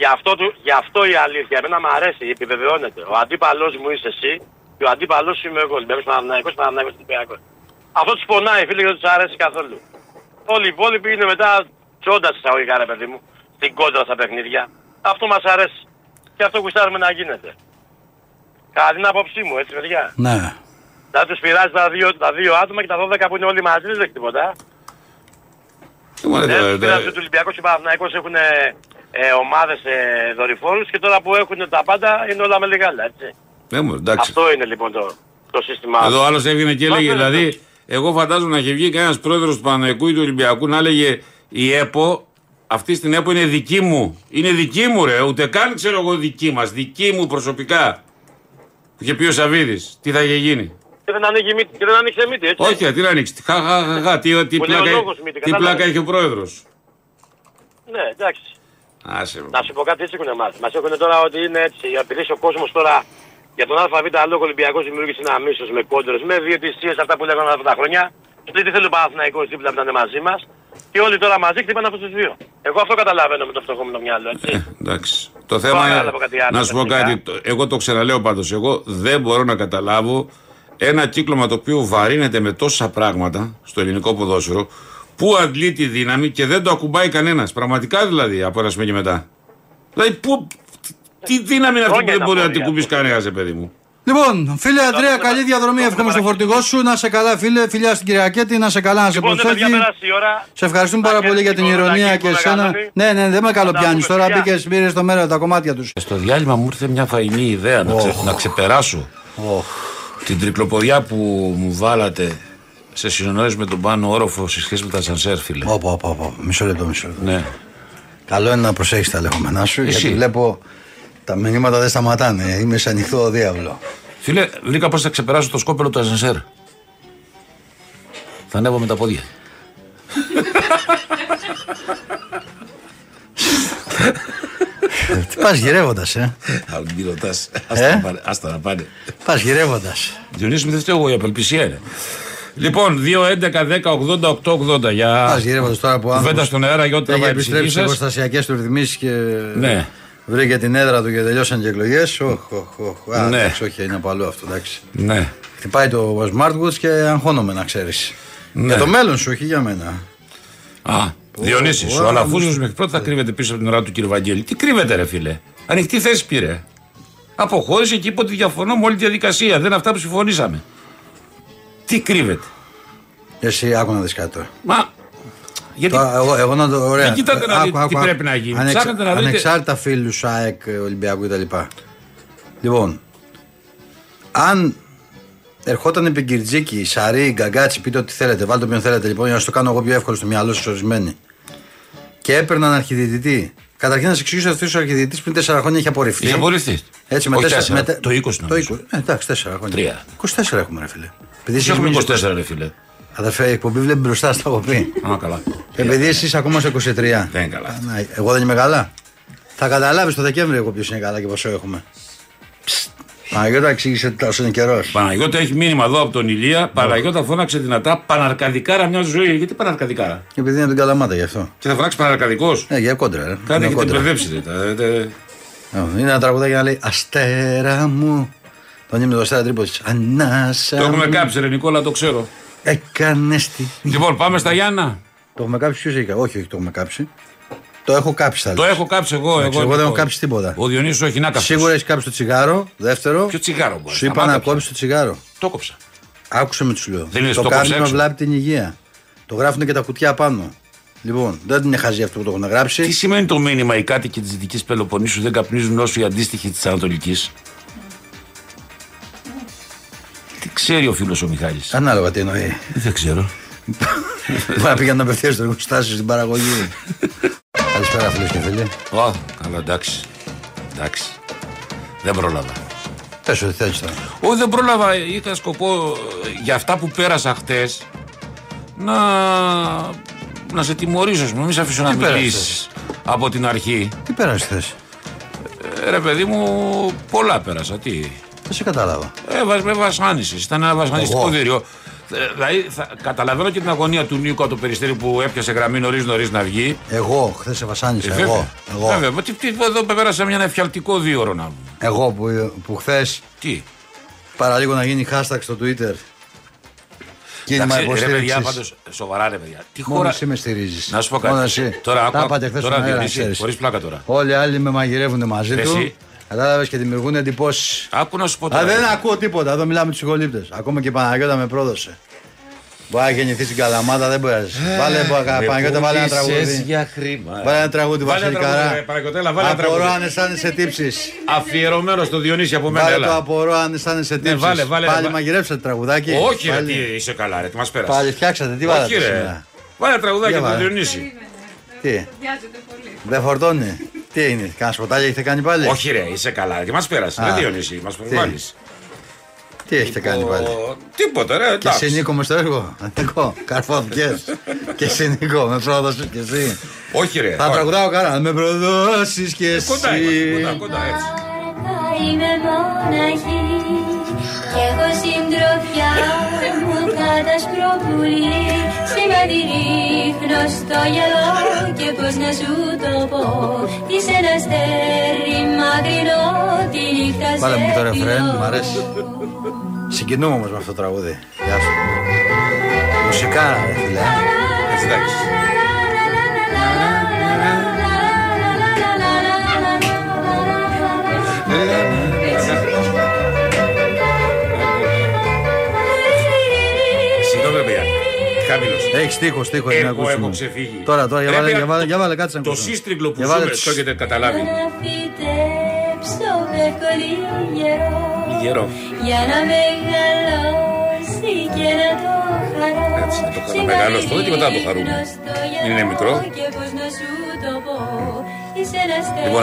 Γι' αυτό, του, γι αυτό η αλήθεια. Εμένα μου αρέσει, επιβεβαιώνεται. Ο αντίπαλός μου είσαι εσύ και ο αντίπαλός σου είμαι εγώ. Ολυμπιακός Παναναναϊκό, Παναναναϊκό Ολυμπιακός. Αυτός του πονάει, φίλε, και δεν τους αρέσει καθόλου. Όλοι οι υπόλοιποι είναι μετά τσόντας εισαγωγικά, ρε παιδί μου, στην κόντρα στα παιχνίδια. Αυτό μας αρέσει. Και αυτό γουστάρουμε να γίνεται. Κατά την άποψή μου, έτσι, παιδιά. Ναι. Να τους πειράζει τα δύο, τα δύο άτομα και τα 12 που είναι όλοι μαζί, δεν έχει τίποτα. Μα, Δεν ε, τους πειράζει ε, ότι ο Ολυμπιακός και ο Παναθυναϊκό έχουν ε, ομάδες ε, δορυφόρους και τώρα που έχουν τα πάντα είναι όλα με λιγάλα. Έτσι. Ναι, μου, εντάξει. Αυτό είναι λοιπόν το, το σύστημά Εδώ μας. άλλος έβγαινε και έλεγε, ναι, δηλαδή, εγώ φαντάζομαι να είχε βγει κανένας πρόεδρος του Παναναϊκού ή του Ολυμπιακού να έλεγε η ΕΠΟ, αυτή στην ΕΠΟ είναι δική μου. Είναι δική μου, ρε. Ούτε καν ξέρω εγώ δική μας. Δική μου προσωπικά. Που είχε πει ο Σαββίδης, τι θα είχε γίνει. Και δεν ανοίγει μύτη, και δεν ανοίξει μύτη, έτσι. Όχι, ρε, τι να ανοίξει. Τι- Χα, χα, χα, χα, τι, τι Που λέει Ε, ο πλάκα, λόγος, Μύτη, τι κατάλαβες. πλάκα έχει ο πρόεδρος. Ναι, εντάξει. Άσε με. Να σου πω κάτι, έτσι έχουν μάθει. Μα έχουν τώρα ότι είναι έτσι. Επειδή ο κόσμος τώρα για τον ΑΒ λόγο Ολυμπιακός δημιούργησε ένα μίσο με κόντρες, με διαιτησίε αυτά που λέγανε αυτά τα χρόνια. Ότι τι θέλει ο Παναθυναϊκό δίπλα που ήταν μαζί μας. Και όλοι τώρα μαζί χτύπαν αυτούς τους δύο. Εγώ αυτό καταλαβαίνω με το φτωχόμενο μυαλό, έτσι. Εντάξει. Το θέμα είναι. κατάλαβα κάτι άλλο, Να σου πω τεχνικά. κάτι. το- Εγώ το ξαναλέω πάντως. Εγώ δεν μπορώ να καταλάβω ένα κύκλωμα το οποίο βαρύνεται με τόσα πράγματα στο ελληνικό ποδόσφαιρο που αντλεί τη δύναμη και δεν το ακουμπάει κανένας. Πραγματικά δηλαδή από ένα σημείο και μετά. Δηλαδή, πού, τι δύναμη είναι αυτή που Χρόνια δεν τα μπορεί να την πόδια. κουμπίσει κανένας, ρε παιδί μου. Λοιπόν, φίλε Αντρέα, καλή διαδρομή. Εύχομαι στο φορτηγό σου. Να σε καλά, φίλε. Φιλιά στην Κυριακέτη, να σε καλά, να Λοιπόν, σε προσέχει. Σε ευχαριστούμε πάρα πολύ για την ηρωνία και εσένα. Ναι, ναι, δεν με καλοπιάνει. Τώρα μπήκες, πήρε στο μέρο τα κομμάτια τους. Ε, Στο διάλειμμα μου ήρθε μια φαϊνή ιδέα να, ξε- να ξεπεράσω την τρικλοποδιά που μου βάλατε σε συνεννόηση με τον πάνω όροφο σε σχέση με τα σανσέρ, φίλε. Όπω, όπω, όπω. Μισό λεπτό, μισό λεπτό. Ναι. Καλό είναι να προσέχεις τα λεγόμενά σου, Εσύ. γιατί βλέπω τα μηνύματα δεν σταματάνε. Είμαι σε ανοιχτό διάβολο. Φίλε, βρήκα πώς θα ξεπεράσω το σκόπελο του ασανσέρ. Θα ανέβω με τα πόδια. Τι πας γυρεύοντας, ε. Αν μην ρωτά, Ε? άστα να πάνε. Πας γυρεύοντας. Διονύση, μου δεν φταίω εγώ, η απελπισία είναι. Λοιπόν, 2-11-10-80-8-80 για. Πας γυρεύοντας τώρα που άνθρωπος Κουβέντα στον αέρα για ό,τι Έχει τραβάει τη ψυχή επιστρέψει σε σας. προστασιακέ του ρυθμίσεις και Ναι. βρήκε την έδρα του και τελειώσαν και εκλογέ. Οχ, οχ, οχ. Α, Ναι. εντάξει, όχι, είναι παλό αυτό, εντάξει. Ναι. Χτυπάει το smartwatch και αγχώνομαι να ξέρεις. Ναι. Για το μέλλον σου, όχι για μένα. Α, Διονύση, ο ο Αλαφούζο μέχρι πρώτα θα κρύβεται πίσω από την ώρα του κύριου Βαγγέλη. Τι κρύβεται, ρε φίλε. Ανοιχτή θέση πήρε. Αποχώρησε και είπε ότι διαφωνώ με όλη τη διαδικασία. Δεν είναι αυτά που συμφωνήσαμε. Τι κρύβεται. Εσύ άκου να δεις κάτι τώρα. Μα. Γιατί... Τώρα, εγώ, εγώ να το. Ωραία. Και κοιτάτε Ε, να Άκου, δείτε άκου, τι άκου. πρέπει να γίνει. Ανεξ- Ψάχνετε να δείτε- Ανεξάρτητα φίλους ΑΕΚ, Ολυμπιακού κτλ. Λοιπόν, αν ερχόταν η Πιγκυρτζίκη, η Σαρή, η Γκαγκάτσι, πείτε ό,τι θέλετε, βάλτε όποιον θέλετε λοιπόν, για να στο κάνω εγώ πιο εύκολο στο μυαλό σας ορισμένοι. Και έπαιρναν αρχιδιαιτητή. Καταρχήν να σας εξηγήσω ότι ο αρχιδιαιτητή πριν 4 χρόνια είχε απορριφθεί. Είχε απορριφθεί. Έτσι με Όχι 4. τέσσερα, με... το 20 νομίζω. Το 20. Ε, εντάξει, 4 χρόνια. Τρία. 24 έχουμε, ρε φίλε. Τι Επειδή εσείς έχουμε μείνεις- 24, ρε φίλε. Αδερφέ, η εκπομπή βλέπει μπροστά, στα έχω πει. Α, καλά. Επειδή εσείς ακόμα στο 23. Δεν είναι καλά. Να, Εγώ δεν είμαι καλά. Θα καταλάβεις το Δεκέμβριο εγώ ποιος είναι καλά και πόσο έχουμε. Παναγιώτα εξήγησε ότι τόσο είναι καιρός. Παναγιώτα έχει μήνυμα εδώ από τον Ναι. Ηλία. Παναγιώτα φώναξε δυνατά παναρκαδικάρα μιας ζωής. Γιατί παναρκαδικάρα. Επειδή είναι από την Καλαμάτα γι' αυτό. Και θα φωνάξεις παναρκαδικός. Ναι, για κόντρα. Ρε. Κάτι Είναι και την κόντρα. μπερδέψετε. τα- τα- Ε, Είναι ένα τραγουδάκι να λέει Αστέρα μου. Τον ύμνο του Αστέρα Τρίπολη. Ανάσα. Το έχουμε μου, κάψει, ρε Νικόλα, το ξέρω. Έκανες τη. Λοιπόν, πάμε στα Γιάννα. Το έχουμε κάψει, ποιος έχει κάψει. Όχι, όχι, το έχουμε κάψει. Το έχω κάψει, θα Το έχω κάψει εγώ. Εγώ, Εντάξει, εγώ δεν έχω Νικόλα. κάψει τίποτα. Ο Διονύσιο έχει να κάψει. Σίγουρα έχει κάψει το τσιγάρο. Δεύτερο. Ποιο τσιγάρο μπορείς. Σου είπα να κόψεις το τσιγάρο. Το κόψα. Άκουσε με τους λέω. Δεν είναι το στο κόψε κάνουμε έξω. βλάπτει την υγεία. Το γράφουν και τα κουτιά πάνω. Λοιπόν, δεν είναι χαζή αυτό που το έχουν γράψει. Τι σημαίνει το μήνυμα οι κάτοικοι της Δυτικής Πελοποννήσου δεν καπνίζουν όσο οι αντίστοιχοι της Ανατολικής. Τι ξέρει ο φίλος ο Μιχάλης. Ανάλογα τι εννοεί. Δεν ξέρω. Μπορεί να πήγαιναν απευθείας στο εργοστάσιο στην παραγωγή. Καλησπέρα, φίλες και φίλοι. Ω, καλά, εντάξει. Εντάξει. Δεν πρόλαβα. Πες ό,τι θέλεις τώρα. Όχι, δεν πρόλαβα. Είχα σκοπό ε, για αυτά που πέρασα χτες να, να σε τιμωρήσω, ας πούμε. Μην σε αφήσω να Τι πέρασες? μιλήσεις από την αρχή. Τι πέρασες θες. Ε, ρε, παιδί μου, πολλά πέρασα. Τι. Δεν σε κατάλαβα. Ε, βα- με βασάνισες. Ήταν ένα βασανιστικό Εγώ. δίριο. Ε, Δηλαδή, θα, καταλαβαίνω και την αγωνία του Νίκο από το περιστέρι που έπιασε γραμμή νωρί-νωρί να βγει. Ε, Εγώ, χθες σε Ε, βασάνισα. βέβαια. εγώ. Εγώ, Βέβαια, μα τι, τι, εδώ πέρασα μια εφιαλτικό δύο ώρο να μου. εγώ που, που χθες Τι. παραλίγο να γίνει hashtag στο Twitter. Κίνημα Εντάξει, Ρε παιδιά, υποστήριξης. πάντως, σοβαρά ρε παιδιά. Τι Μόνο χώρα. εσύ με στηρίζεις. Να σου πω κάτι. Μόνο εσύ. Τώρα, Τα άκου- είπατε χθες τώρα Διονύση, χωρίς πλάκα τώρα. Όλοι οι άλλοι με μαγειρεύουν μαζί Εσύ. του. Κατάλαβες και δημιουργούν εντυπώσεις. Άκου να σου πω Α, τώρα. δεν ακούω τίποτα. Εδώ μιλάμε του συγχωρείτε. Ακόμα και η Παναγιώτα με πρόδωσε. Μπορεί να γεννηθεί στην Καλαμάτα, δεν πειράζει. Ε, Βάλε, με Παναγιώτα, βάλε ένα πούλησες τραγούδι. Ε, για χρήμα. ε. Βάλε ένα τραγούδι, Βάλε ένα τραγούδι, Βασιλικαρά. ρε, Παναγιωτέλα, βάλε ένα Απορώ τραγούδι. αν αισθάνεσαι τύψεις. Αφιερωμένος στο Διονύση από μένα. Βάλε το έλα. απορώ αν αισθάνεσαι τύψει. Ναι, βάλε, βάλε, Πάλι βα- μαγειρέψατε τραγουδάκι. Όχι, ρε, Πάλι- τι είσαι καλά, ρε, τι μας πέρασες. Πάλι φτιάξατε, τι Όχι, βάλατε ρε. σήμερα. Βάλε τραγουδάκι Για από τον βάλε. Διονύση. Τι, Βιάζεται πολύ. δεν φορτώνει. Τι είναι, κανένα σκοτάλια έχετε κάνει πάλι. Όχι, ρε, είσαι καλά. Και μας πέρασε. Α. Δεν Διονύση, μας προβάλλει. Τι έχετε κάνει πάλι. Τίποτα, ρε, Και εσύ εντάξει. Νίκο με στο έργο. Νίκο, καρφώθηκε. και εσύ Νίκο, με πρόδωσες και εσύ. Όχι, ρε. Θα όχι. Ε, τραγουδάω καλά. Να με προδώσεις και εσύ. Κοντά είμαστε, κοντά, κοντά, ε. έτσι. Είμαι μοναχή κι έχω συντροφιά μου κατασκροπούλη Σήμα τη ρίχνω στο γυαλό και πώς να σου το πω Είσαι ένα αστέρι μακρινό τη νύχτα σε Βάλε μου το ρεφρέν, φιλώ. μ' αρέσει. Συγκινούμε όμως με αυτό το τραγούδι. Γεια σου. Μουσικά, ρε φίλε. Εντάξει. Συγγνώμη, ρε, παιδιά. Χαμηλός. Έχεις τείχο, τείχο, Εγώ να ακούσουμε. έχω ξεφύγει. Τώρα, τώρα, για Ρε, βάλε, παιδιά, για βάλε, για βάλε, κάτσε να Το ακούσουμε. σύστριγκλο που Για βάλε, ζούμε, τσ. το έχετε καταλάβει. Να φυτέψω βερκολί γερό Γερό. Για να μεγαλώσει και να το χαρώ Έτσι, να το χαρώ. Μεγάλος πρώτα και μετά να το χαρούμε. Είναι μικρό. Λοιπόν,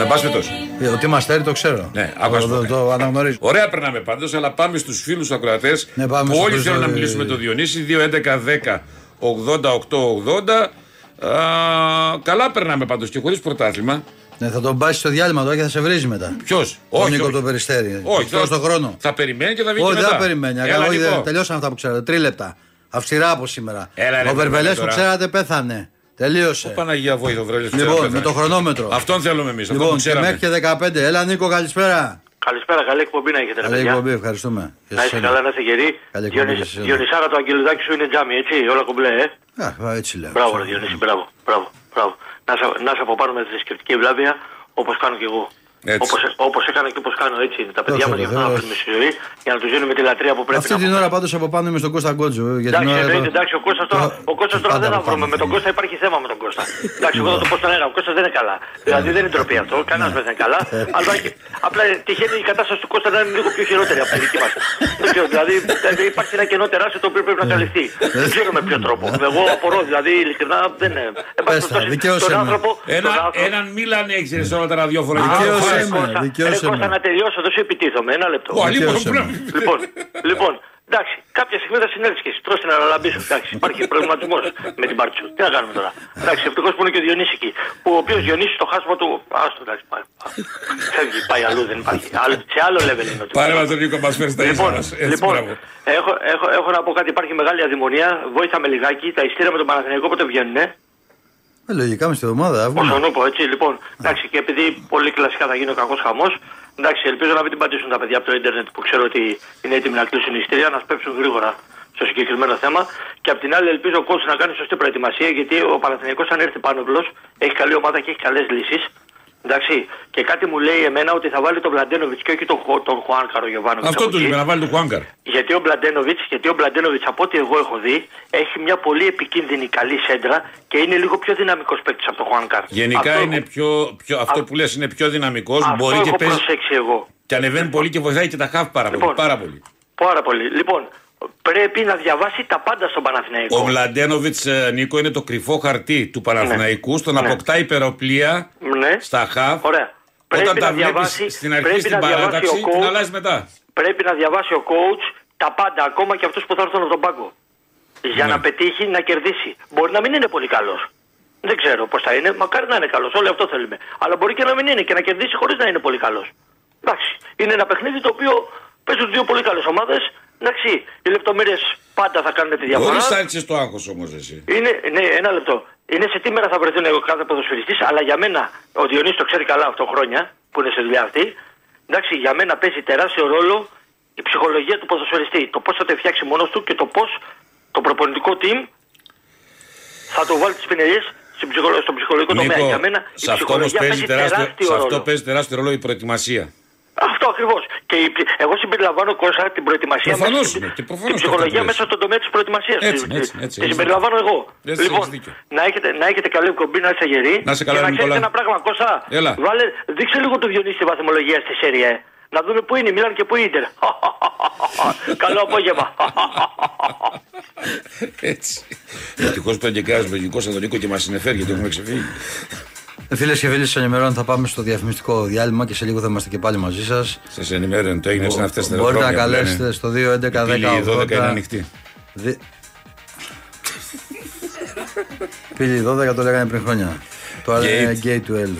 Λοιπόν, εν πάση περιπτώσει. Ε, Ότι είμαστε αστέρι το ξέρω. Ναι, άκου να σου πω Το- κάτι. Το αναγνωρίζω. Ωραία, περνάμε πάντως, αλλά πάμε στους φίλους ακροατές Ναι, που πάμε όλοι θέλουν στους φίλους, να ε, μιλήσουν με τον Διονύση. 2-11-10-88-80. Α, καλά περνάμε πάντως και χωρίς πρωτάθλημα. Ναι, θα τον πάει στο διάλειμμα τώρα και θα σε βρίζει μετά. Ποιος, Ο όχι. Νίκο όχι. το περιστέρι. Όχι, Τώρα στον Ε, χρόνο. Θα περιμένει και θα βγει. Όχι, και δεν μετά. θα περιμένει. Έλα, λοιπόν. Όχι, Νικό. δεν- Τελειώσαν αυτά που ξέρατε. Τρία λεπτά. Αυστηρά από σήμερα. Έλα, ρε, Ο Βερβελές που τώρα. ξέρατε πέθανε. Ω, Τελείωσε. Παναγία βοήθεια, βρέλε. Λοιπόν, με το χρονόμετρο. Αυτόν θέλουμε εμείς. Λοιπόν, και μέχρι και 15. Έλα, Νίκο, καλησπέρα. Καλησπέρα, καλή εκπομπή να έχετε, ρε Καλή παιδιά. εκπομπή, ευχαριστούμε. Και Να είστε εσένα. καλά, να είστε γεροί. Καλή εκπομπή Διονυσ- και σε σένα. Διονυσάρα, το αγγελουδάκι σου είναι τζάμι, έτσι, όλα κομπλέ, ε. Α, έτσι λέω. Μπράβο, ρε Διονύση, μπράβο, μπράβο, μπράβο. Να σε, να σε αποπάρουμε τη θρησκευτική βλάβεια, όπως κάνω κι εγώ. Όπως, ε- όπως έκανε και όπως κάνω έτσι. Τα παιδιά Δόξα μας τω για αυτό να Θεώ. βρούμε στη ζωή για να τους δίνουμε τη λατρεία που πρέπει Αυτή να την ώρα πάντως από πάνω είμαι στον Κώστα Γκότζο. ε, Για την Εντάξει, ώρα εδώ- εννοείται, εντάξει, ο Κώστας τώρα, ο Κώστας τώρα δεν θα βρούμε. Με τον Κώστα υπάρχει θέμα με τον Κώστα. εντάξει, εγώ θα το πω στον αέρα. Ο Κώστας δεν είναι καλά. δηλαδή δεν είναι ντροπή αυτό. Ναι. Κανένας δεν είναι καλά. αλλά και- απλά τυχαίνει η κατάσταση του Κώστα να είναι λίγο πιο χειρότερη από τη δική μας. δεν ξέρω, δηλαδή δηλαδή, υπάρχει ένα κενό τεράστιο το οποίο πρέπει Ναι. να καλυφθεί. δεν ξέρω με ποιο τρόπο. εγώ απορώ, δηλαδή ειλικρινά δεν. ε, εν πάση τα, περιπτώσει, δικαίωσέ Τον με. άνθρωπο. Ένα, τον άνθρωπο- έναν Μίλαν έχεις όλα τα ραδιόφωνα. Δικαίωσέ Δικαίωσέ με, Ρε Κώστα, να τελειώσω, δεν σου επιτίθομαι. Ένα λεπτό. Ω, λοιπόν, Δικαίωσέ με. λοιπόν, λοιπόν, εντάξει, κάποια στιγμή θα συνέλθεις και εσύ. Τρώσε να αναλαμπήσω. Εντάξει, υπάρχει προβληματισμός με την Πάρτσου. Τι να κάνουμε τώρα. Εντάξει, ευτυχώς που είναι και ο Διονύσης εκεί. Που ο οποίος Διονύσης το χάσμα του. Άστο, εντάξει, πάει. Φεύγει, πάει αλλού, δεν υπάρχει. Άλλο- Σε άλλο level είναι. Πάρε μας τον Νίκο, μας φέρει τα ίσα Λοιπόν, μας. Έτσι, λοιπόν μπράβο. έχω, έχω, έχω, να πω κάτι, υπάρχει μεγάλη αδημονία. Βόηθα με λιγάκι. Τα ειστήρια με τον Παναθηναϊκό πότε βγαίνουν. Ε, λογικά μες στην εβδομάδα. αύριο. Όσον ούπο, έτσι λοιπόν. Ναι. Εντάξει, και επειδή πολύ κλασικά θα γίνει ο κακός χαμός, εντάξει, ελπίζω να μην την πατήσουν τα παιδιά από το Ιντερνετ που ξέρω ότι είναι έτοιμοι να κλείσουν η ιστήρια, να σπέψουν γρήγορα στο συγκεκριμένο θέμα. Και απ' την άλλη, ελπίζω ο κόσμο να κάνει σωστή προετοιμασία, γιατί ο Παναθηναϊκός αν έρθει πάνω πλώς, έχει καλή ομάδα και έχει καλές λύσεις. Εντάξει, και κάτι μου λέει εμένα ότι θα βάλει τον Βλαντένοβιτ και όχι τον, Χο- τον Χουάν Καρογιοβάνο. Αυτό του είπε να βάλει του Χουάνκαρ. Γιατί ο Μπλαντένοβιτ, γιατί ο Μπλαντένοβιτ από ό,τι εγώ έχω δει, έχει μια πολύ επικίνδυνη καλή σέντρα και είναι λίγο πιο δυναμικός παίκτης από τον Χουάνκαρ. Γενικά Αυτό είναι έχω- πιο, πιο αυτό που λες είναι πιο δυναμικός, Αυτό μπορεί και έχω παίζει προσέξει Λοιπόν, εγώ. και ανεβαίνει πολύ και βοηθάει και τα χαφ πάρα πολύ. Πάρα πολύ. Πάρα πολύ. Λοιπόν, πρέπει να διαβάσει τα πάντα στον Παναθηναϊκό. Ο Μλαντένοβιτ Νίκο είναι το κρυφό χαρτί του Παναθηναϊκού στον Ναι. αποκτά υπεροπλία στα χαφ. Όταν Πρέπει τα να βλέπεις διαβάσει- στην αρχή πρέπει στην να διαβάσει ο παράταξη, την coach. αλλάζεις μετά. Πρέπει να διαβάσει ο coach τα πάντα, ακόμα και αυτούς που θα έρθουν από τον πάγκο. Για Ναι. να πετύχει, να κερδίσει. Μπορεί να μην είναι πολύ καλός. Δεν ξέρω πώς θα είναι. Μακάρι να είναι καλός. Όλοι αυτό θέλουμε. Αλλά μπορεί και να μην είναι και να κερδίσει χωρίς να είναι πολύ καλός. Εντάξει. Είναι ένα παιχνίδι το οποίο παίζουν δύο πολύ καλές ομάδες. Εντάξει. Οι λεπτομέρειες πάντα θα κάνουν τη διαφορά. Χωρίς άρχισε το άγχος όμως εσύ. Είναι, ναι, ένα λεπτό. Είναι σε τι μέρα θα βρεθούν ο κάθε ποδοσφαιριστής, αλλά για μένα, ο Διονύς το ξέρει καλά αυτό χρόνια που είναι σε δουλειά αυτή. Εντάξει, για μένα παίζει τεράστιο ρόλο η ψυχολογία του ποδοσφαιριστή. Το πώς θα το φτιάξει μόνος του και το πώς το προπονητικό team θα το βάλει τι πινελιέ στον ψυχολογικό τομέα. Για μένα σε η αυτό όμως ψυχολογία παίζει τεράστιο, σε ρόλο. αυτό παίζει τεράστιο ρόλο η προετοιμασία. Αυτό ακριβώς. Και η πλη- εγώ συμπεριλαμβάνω Κώστα την προετοιμασία Προφανώς μέσα στην- είναι και προφανώς την το αυτό ψυχολογία λες. μέσα στον τομέα της προετοιμασίας. Έτσι, έτσι, έτσι, έτσι, έτσι. Τη συμπεριλαμβάνω εγώ. Έτσι, έχεις λοιπόν, δίκιο. να έχετε, να έχετε καλή κομπή, να είστε γεροί. Να είσαι καλά, και να Νικόλα. ξέρετε ένα πράγμα, Κώστα. Έλα. Βάλε, δείξε λίγο το Διονύση στη βαθμολογία στη Σέρια. ε. Να δούμε πού είναι η Μίλαν και πού είναι η Ιντερ. Καλό απόγευμα. Έτσι. Ευτυχώς που ήταν και κανένα λογικό σαν τον Νίκο και μας συνεφέρει γιατί έχουμε ξεφύγει. Φίλε Ε, και φίλοι, σας ενημερώνω θα πάμε στο διαφημιστικό διάλειμμα και σε λίγο θα είμαστε και πάλι μαζί σας. Σας ενημέρωνε το έγινε σαν αυτέ τι Μπορείτε να καλέσετε στο 2 11 Η πύλη 10 12 είναι ανοιχτή. Δι- Πύλη 12 το λέγανε πριν χρόνια. Τώρα Gate. είναι Gate του 11.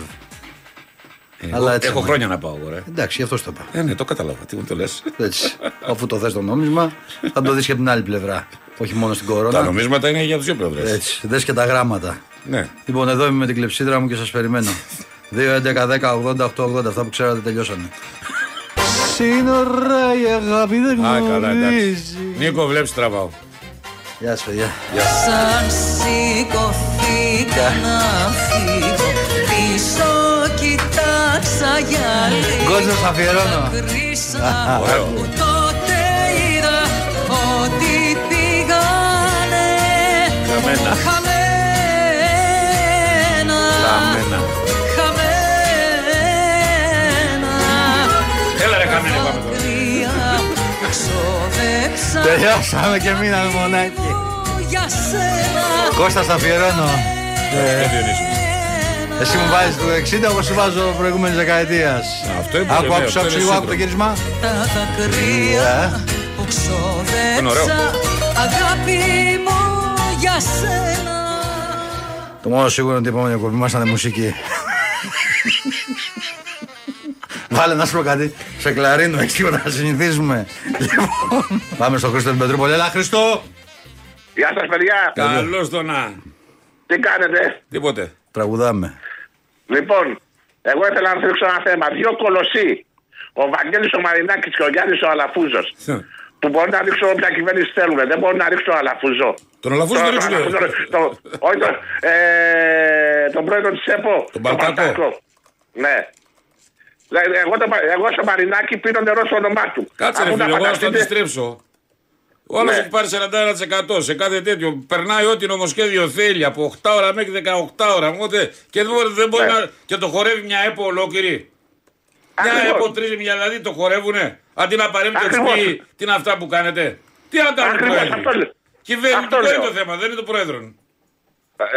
Αλλά έτσι έχω είναι. χρόνια να πάω, ρε. Εντάξει, γι' αυτό σου το είπα. Ε, ναι, το κατάλαβα. Τι μου το λες. Έτσι. Αφού το θες το νόμισμα, θα το δεις και από την άλλη πλευρά. Όχι μόνο στην κορώνα. Τα νομίσματα είναι για του δύο πλευρές. Έτσι. Δες και τα γράμματα. Ναι. Λοιπόν, εδώ είμαι με την κλεψίδρα μου και σας περιμένω. 2, 11, 10, 80, 80. Αυτά που ξέρατε τελειώσανε. Σύνορα η αγάπη δεν Α, καλά, γνωρίζει. εντάξει. Νίκο, βλέπεις τραβάω. Γεια σας, παιδιά. Σαν σηκωθήκα να φύγω Πίσω κοιτάξα για λίγο Γκότζο, σ' αφιερώνω. τα Κρίσα Ωραίο. που τότε είδα Ότι πήγανε Χαμένα. Χαμένα Χαμένα. Χαμένα Έλα, ρε, χαμένα, πάμε τώρα. Μακριά ξόδεψα Τελειώσαμε και μείναμε μονάκι. για σένα Κώστα, σ' αφιερώνω. Ε, Εσύ μου βάζεις το 60, εγώ σου βάζω προηγούμενη δεκαετίας. Αυτό είναι Άκου, πολύ ωραίο, άκουσα, αυτό άκουσα λίγο, είναι άκου Ε. το σύντροφο. γύρισμα. τα δακρύα που Είναι ωραίο. ξόδεψα Αγάπη μου για σένα Το μόνο σίγουρο είναι ότι η επόμενη κοπή μα ήταν μουσική. Βάλε να σου πω κάτι σε κλαρίνο εκεί όταν θα συνηθίσουμε. λοιπόν, πάμε στο Χρήστο την Πετρούπολη. Έλα, Χρήστο! Γεια σας παιδιά. Καλώς το να. Τι κάνετε. Τίποτε. Τραγουδάμε. Λοιπόν, εγώ ήθελα να θίξω ένα θέμα. Δύο κολοσσοί. Ο Βαγγέλης ο Μαρινάκης και ο Γιάννης ο Αλαφούζος. Που μπορούν να ρίξουν όποια κυβέρνηση θέλουν. Δεν μπορούν να ρίξουν τον Αλαφούζο. Τον Αλαφούζο Τον- δεν ρίξουν. τον Αλαφούζο, το- Όχι τον... ε, Τον πρόεδρο της ΕΠΟ. Τον Μπαλτάκο. Μπαλτάκο. Ναι. Δηλαδή, εγώ, το, εγώ στο Μαρινάκι πίνω νερό στο όνομά του. Κάτσε ρε Αφού τα φίλε, εγώ να σου φανταστείτε- αντιστρέψω. Ο άλλος Ναι. έχει πάρει 41% σε κάθε τέτοιο. Περνάει ό,τι νομοσχέδιο θέλει από 8 ώρα μέχρι 18 ώρα. Οπότε και δεν μπορεί, δεν μπορεί Ναι. να. και το χορεύει μια ΕΠΟ ολόκληρη. Μια Ακριβώς. ΕΠΟ τρεις μια δηλαδή το χορεύουνε. Αντί να παρέμβει και του Ακριβώς. πει τι είναι αυτά που κάνετε. Τι να κάνουν Ακριβώς, πάλι. αυτό λέω. Κυβερνητικό Αυτό είναι λέω. το θέμα, δεν είναι το πρόεδρο.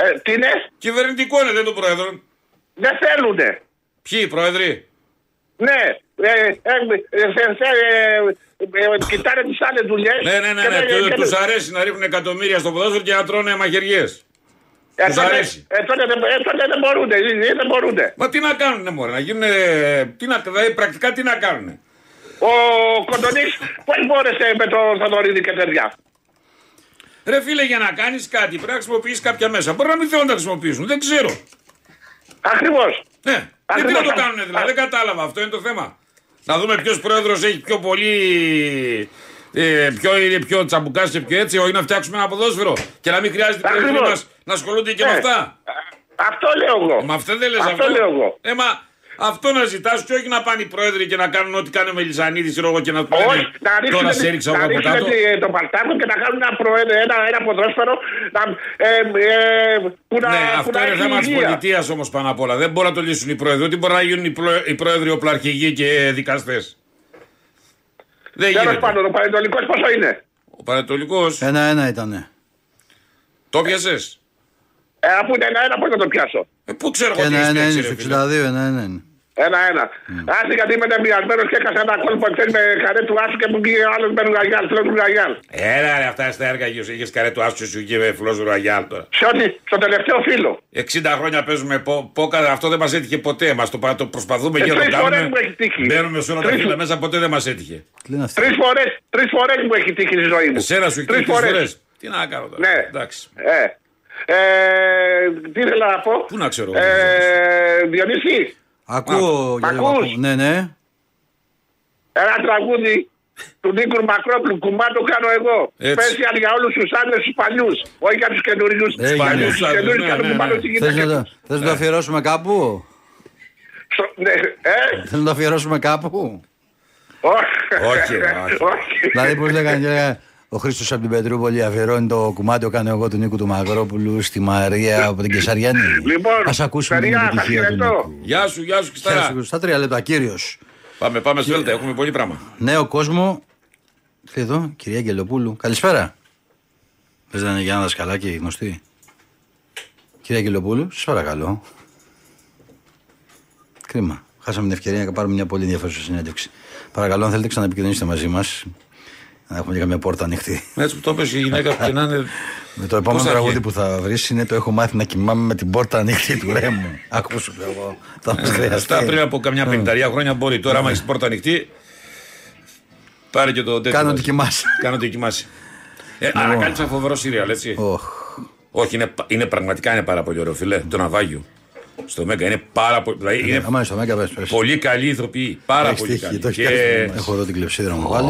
Ε, τι είναι? Κυβερνητικό είναι, δεν είναι το πρόεδρο. Δεν θέλουνε. Ποιοι οι πρόεδροι. Ναι, ε, ε, ε, θε- θε- ε, ε, ε, κοιτάνε τις άλλες δουλειές. Ναι, ναι, ναι. και ναι. δεν- και Τους δεν- αρέσει να ρίχνουν εκατομμύρια στο ποδόσφαιρο και να τρώνε μαχαιριέ. Ε, Τους τότε- αρέσει. ε, τότε δεν- ε, τότε δεν μπορούνε, ε, δεν μπορούνε. Μα τι να κάνουνε μωρέ, να γίνουνε, ε, τι να, δηλαδή πρακτικά τι να κάνουνε. Ο Κοντονής πώς μπόρεσε με τον Θοδωρίδη και παιδιά. Ρε φίλε για να κάνεις κάτι πρέπει να χρησιμοποιείς κάποια μέσα. Μπορεί να μην θέλουν να τα χρησιμοποιήσουν, δεν ξέρω. Ακριβώς. Ναι, και τι να το κάνουνε δηλαδή, δεν κατάλαβα, αυτό είναι το θέμα. Να δούμε ποιος πρόεδρος έχει πιο πολύ, ε, ποιο είναι πιο τσαμπουκάς και πιο έτσι, όχι να φτιάξουμε ένα ποδόσφαιρο και να μην χρειάζεται οι πρόεδροι Ακριβώς. μας να ασχολούνται και με Ε, Ναι. αυτά. Ε, Αυτό λέω εγώ. Μα αυτά δεν λες Αυτό αυτό. λέω εγώ. Ε, μα αυτό να ζητάς και όχι να πάνε οι πρόεδροι και να κάνουν ό,τι κάνει ο Μελισανίδης ρόγο και να τους λένε, Όχι, να τώρα σε ρίξουν, έριξα εγώ να από ρίξουν κάτω. τη- το παρτάκο και να κάνουν ένα, προέ, ένα, ένα ποδόσφαιρο να, ε, ε, που να, Ναι, που αυτό να είναι έχει θέμα της υγεία. πολιτείας όμως πάνω απ' όλα. Δεν μπορούν να το λύσουν οι πρόεδροι. Ότι μπορεί να γίνουν οι πλο- οι πρόεδροι οπλαρχηγοί και δικαστές. Δεν Τέλος γίνεται. πάντων, ο Πανετολικός πόσο είναι. Ο Πανατολικό Ένα-ένα ήτανε. το πιασες. Ε, αφού είναι ένα-ένα, πώς να το πιάσω. Ε, πού ξέρω εγώ τι έχεις Ένα-ένα παίξει, είναι ρε Ναι, στο ναι, φίλε. 62, ένα-ένα είναι. Ένα-ένα. Άσε γιατί είμαι τεμπιασμένος και έκασα ένα κόλπο εχθές με καρέ του Άσου και μου πήγε ο άλλος με ρουγαγιάλ, φλό ρουγαγιάλ. Έλα ρε, αυτά στα έργα γύρω. Είχες καρέ του άσου σου και με φλό ραγιάλ τώρα. Σε ό,τι, στο τελευταίο φίλο. 60 χρόνια παίζουμε πο- πόκα, αυτό δεν μας έτυχε ποτέ. Μας το, πα- το προσπαθούμε Ε, και το τρεις φορές κάνουμε. μου έχει τύχει. Μπαίνουμε σε όλα τα Τρεις- φύλλα μέσα, ποτέ δεν μας έτυχε. Τρεις φορές, τρεις φορές μου έχει τύχει στη ζωή μου. Εσένα σου έχει Τρεις τύχει τρεις φορές. φορές. Τι να κάνω τώρα. Ναι. Εντάξει. Ε, ε, τι ήθελα να πω. Πού να ξέρω. Ε, Διονύση, Μ' Ακούω, Γιώργο, ακούς? ακούω. Ναι, ναι. ένα τραγούδι του Νίκου Μακρόπλου, κουμά το κάνω εγώ. Έτσι. Special για όλους τους άντρες τους παλιούς, όχι για τους καινούριους. Ε, Έγινε. Ε, Ναι, Για τους ναι, καινούριους κάνω κουμά το στη Θες να γυναίκα. το- θες να το αφιερώσουμε κάπου? Στο- ναι, ε, Θέλω να το αφιερώσουμε κάπου. όχι, δηλαδή, πώς λέγανε, λέγανε, ο Χρήστος από την Πετρούπολη αφιερώνει το κουμάντιο κάνω εγώ του Νίκου του Μαγρόπουλου στη Μαρία από την Κεσαριανή. Λοιπόν, Ας ακούσουμε την επιτυχία του. Νίκου. Γεια σου, γεια σου, Χαίρετε, Κισταρά. Χρήστο. Στα τρία λεπτά, κύριος. Πάμε, πάμε στη Δέλτα, έχουμε πολύ πράγμα. Νέο Ναι, κόσμο. Τι εδώ, κυρία Αγγελοπούλου. Καλησπέρα. Πες να είναι Γιάννα Δασκαλάκη, γνωστή. Κυρία Αγγελοπούλου, σας παρακαλώ. Κρίμα. Χάσαμε την ευκαιρία να πάρουμε μια πολύ ενδιαφέρουσα συνέντευξη. Παρακαλώ, αν θέλετε, ξαναεπικοινωνήστε μαζί μας. Να έχουμε και καμία πόρτα ανοιχτή. Έτσι που το έπεσε η γυναίκα που κοινάνε. Με το επόμενο θα τραγούδι βγει? που θα βρεις είναι το Έχω μάθει να κοιμάμαι με την πόρτα ανοιχτή του ρέμου. Άκουσου λέω εγώ. Θα μας χρειαστεί. Ε. Αυτά Ε, πριν από καμιά πενταριά χρόνια μπορεί. Τώρα, άμα έχεις πόρτα ανοιχτή, πάρε και το τέτοιο. Κάνω Λοιπόν. μαζί. ότι κοιμάσαι. Κάνω ότι κοιμάσαι. Ε, Αλλά κάνει ένα φοβερό σύριαλ, έτσι. Όχι, είναι, πα- είναι πραγματικά είναι πάρα πολύ ωραίο, φιλέ. Το ναυάγιο. Στο Μέγκα είναι πάρα πολύ. Δηλαδή είναι Αμά Ναι, στο Μέγκα, πες, πες. πολύ καλή ηθοποιή. Πάρα Έχεις πολύ τύχει, ναι. καλή. το έχεις Και- κάνει. Έχω εδώ την κλεψίδρα μου πάλι.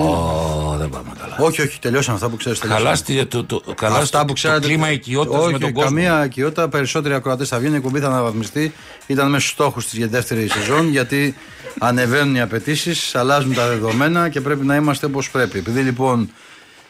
δεν πάμε καλά. Όχι, όχι, τελειώσαν αυτά που ξέρεις. Χαλάστηκε το, το, χαλάστηκε Αυτά που το ξέρατε. κλίμα οικειότητας Όχι, με τον κόσμο. Καμία οικειότητα. Περισσότεροι ακροατές θα βγουν. Η κουμπί θα αναβαθμιστεί. Ήταν μέσα στους στόχους της για τη δεύτερη σεζόν. Γιατί ανεβαίνουν οι απαιτήσεις, αλλάζουν τα δεδομένα και πρέπει να είμαστε όπως πρέπει. Επειδή λοιπόν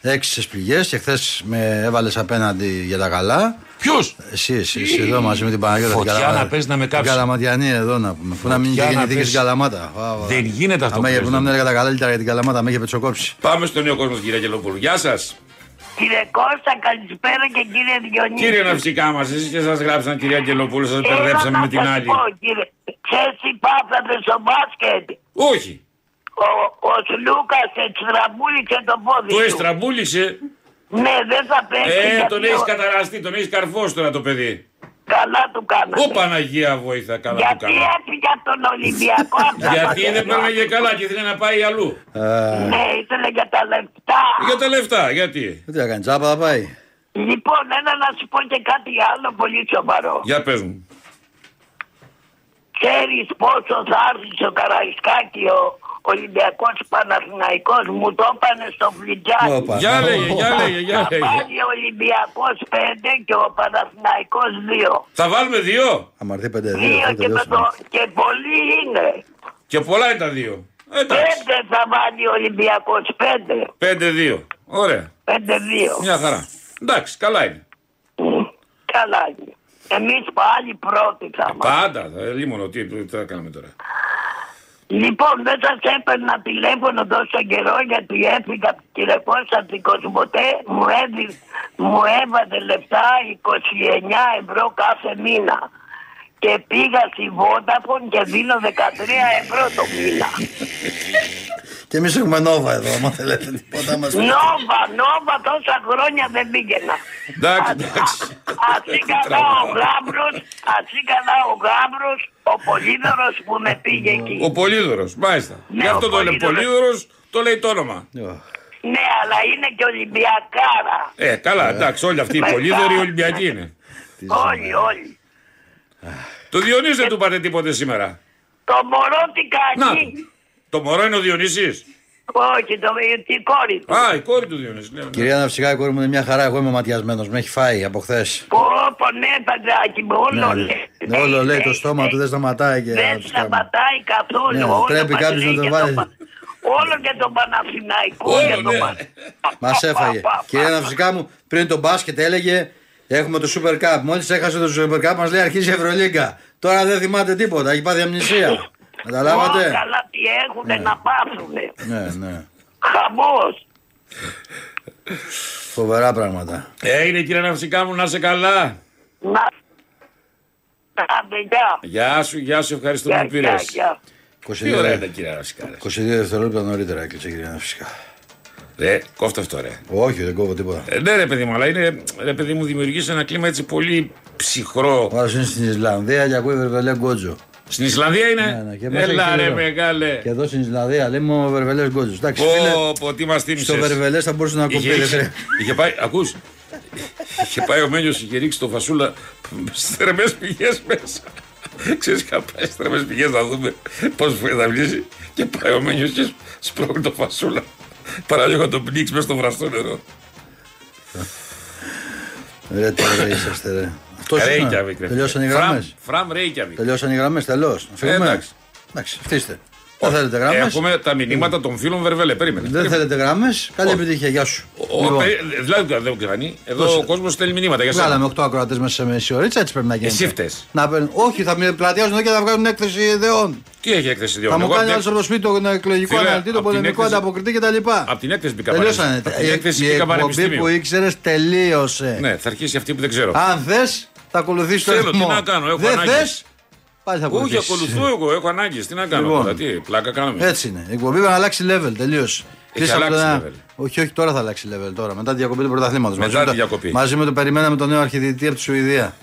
έξισε πηγέ και χθες με έβαλες απέναντι για τα καλά. Ποιος? Εσύ, εσύ, εσύ, εδώ μαζί με την Παναγιώτα. Φωτιά την Καλαμα- να πες να με την κάψεις. Καλαματιανή εδώ να πούμε. Πού να μην Φωτιά να γεννηθεί και πες. στην Καλαμάτα. Βάβα. Δεν γίνεται αυτό Αμέ, που Πού να λες. ναι. μην έλεγα τα καλά λίτρα για την Καλαμάτα, με είχε πετσοκόψει. Πάμε στον νέο κόσμο, κύριε Αγγελοπούλου. Γεια σας. Κύριε Κώστα, καλησπέρα και κύριε Διονύση. Κύριε Ναυσικά μας, εσείς και σας γράψαν, κυρία Αγγελοπούλου, σα Θέλω μπερδέψαμε να με την σας άλλη. πω, κύριε, ξέρεις τι πάθατε στο μπάσκετ. Όχι. Ο, ο Λούκας εξτραμπούλησε το πόδι Το του. εστραμπούλησε. Ναι, δεν θα παίξει. Ε, γιατί τον ο- έχει καταραστεί, τον έχεις καρφώσει τώρα το παιδί. Καλά του κάνατε. Ω Παναγία βοήθα, καλά του Γιατί κάνατε. έφυγε από τον Ολυμπιακό. απ' τα Γιατί δεν Παναγιά. πέρναγε καλά και ήθελε να πάει αλλού. Ε. Ναι, ήθελε για τα λεφτά. Για τα λεφτά, γιατί. Τι θα κάνει, τσάπα θα πάει. Λοιπόν, ένα να σου πω και κάτι άλλο πολύ σοβαρό. Για πες μου. Ξέρεις πόσο θα άρχισε ο Καραϊσκάκη ο Ολυμπιακός Παναθηναϊκός μου το έπανε στο φλιτζάκι. Όπα. ναι. Για λέγε, για λέγε, για Θα λέγε. πάρει ο Ολυμπιακός 5 και ο Παναθηναϊκός 2. Θα βάλουμε δύο. Αμαρτή πέντε, Δύο Ε, δεν και, με τελειώσαμε. το... και πολλοί είναι. Και πολλά ήταν δύο. Πέντε θα βάλει ο Ολυμπιακός. Πέντε. Πέντε-δύο. Ωραία. Πέντε-δύο. Μια χαρά. Εντάξει, καλά είναι. Καλά είναι. Εμείς πάλι πρώτοι θα είμαστε. Πάντα. ε, Λίμωνο, τι, τι θα κάνουμε τώρα. Λοιπόν, δεν σας έπαιρνα τηλέφωνο τόσο καιρό γιατί έφυγα από τη τηλεφώνησα από την Κοσμοτέ. Μου, έδι- μου έβαζε λεφτά 29 ευρώ κάθε μήνα. Και πήγα στη Vodafone και δίνω 13 ευρώ το μήνα. Και εμείς έχουμε νόβα εδώ, άμα θέλετε τίποτα μα Νόβα, Νόβα, τόσα χρόνια δεν πήγαινα. Εντάξει, εντάξει. Ασύ καλά ο γάμπρος, ασύ καλά ο γάμπρος, ο Πολύδωρος που με πήγε εκεί. Ο Πολύδωρος, μάλιστα. Γι' αυτό Ναι, ο το λέει Πολύδωρος. Πολύδωρος, το λέει το όνομα. Ναι, αλλά είναι και Ολυμπιακάρα. Ε, καλά, εντάξει, όλοι αυτοί οι Μετά. Πολύδωροι Ολυμπιακοί είναι. ε, ναι. Όλοι, όλοι. Το Διονύση δεν του είπατε τίποτε σήμερα. Το μωρό τι κάνει. Το μωρό είναι ο Διονύσης. Όχι, το, την κόρη του. Α, η κόρη του Διονύση. ναι. Κυρία Ναυσικά, η κόρη μου είναι μια χαρά. Εγώ είμαι ματιασμένος. Με έχει φάει από χθες. Πόπο, ναι, παντράκι μου, Ναι. όλο λέει. ναι, Όλο λέει το στόμα του δεν σταματάει και. Δεν σταματάει καθόλου. Ναι, όλο πρέπει μας κάποιος λέει να το και τον βάλει. Πα- Όλο και τον Παναθηναϊκό και ναι. τον Πα- Μα έφαγε. Κυρία Ναυσικά μου, πριν τον μπάσκετ έλεγε Έχουμε το Super Cup. Μόλις έχασε το Super Cup, μας λέει αρχίζει η Ευρωλίγκα. Τώρα δεν θυμάται τίποτα. Έχει πάθει αμνησία. Ω, Καταλάβατε. Καλά τι έχουνε να πάθουνε. ναι, ναι. Χαμός. Φοβερά πράγματα. Έγινε κύριε Ναυσικά μου, να είσαι καλά. Να... Τα παιδιά. Γεια σου, γεια σου, ευχαριστούμε Γεια, που πήρες. γεια, γεια. 22 Τι ωραία ήταν κύριε Ναυσικά. 22 δευτερόλεπτα νωρίτερα έκλεισε η κυρία Ναυσικά. Ρε, κόφτω αυτό ρε. Όχι, δεν κόβω τίποτα. Ε, ναι ρε παιδί μου, αλλά είναι, ρε παιδί μου δημιουργήσει ένα κλίμα έτσι πολύ ψυχρό. Ο άλλος είναι στην Ισλανδία και ακούει βερβελέ γκότζο. Στην Ισλανδία είναι. Ναι, ναι, και μέσα Έλα έχει ρε νερό. μεγάλε. Και εδώ στην Ισλανδία λέμε ο βερβελές γκότζο. Εντάξει, φίλε, Πω, πω, τι μας θύμισες. στο βερβελές θα μπορούσε να Είχε, κοπεί. ρε φίλε. είχε, είχε πάει, ακούς, είχε πάει ο Μένιος, είχε ρίξει το φασούλα στις θερμές πηγές μέσα. Ξέρεις, είχα πάει στις θερμές πηγές να δούμε πώς θα βλύσει. Και πάει ο Μένιος και σπρώχνει το φασούλα. Παραλίγο να τον πνίξει μέσα στο βραστό νερό. Ρε τώρα είσαστε ρε. Αυτός Ρέικιαβικ, είναι. ρε φίλε. Τελειώσαν οι Φραμ- γραμμές. Φραμ Ρέικιαβικ. Τελειώσαν οι γραμμές, τελώς. Να φύγουμε. εντάξει. Εντάξει, φτύστε. Δεν θέλετε γραμμές. Έχουμε τα μηνύματα των φίλων Βερβελέ. Περίμενε. Δεν θέλετε γραμμές. Καλή επιτυχία, γεια σου. Ο- Λοιπόν, περί- Δηλαδή δεν κάνει. Εδώ Δώσε. ο κόσμος στέλνει μηνύματα για σένα. Βγάλαμε 8 ακροατές μέσα σε μισή ώρα, έτσι, έτσι πρέπει να γίνει. Εσύ φταίει. Να παίρνουν. Όχι, θα με πλατιάζουν εδώ και θα βγάλουν έκθεση ιδεών. Τι έχει έκθεση δύο. Θα μου κάνει άλλο από το σπίτι τον εκλογικό Φίλε, αναλυτή, τον απ' την πολεμικό έκθεση- ανταποκριτή κτλ. Από την έκθεση μπήκα Τελειώσανε. πανεπιστήμιο. Η- Απ' την έκθεση Ε, Η μπήκα εκπομπή που πανεπιστήμιο. ήξερες τελείωσε. Ναι, θα αρχίσει αυτή που δεν ξέρω. Αν θες, θα ακολουθήσει το Θέλω, τι ρυθμό. να κάνω, έχω Δεν ανάγκες. θες, πάλι θα Όχι, ακολουθήσεις. ακολουθώ εγώ, έχω ανάγκες. Τι να κάνω Λοιπόν. τώρα, τι, πλάκα κάνουμε. Έτσι είναι. Η εκπομπή πρέπει να αλλάξει level, τελείωσε. Έχει Κλείσαμε αλλάξει ένα- level. Όχι, όχι, τώρα θα αλλάξει level τώρα. Μετά τη διακοπή του πρωταθλήματος. Μετά τη διακοπή. Μαζί με το περιμέναμε τον νέο αρχιδητή από τη Σουηδία.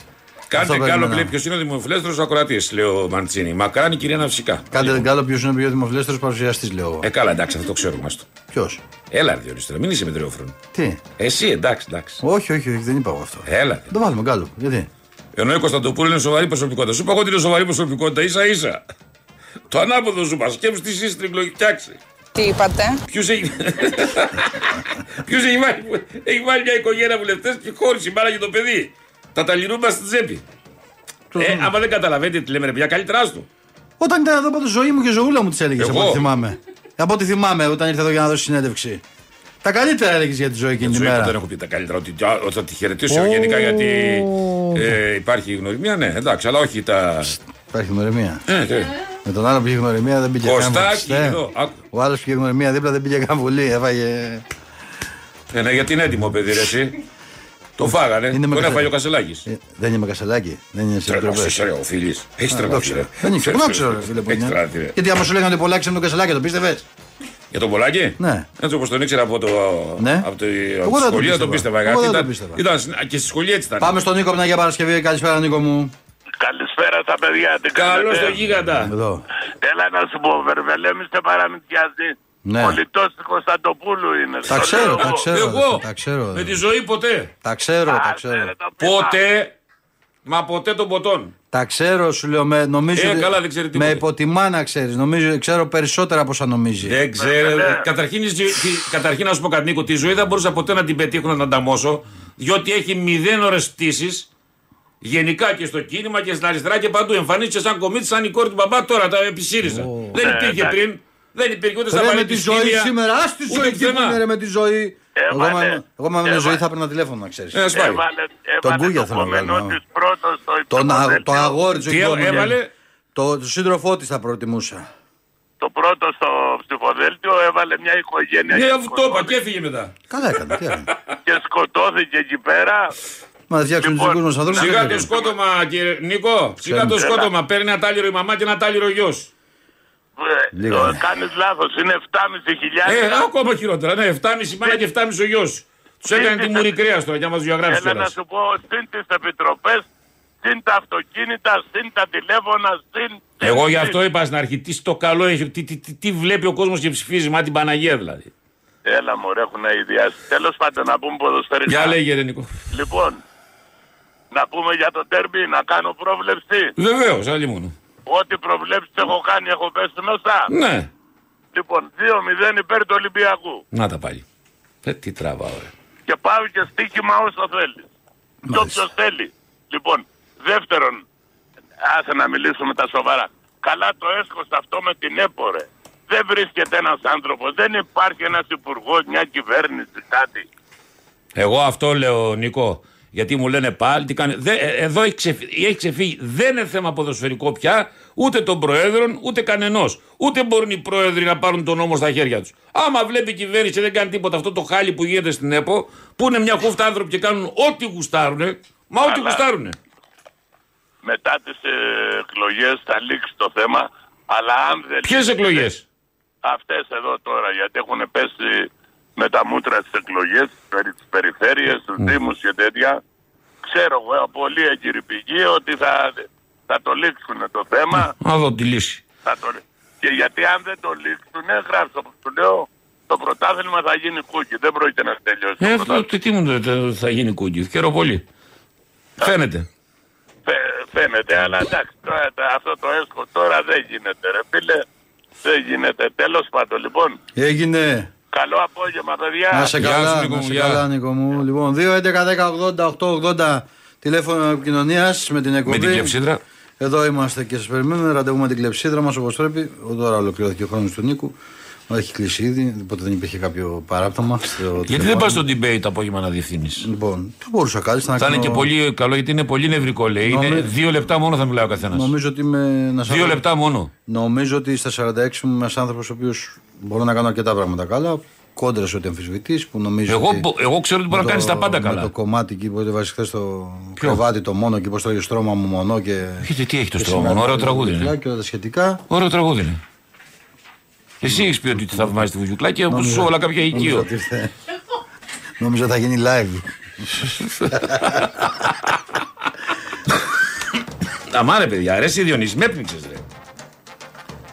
Αυτό Κάντε καλό περιμέναμε. πλέον ποιος είναι ο δημοφιλέστερος ακροατής, λέει ο Μαντσίνη. Μακάρι κυρία Ναυσικά. Λοιπόν, Κάντε τον καλό ποιος είναι ο πιο δημοφιλέστερος παρουσιαστής, λέω εγώ. Ε, καλά, εντάξει, αυτό το ξέρουμε. άστο. Ποιος. Έλα, ρε, Διονύση, τώρα, μην είσαι μετριόφρονο. Τι. Εσύ, εντάξει, εντάξει. Όχι, όχι, όχι, δεν είπα εγώ αυτό. Έλα. Ε, Δεν βάλουμε κάλο. Γιατί. Ενώ η Κωνσταντοπούλη είναι σοβαρή προσωπικότητα. Σου είπα εγώ ότι είναι σοβαρή προσωπικότητα, ίσα ίσα. Το ανάποδο σου είπα. Σκέψου τι είσαι τρικλογική. Φτιάξει. Τι είπατε. Ποιο έχει. Ποιο έχει βάλει, έχει βάλει μια οικογένεια βουλευτές και χώρισε η μάνα και το παιδί. Τα ταλιρούμπα στην τσέπη. Ε, άμα δεν καταλαβαίνετε τι λέμε, ρε παιδιά, καλύτερα άστο. Όταν ήταν εδώ πάντως ζωή μου και ζωούλα μου τις έλεγε, Εγώ? από ό,τι θυμάμαι. από ό,τι θυμάμαι όταν ήρθε εδώ για να δώσει συνέντευξη. Τα καλύτερα έλεγες για τη ζωή εκείνη τη Ζωή μέρα. δεν έχω πει τα καλύτερα. Ότι α, θα τη χαιρετήσω γενικά γιατί ε, υπάρχει γνωριμία, ναι, εντάξει, αλλά όχι τα. Υπάρχει γνωριμία. Ε, ναι. Με τον άλλο πήγε γνωριμία, δεν πήγε καν Κωστάκι, βουλευτέ. εδώ. άκου. Ο άλλος πήγε γνωριμία δίπλα, δεν πήγε καν βουλή. Έφαγε. Ε, ναι, γιατί είναι έτοιμο παιδί, ρε, εσύ. Το φάγανε. Τον μεγαλύτερο. έφαγε ο Κασελάκη. Δεν είμαι κασελάκι. Δεν είναι σε Τρελό, επιτροπές. είσαι ρε, ο φίλης. Έχει Α, τρελαθεί, το ρε. ξέρω. Δεν ήξερα, πού να ξέρω, ρε, φίλε, που Έχει είναι. τρελαθεί, ρε. Γιατί άμα σου λέγανε πολλά ξέρω τον κασελάκι, το πίστευες. Για τον Πολάκη. Ναι. Έτσι όπως τον ήξερα από, το, Ναι. από, το, από Εγώ τη δεν το σχολή, δεν τον πίστευα. πίστευα. Εγώ δεν ήταν, το πίστευα. ήταν στην- και στη σχολή έτσι ήταν. Πάμε στον Νίκο από την Αγία Παρασκευή. Καλησπέρα, Νίκο μου. Καλησπέρα τα παιδιά. τι Καλό κάνετε? στο γίγαντα. Εδώ. Έλα να σου πω, Βερβελέ, μη σε παραμυθιάζει. Ναι. Πολιτός του Κωνσταντοπούλου είναι. Τα Το ξέρω, λέω τα εγώ. ξέρω. Εγώ. Τα ξέρω. Με τη ζωή ποτέ. Τα ξέρω, τα ξέρω. Ποτέ. Μα ποτέ των ποτών. Τα ξέρω, σου λέω. Με, νομίζω Ε, ότι- καλά, δεν ξέρει με τίποτα. υποτιμά να ξέρεις. Νομίζω ξέρω περισσότερα από όσα νομίζει. Δεν ξέρω. Καταρχήν, η ζη- τη- καταρχήν να σου πω κάτι, Νίκο, τη ζωή δεν μπορούσα ποτέ να την πετύχω να την ανταμώσω, διότι έχει μηδέν ώρες πτήσει Γενικά και στο κίνημα και στην αριστερά και παντού. Εμφανίστηκε σαν κομίτη, σαν η κόρη του μπαμπά τώρα τα επισήριζα. Δεν υπήρχε πριν. Δεν υπήρχε ούτε στα Ρε με τη πανεπιστήμια, ζωή σήμερα, α τη ούτε ζωή εκεί που πουθενά. είναι ρε με τη ζωή. Εγώ Έβαλε- άμα- Εγώ άμα με τη έβαλε- ζωή θα έπαιρνα τηλέφωνο να ξέρεις. Ε, σπάει. Τον Κούγια θέλω να βγάλουμε. Τον α- Το αγόρι του Τι έβαλε? Το το σύντροφό της θα προτιμούσα. Το πρώτο στο ψηφοδέλτιο έβαλε μια οικογένεια. Ναι, και αυτό το είπα και έφυγε μετά. Καλά έκανε, τι έκανε. Και σκοτώθηκε εκεί πέρα. Μα να φτιάξουμε του δικούς μας ανθρώπους. Λοιπόν, Σιγά το σκότωμα, κύριε Νίκο. Σιγά το Έλα. σκότωμα. Παίρνει ένα τάλιρο η μαμά και ένα τάλιρο ο γιος. Λίγο. Κάνεις λάθος, είναι 7,5 χιλιάδες. Ε, ακόμα χειρότερα. Ναι, 7,5 μάνα και 7,5 ο γιος. Τους έκανε τη μουρή κρέας τώρα για να μας διαγράψεις Έλα να τώρα. σου πω, συν τις επιτροπές, συν τα αυτοκίνητα, συν τα τηλέφωνα, συν. Εγώ γι' αυτό είπα στην αρχή, τι στο καλό έχει, τι, τι, τι, τι βλέπει ο κόσμος και ψηφίζει, μα την Παναγία δηλαδή. Έλα μου, έχουν ιδιάσει. Τέλος πάντων, να πούμε ποδοσφαιρικά. Για λέγε ρε Νίκο. Λοιπόν, να πούμε για το τέρμπι, να κάνω πρόβλεψη. Βεβαίως, άλλη μόνο. Ό,τι προβλέψεις έχω κάνει, έχω πέσει μέσα. Ναι, Λοιπόν, 2-0 υπέρ του Ολυμπιακού. να τα πάλι. Ε, τι τραβάω, ρε. Και πάω και στοίχημα όσο θέλεις. Και όποιος θέλει. Λοιπόν, δεύτερον, άσε να μιλήσουμε τα σοβαρά. Καλά το έσκωσε αυτό με την έπορε. Δεν βρίσκεται ένας άνθρωπος, δεν υπάρχει ένας υπουργός, μια κυβέρνηση, κάτι. Εγώ αυτό λέω, Νίκο. Γιατί μου λένε πάλι τι κάνει. Δε- ε, εδώ έχει ξεφύγει, έχει ξεφύγει. Δεν είναι θέμα ποδοσφαιρικό πια, ούτε των προέδρων, ούτε κανενός. Ούτε μπορούν οι πρόεδροι να πάρουν τον νόμο στα χέρια τους. Άμα βλέπει η κυβέρνηση δεν κάνει τίποτα αυτό το χάλι που γίνεται στην ΕΠΟ, που είναι μια χούφτα άνθρωποι και κάνουν ό,τι γουστάρουν. Μα ό,τι Αλλά- γουστάρουν. Μετά τις εκλογές θα λήξει το θέμα. Αλλά αν δεν. Ποιες εκλογές. Αυτές εδώ τώρα, γιατί έχουν πέσει με τα μούτρα τις εκλογές, τις περιφέρειες, τους Δήμους και τέτοια. Ξέρω εγώ από πολλοί εγκυρυπηγοί ότι θα, θα το λήξουν το θέμα. Να δω τη λύση. Θα το... Και γιατί αν δεν το λήξουν, γράψτε το. Του λέω το πρωτάθλημα θα γίνει κούκι. Δεν πρόκειται να τελειώσει. Ε, αυτό τι, τι μου λέτε, θα γίνει κούγκι. Χαίρομαι πολύ. Φαίνεται. Φαι- φαίνεται, αλλά εντάξει, τώρα, τα- αυτό το έσκο τώρα δεν γίνεται, ρε φίλε. Δεν γίνεται. Τέλος πάντων, λοιπόν, Έγινε. καλό απόγευμα, παιδιά. Να σε καλά, να σε καλά, Νίκο μου. Λοιπόν, 2-11-10-80-8-80 τηλέφωνο επικοινωνίας με την εκπομπή. Με την κλεψίδρα. Εδώ είμαστε και σας περιμένουμε. Ραντεβού με την κλεψίδρα μας όπως πρέπει. Ο- Τώρα ολοκληρώθηκε ο χρόνος του Νίκου. Μα Έχει κλείσει ήδη, οπότε δεν υπήρχε κάποιο παράπτωμα. Γιατί δεν πας στο debate το απόγευμα να διευθύνεις. Λοιπόν, θα μπορούσα κάτι να Θα είναι κάνω. και πολύ καλό γιατί είναι πολύ νευρικό, λέει. Είναι Νομίζω- δύο λεπτά μόνο θα μιλάει ο καθένας. Νομίζω ότι είμαι. Να σας Δύο πω- λεπτά μόνο. Νομίζω ότι στα 46 μου είμαι ένας άνθρωπος ο οποίος μπορώ να κάνω αρκετά πράγματα καλά. Κόντρα σε ό,τι αμφισβητείς, που νομίζω. Εγώ, ότι... μπο- εγώ ξέρω ότι μπορεί να Με κάνει τα το- πάντα Με καλά. το κομμάτι εκεί που έβαζε χθε το κρεβάτι το μόνο και πώ το στρώμα μου μονό και. Γιατί τι έχει το και στρώμα, σήμερα ωραίο το τραγούδι Βουγιουκλά είναι. Και όλα τα σχετικά. Ωραίο τραγούδι είναι. Εσύ έχεις πει ότι τη θαυμάζεις τη Βουγιουκλάκη, όπως Νόμιζα- σου όλα κάποια νόμιζα οικείο. ότι ήρθε. Νόμιζα θα γίνει live. Αμάρε, παιδιά, ρε, εσύ Διονύση, με έπνιξες, ρε.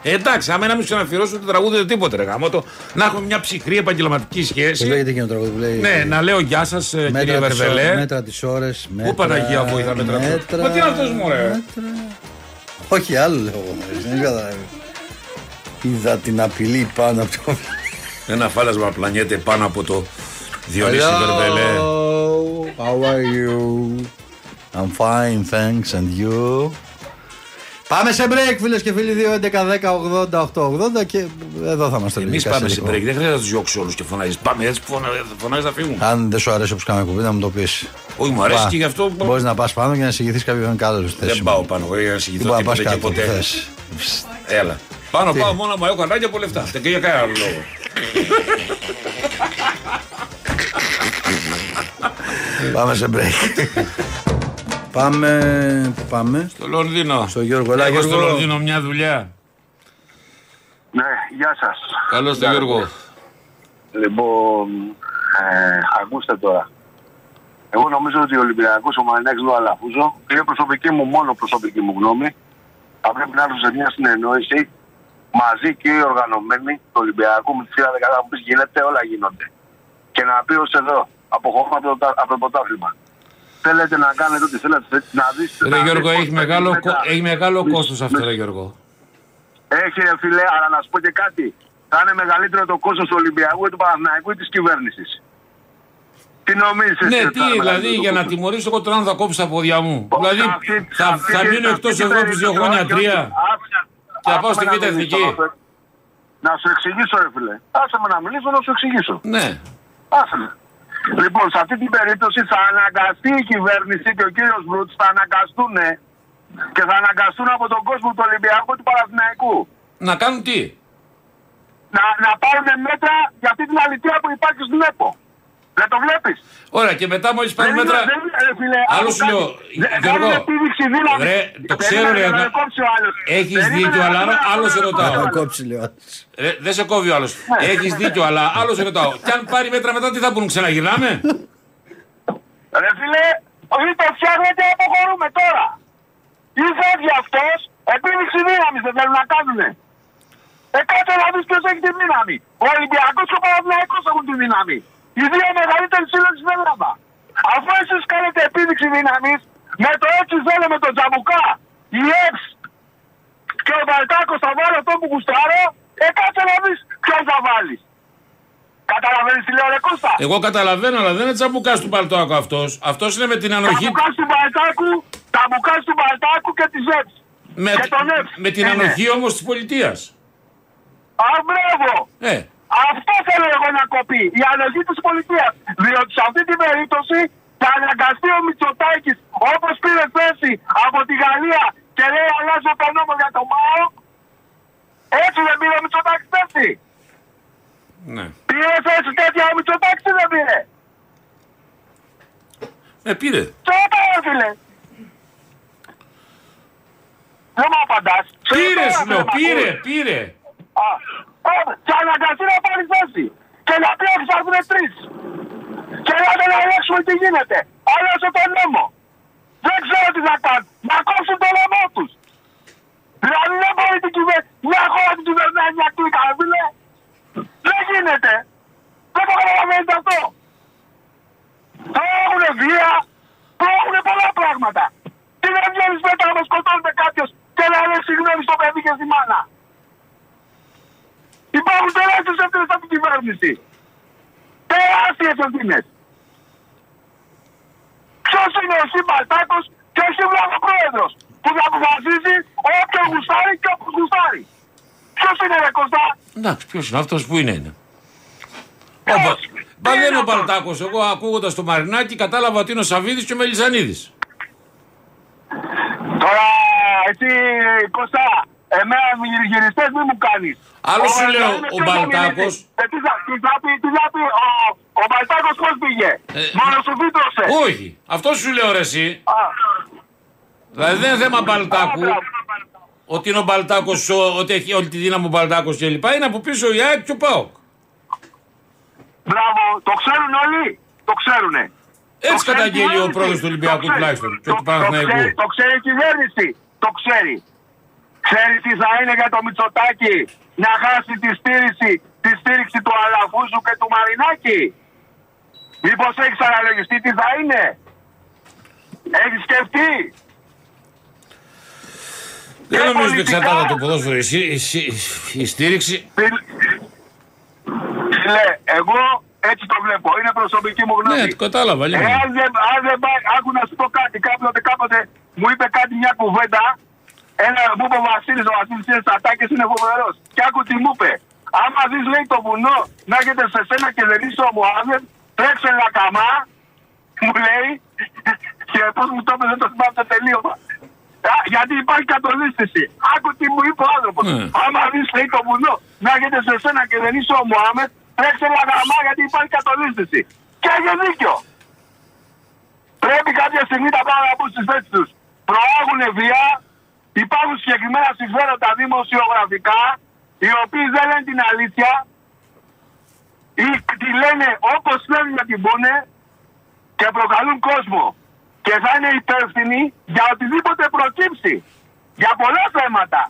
Ε, εντάξει, άμα να μην ξαναφυρώσω το τραγούδι ούτε τίποτα, ρε γάμο το. Να έχουμε μια ψυχρή επαγγελματική Και σχέση. λέγεται εκείνο το τραγούδι που λέει. Ναι, να λέω γεια σας, κύριε μέτρα τις ώρες- Βερβελέ. Μέτρα τις ώρες. Πού Παναγία βοηθά μέτρα. μέτρα- Μα τι είναι αυτό μου, ρε. Όχι άλλο λέω εγώ. μόλις, Δεν καταλαβαίνω. Είδα την απειλή πάνω από το. Ένα φάλασμα πλανιέται πάνω από το Διονύση Hello, Βερβελέ. How are you? I'm fine, thanks and you. Πάμε σε break, φίλες και φίλοι. 2, 11, 10, 80, 80 και εδώ θα είμαστε Εμείς λογικά πάμε σε σε λίγο. break. Δεν χρειάζεται να τους διώξω όλους και φωνάζεις. Πάμε έτσι που φωνάζεις να φύγουν. Αν δεν σου αρέσει όπως κάνουμε κουβέντα, μου το πεις. Όχι, μου αρέσει και γι' αυτό. Μπορείς να πας πάνω και να συγγυθεί κάποιον καλό στη θέση. Δεν πάω πάνω. Εγώ για να συγγυθώ μπορεί τίποτα να πας και κάτω, ποτέ. θες. Έλα. Πάνω πάω μόνο μα έχω ανάγκη από λεφτά. Δεν και για κανένα άλλο λόγο. Πάμε σε break. πάμε. Πού πάμε. Στο Λονδίνο. Στο Γιώργο. Ελά, Έχω στο Γιώργο. Λονδίνο μια δουλειά. Ναι, γεια σας. Καλώς τον Γιώργο. Λοιπόν, ε, ακούστε τώρα. Εγώ νομίζω ότι ο Ολυμπιακός, ο Μανέξ Αλαφούζο, είναι προσωπική μου, μόνο προσωπική μου γνώμη. Θα πρέπει να έρθουν σε μια συνεννόηση μαζί και οι οργανωμένοι του Ολυμπιακού με τη σειρά 10 που γίνεται, όλα γίνονται. Και να πει ως εδώ, αποχωρούμε από το, τα- από το ποτάθλημα. Θέλετε να κάνετε ό,τι θέλετε, θέλετε να δείστε. Ρε να Γιώργο, δείστε έχει πώς μεγάλο, παίζετε. κο- έχει μεγάλο κόστος αυτό, ρε Γιώργο. Έχει ρε φίλε, αλλά να σου πω και κάτι. Θα είναι μεγαλύτερο το κόστος του Ολυμπιακού ή του Παναθηναϊκού ή της κυβέρνησης. Τι νομίζεις εσύ Ναι, ότι θα τι, δηλαδή αλλάξει για το να τιμωρήσω εγώ τον άλλο θα κόψω τα πόδια μου. Δηλαδή αυτή- θα, αυτή- θα μείνω αυτή εκτό ήταν η Ευρώπη δικαιολογία. διαγώνια τρία και θα πάω στη Άκου με Β' να μιλήσω, Εθνική. άσε. Να σου εξηγήσω, ρε φίλε. Άσε με να μιλήσω, να σου εξηγήσω. Ναι. Άσε με. Λοιπόν, σε αυτή την περίπτωση θα αναγκαστεί η κυβέρνηση και ο κύριος Μπρούτς θα αναγκαστούν και θα αναγκαστούν από τον κόσμο του Ολυμπιακού του Παναθηναϊκού Να κάνουν τι. να, να πάρουν μέτρα για αυτή την αλήθεια που υπάρχει στην ΕΠΟ. Δεν το βλέπεις. Ωραία, και μετά μόλι πάρουν Δεν μέτρα. είναι- δεν είναι, ρε φίλε, Άλλο άκου σου λέω, κάτι. Δεν- δεν Γιώργο, είναι επίδειξη δύναμης. ρε, το Περίμενε, ξέρω, ρε, να με αλλά- κόψει ο άλλος. Έχεις Περίμενε, δίκιο, να με αλλά κόψει άλλο σε ο άλλος. ρωτάω. Να κόψει, λέω. Ρε, δεν σε κόβει ο άλλος. Ναι. Έχεις δίκιο, αλλά άλλο σε ρωτάω. Κι αν πάρει μέτρα μετά, τι θα μπουν, ξαναγυρνάμε. Ρε φίλε, όχι το φτιάχνετε, αποχωρούμε τώρα. Ή φεύγει αυτός, επίδειξη δύναμης δεν θέλουν να κάνουνε. Ε, κάτσε να δεις ποιος έχει τη δύναμη. Ο Ολυμπιακός και ο Παναθηναϊκός έχουν τη δύναμη. Οι δύο μεγαλύτεροι σύλλογοι στην Ελλάδα. Αφού εσείς κάνετε επίδειξη δύναμης, με το έτσι θέλω με τον Τζαμπουκά, η ΕΠΣ και ο Βαλτάκος θα βάλω αυτό που γουστάρω, ε, κάτσε να δεις ποιον θα βάλεις. Καταλαβαίνεις τι λέω ρε Κώστα. Εγώ καταλαβαίνω, αλλά δεν είναι τσαμπουκά του Παλτόακο αυτός. Αυτός είναι με την Τα ανοχή. μπουκά του Μπαλτάκου, τα μπουκά του Μπαλτάκου και της ΕΠΣ. Με, και τον ΕΠΣ. με την είναι. ανοχή όμως της πολιτείας. Α, μπράβο. Ε, Αυτό θέλω εγώ να κοπεί. Η ανοχή της πολιτείας. Διότι σε αυτή την περίπτωση θα αναγκαστεί ο Μητσοτάκης όπως πήρε θέση από τη Γαλλία και λέει αλλάζω τον νόμο για το ΜΑΟ. Έτσι δεν πήρε ο Μητσοτάκης θέση. ναι. Πήρε θέση τέτοια ο Μητσοτάκης δεν πήρε. Ε, πήρε. Τσέπα, ρε φίλε. Δεν μου απαντάς. Πήρε, Τώρα, σου λέω, μ' ακούς. πήρε, πήρε. Α, θα αναγκαστεί να πάρει θέση. Και να πει ότι θα έρθουν τρεις. Και να τον αλλάξουμε τι γίνεται. Άλλασε τον νόμο. Δεν ξέρω τι θα κάνουν. Να κόψουν τον νόμο τους. Δηλαδή δεν μπορεί την κυβέρνηση. Μια χώρα την κυβερνάει μια κλίκα, ρε φίλε. Δεν γίνεται. Δεν το καταλαβαίνετε αυτό. Προάγουν βία. Προάγουν πολλά πράγματα. Τι δεν βγαίνεις μετά να σκοτώνεται κάποιος και να λέει συγγνώμη στο παιδί και στη μάνα. Υπάρχουν τεράστιε ευθύνε από την κυβέρνηση. Τεράστιε ευθύνε. Ποιος είναι ο Σιμπαλτάκο και ο Σιμπαλτάκο πρόεδρο που θα αποφασίζει όποιον γουστάρει και όπου γουστάρει. Ποιος είναι ρε Κωστά, Εντάξει, ποιος είναι αυτός που είναι. είναι. Όπα. Μπα δεν είναι ο Παλτάκο. Εγώ ακούγοντα το Μαρινάκι κατάλαβα ότι είναι ο Σαββίδη και ο Μελισανίδη. Τώρα εσύ Κωστά, εμένα οι γυριστέ μην μου κάνεις. Άλλο σου λέω, ο Μπαλτάκος. Ε, Τι θα τι θα πει, τι θα πει, ο- ο Μπαλτάκο πώ πήγε. Μόνο σου φύτρωσε. Ε, Όχι. Αυτό σου λέω ρε εσύ. Δηλαδή δεν είναι θέμα Μπαλτάκου. Ότι είναι ο Μπαλτάκος, ότι έχει όλη τη δύναμη ο Μπαλτάκος κλπ. Είναι από πίσω η ΑΕΚ και ο ΠΑΟΚ. Μπράβο, το ξέρουν όλοι. Το ξέρουνε. Έτσι Το ξέρει η καταγγέλει ο κυβέρνηση. πρόεδρος του Ολυμπιακού Το ξέρει. τουλάχιστον και Το- του το ξέρει- Παναθηναϊκού. Το ξέρει η κυβέρνηση. Το ξέρει. Ξέρει τι θα είναι για το Μητσοτάκι να χάσει τη στήριξη, τη στήριξη του Αλαφούζου και του Μαρινάκη. Μήπως έχει αναλογιστεί τι θα είναι. Έχεις σκεφτεί. Δεν Και νομίζω ότι πολιτικά. εξαρτάται από το ποδόσφαιρο. Η, σύ- η σύ- η στήριξη. Φίλε, Ναι, εγώ έτσι το βλέπω. Είναι προσωπική μου γνώμη. Ναι, το κατάλαβα, λοιπόν. Ε, αν δεν, αν δεν πάει, άκου να σου πω κάτι. Κάποτε, κάποτε μου είπε κάτι μια κουβέντα. Ένα μου είπε ο Βασίλης, ο Βασίλης είναι σατάκι, είναι φοβερός. Και άκου τι μου είπε. Άμα δεις, λέει το βουνό να έρχεται σε σένα και δεν είσαι ο Μωάμεν, τρέξε να καμά. Μου λέει. και πώς μου το είπε, δεν το θυμάμαι το τελείωμα. Α, γιατί υπάρχει κατολίσθηση. Άκου τι μου είπε ο άνθρωπος. Άμα δεις, λέει το βουνό να έρχεται σε σένα και δεν είσαι ο Μωάμεν, τρέξε να καμά γιατί υπάρχει κατολίσθηση. Και έχει δίκιο. Πρέπει κάποια στιγμή τα πράγματα να μπουν στις θέσεις τους. Προάγουν βία, υπάρχουν συγκεκριμένα συμφέροντα δημοσιογραφικά, οι οποίοι δεν λένε την αλήθεια ή τη λένε όπως θέλουν να την πούνε και προκαλούν κόσμο. Και θα είναι υπεύθυνοι για οτιδήποτε προκύψει. Για πολλά θέματα.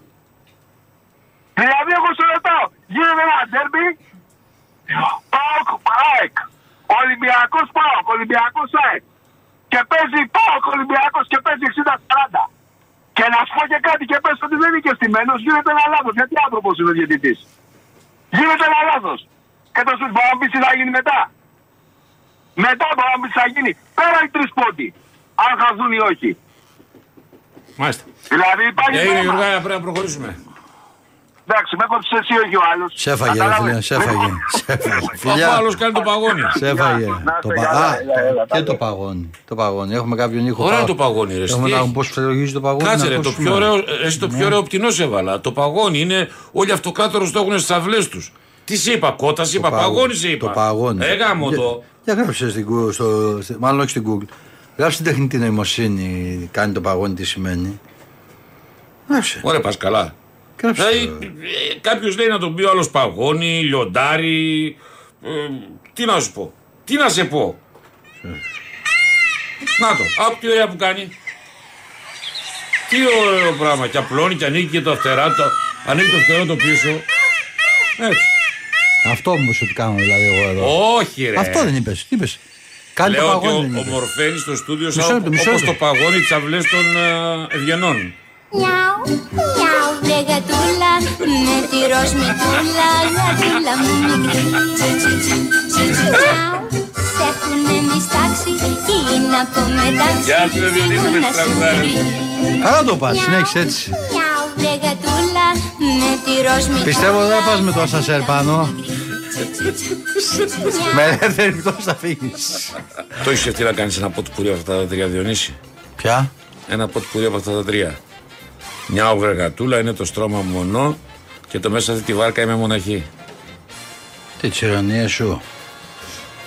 Δηλαδή, εγώ σου ρωτάω, γίνεται ένα ντέρμπι, ΠΑΟΚ, ΑΕΚ, Ολυμπιακός ΠΑΟΚ, Ολυμπιακός ΑΕΚ και παίζει ΠΑΟΚ Ολυμπιακός και παίζει 60-40. Και να σου πω και κάτι και πες ότι δεν είναι και στημένος, γίνεται ένα λάθος, γιατί άνθρωπος είναι ο διαιτητής. Γίνεται ένα λάθος. Και το σου θα μου πεις τι θα γίνει μετά. Μετά το άμα θα γίνει, πέρα οι τρεις πόντοι. Αν χαθούν ή όχι. Μάλιστα. Δηλαδή υπάρχει. Έγινε θέμα. Γιουργάρα, πρέπει να προχωρήσουμε. Εντάξει, με κόψει εσύ όχι ο άλλος. Σε έφαγε, ρε φίλε, σε έφαγε. Σε έφαγε. Φιλιά. Ο άλλος κάνει το παγόνι. Σε έφαγε. Να Το είστε πα- καλά, Α, έλα, έλα, Και τα το παγόνι. Το παγόνι. Έχουμε κάποιον ήχο. Ωραίο πα- το παγόνι, ρε, Έχουμε τι να έχει. πούμε πώ φλεγίζει το παγόνι. Κάτσε να ρε, το ακούσουμε. πιο ωραίο, ε, εσύ το πιο Ναι. ωραίο πτηνός έβαλα. Το παγόνι είναι. Όλοι οι αυτοκράτορες το έχουν στις αυλές τους. Τι σε είπα, κότα σε είπα, παγό- παγόνι σε είπα. Το παγόνι. Ε, γάμο το. Για, για γράψε στην Google, στο, στη- μάλλον όχι στην Google. Γράψε την τεχνητή νοημοσύνη, κάνει το παγόνι τι σημαίνει. Γράψε. Ωραία, πας καλά. Γράψε. Κάποιος λέει να τον πει ο άλλος παγόνι, λιοντάρι. ε, τι να σου πω. Τι να σε πω. Να το, άκου τι ωραία που κάνει. Τι ωραίο πράγμα. Και απλώνει και ανοίγει και τα φτερά του. Ανοίγει το φτερό το πίσω. Έτσι. Αυτό όμως ότι κάνω δηλαδή εγώ εδώ. Όχι, ρε. Αυτό δεν είπες. Τι είπες. Κάνει το Λέω ότι ο, παγόνι. δεν ο είπες. Μορφένης στο στούντιο Μισό σαν λεπτό, μισό όπως το λεπτό. παγόνι της αυλές των ε, ευγενών. Μιαου, μιαου, βρε γατούλα, με τη ροζ μητούλα, γατούλα μου μικρή. Μιαου, σε έχουνε μιστάξει και είναι από μεταξύ. Γεια σου, ρε, Διονύση, με τις τραγουδάρες. Καλά το πας, συνέχισε έτσι. Μιαου, βρε γατούλα, με τη ροζ μητούλα. Πιστεύω δεν θα πας με το ασασέρ πάνω. με ελεύθερη πτώση θα φύγεις. Το έχεις σκεφτεί να κάνεις ένα ποτ πουρί από αυτά τα τρία, Διονύση. Ποια? Ένα ποτ πουρί από αυτά τα τρία. Μια οβεργατούλα είναι το στρώμα μονό και το μέσα αυτή τη βάρκα είμαι μοναχή. Τι τσιρονίε σου.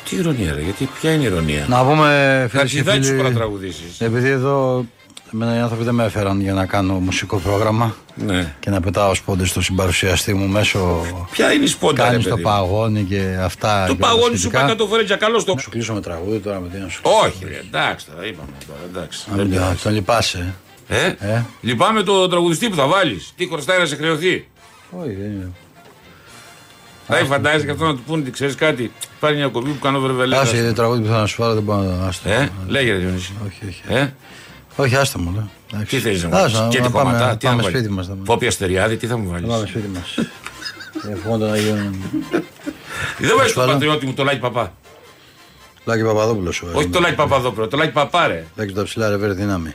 Τι ηρωνία, ρε, γιατί ποια είναι η ηρωνία. Να πούμε φίλες Ε, και Ταξιδάκι σου φίλοι, παρατραγουδήσει. επειδή εδώ εμένα οι άνθρωποι δεν με έφεραν για να κάνω μουσικό πρόγραμμα Ναι. και να πετάω σπόντες στο συμπαρουσιαστή μου μέσω Ποια είναι η σπόντα, κάνεις ρε, το παιδί. παγόνι και αυτά Το και τα παγόνι σου σχετικά. πάει το φορέ για καλό στο. Σου κλείσω με τραγούδι τώρα με τι να σου Όχι, ρε, εντάξει τώρα, είπαμε τώρα, εντάξει. Να μην το- Τον λυπάσαι. Ε? Λυπάμαι το τραγουδιστή που θα βάλεις. Τι χρωστάει να σε χρεωθεί. Όχι, δεν είναι. Θα ή φαντάζεσαι και αυτό να του πούνε, τι ξέρεις κάτι. Υπάρχει μια κοπή που κάνω βρεβελέτα. Άσε, είναι τραγούδι που θα να σου πάρω, δεν μπορώ να το άστο. Ε, λέγε ρε Διονύση. Όχι, όχι. Ε, Όχι, άστα μου, λέω. Εντάξει. τι θέλεις να μου Άσε, βάλει. Και να τη πάμε- κομματά, να τι να πάμε μου σπίτι μας. να βάλει. Πόπια στεριάδη, τι θα μου βάλεις. Πάμε σπίτι μας. Ευχόμαι τον Αγίον. Δεν βάζεις τον πατριώτη μου το λάκι παπά. Λάκη Παπαδόπουλος σου. Όχι το λάκι παπαδόπουλο, το λάκι παπά ρε. Παίξε τα ψηλά ρε βέρε δυνάμει.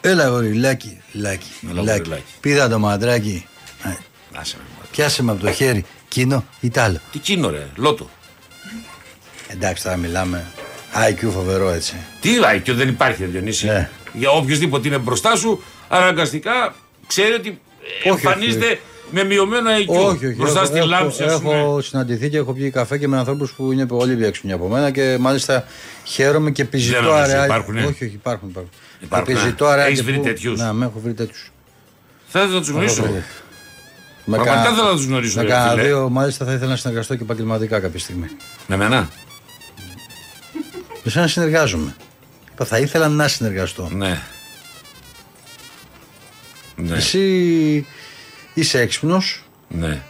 Έλα γόρι, λάκι, λάκι, γόρι, λάκι. Λάκη. Πήδα το μαντράκι. Ε, Πιάσε με από το χέρι, κίνο ή τ' άλλο. Τι κίνο ρε, λότο. Εντάξει τώρα μιλάμε, IQ φοβερό έτσι. Ναι. Τι like, δεν υπάρχει ρε Διονύση. Για οποιοδήποτε είναι μπροστά σου, αναγκαστικά ξέρει ότι όχι. εμφανίζεται με μειωμένο IQ. Όχι, όχι. Μπροστά έχω- στη έχω- λάμψη, ας πούμε. Έχω συναντηθεί και έχω πιει καφέ και με ανθρώπους που είναι πολύ πιο έξυπνοι από μένα και μάλιστα χαίρομαι και Δεν επιζητώ νομίζω, αραιά. υπάρχουνε. Όχι, όχι, υπάρχουν. υπάρχουν. Υπάρχουν, ναι. επιζητώ α. αραιά. Έχεις και βρει που- τέτοιους? Ναι, με έχω βρει τέτοιους. Θα ήθελα να τους γνωρίσω. Πραγματικά θέλω να τους γνωρίσω, Με ρε κανένα φίλε. δύο, μάλιστα θα ήθελα να συνεργαστώ και επαγγελματικά κάποια στιγμή. Με μένα. Με σένα συνεργάζομαι. Είπα, Θα ήθελα να συνεργαστώ. Ναι. Ναι. Εσύ είσαι έξυπνος. Ναι.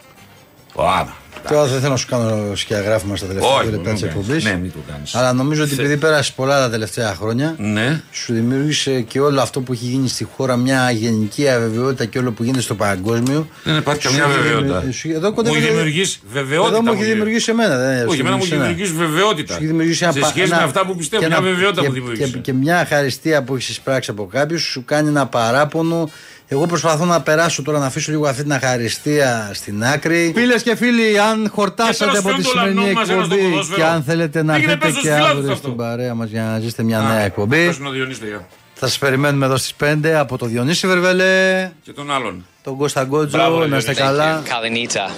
Άμα. Τώρα δεν θέλω να σου κάνω σκιαγράφημα στα τελευταία Όχι, δύο μην λεπτά τη το κάνεις. εκπομπής. Ναι, μην το κάνεις. Αλλά νομίζω ότι Θε- επειδή πέρασε πολλά τα τελευταία χρόνια, Ναι. σου δημιούργησε και όλο αυτό που έχει γίνει στη χώρα μια γενική αβεβαιότητα και όλο που γίνεται στο παγκόσμιο. Δεν υπάρχει Σου καμιά έχει δημιου- βεβαιότητα. σου- Εδώ Μου κοντεύει- δημιουργείς βεβαιότητα. Εδώ μου έχει δημιουργεί. δημιουργήσει εμένα. δεν- Όχι, Ε, σου εμένα μου δημιουργήσει δημιουργείς βεβαιότητα. Σου έχει δημιουργήσει ένα Σε πα- σχέση ένα- με αυτά που πιστεύω, και μια ένα- βεβαιότητα και- μου δημιουργήσε. Και, και μια ευχαριστία που έχεις εισπράξει από κάποιους σου κάνει ένα παράπονο. Εγώ προσπαθώ να περάσω τώρα να αφήσω λίγο αυτή την αχαριστία στην άκρη. Φίλες και φίλοι, αν χορτάσατε Και από τη τρως φιόντο σημερινή λαμπρό μας ένας στο εκπομπή ποδόσφαιρο. και αν θέλετε να Έγινε δείτε πέσος και φιλάδος αύριο αυτό. στην παρέα μας για να ζήσετε μια Α, νέα εκπομπή, αυτός είναι ο Διονύσης, παιδιά. θα σας περιμένουμε εδώ στις 5 από το Διονύση Βερβελέ, Και τον άλλον. τον Κώστα Γκότζο, να είστε καλά. Καληνύχτα.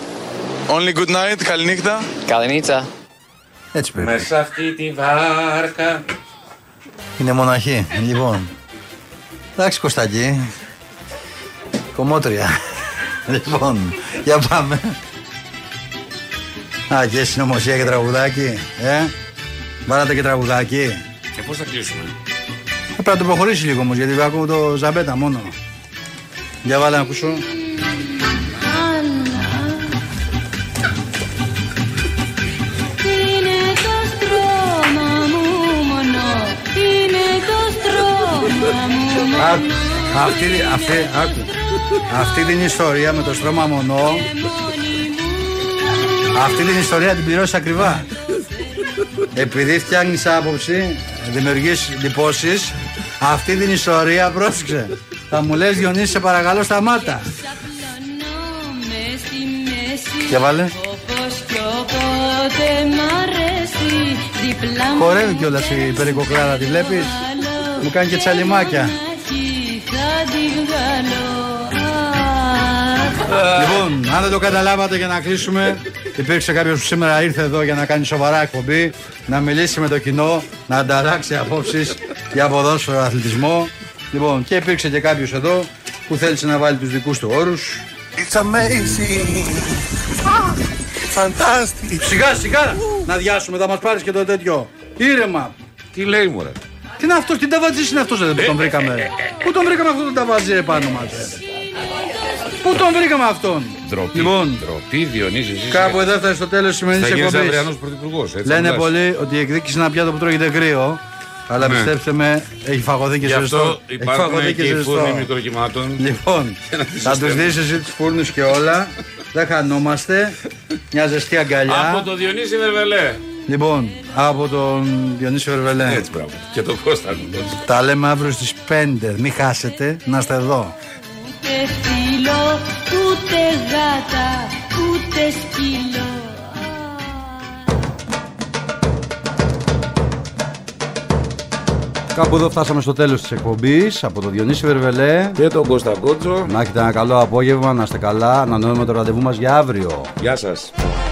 Only good night, καληνύχτα. Καληνύχτα. Έτσι πρέπει. Μέσα αυτή τη βάρκα. Είναι μοναχή. λοιπόν. Εντάξει, Κωστακή. Κομμότρια. λοιπόν, για πάμε. Α, και συνωμοσία και τραγουδάκι. Ε, βάλατε και τραγουδάκι. Και πώς θα κλείσουμε. Ε, Πρέπει να το προχωρήσει λίγο όμως, γιατί ακούω το ζαμπέτα μόνο. Για βάλε να ακούσω. Είναι το στρώμα μου μονό, είναι το στρώμα μου Α, μονό. αυτή, αυτή, άκου. αυτή την ιστορία με το στρώμα μονό, αυτή την ιστορία την πληρώσεις ακριβά. Επειδή φτιάχνεις άποψη, δημιουργείς εντυπώσεις, αυτή την ιστορία πρόσεξε. Θα μου λες Διονύση, σε παρακαλώ, σταμάτα. Και βάλε. Χορεύει κιόλας η περικοκλάρα, τη βλέπεις. Μου κάνει και τσαλιμάκια. Ah, Λοιπόν, αν δεν το καταλάβατε για να κλείσουμε, υπήρξε κάποιος που σήμερα ήρθε εδώ για να κάνει σοβαρά εκπομπή, να μιλήσει με το κοινό, να ανταλλάξει απόψεις για ποδόσφαιρο αθλητισμό. Λοιπόν, και υπήρξε και κάποιος εδώ που θέλησε να βάλει τους δικούς του όρους. It's amazing. Fantastic. Σιγά σιγά να διάσουμε, θα μας πάρεις και το τέτοιο. Ήρεμα. Τι λέει μου, ρε. Τι είναι αυτός, τι ταβατζής είναι αυτός, δεν τον βρήκαμε. ρε. Πού τον βρήκαμε αυτό τον ταβατζή επάνω μα. Πού τον βρήκαμε αυτόν. Ντροπή. Λοιπόν, ντροπή, Διονύση. εσύ Κάπου είσαι- εδώ έφτασε στο τέλος της σημερινής Θα γίνεις εκπομπής. αυριανός πρωθυπουργός, έτσι, Λένε εντάξει. πολλοί ότι η εκδίκηση είναι ένα πιάτο που τρώγεται κρύο. Αλλά Ναι. πιστέψτε με, έχει φαγωθεί και Γι' ζεστό. αυτό Έχει υπάρχουν φαγωθεί και οι ζεστό. φούρνοι μικροκυμάτων. Λοιπόν, θα τους δεις εσύ τους φούρνους και όλα. Δεν χανόμαστε. Μια ζεστή αγκαλιά. Από το Διονύση Βερβελέ. Λοιπόν, από τον Διονύσιο Βερβελέ. Έτσι, μπράβο. Και το Κώστα μου. Τα λέμε αύριο στις 5. Μην χάσετε. Να είστε εδώ. Ούτε φίλο, ούτε γάτα, ούτε σκύλο. Κάπου εδώ φτάσαμε στο τέλος της εκπομπής από τον Διονύση Βερβελέ. Και τον Κώστα Κότσο. Να έχετε ένα καλό απόγευμα, να είστε καλά. Ανανεώνουμε το ραντεβού μας για αύριο. Γεια σας.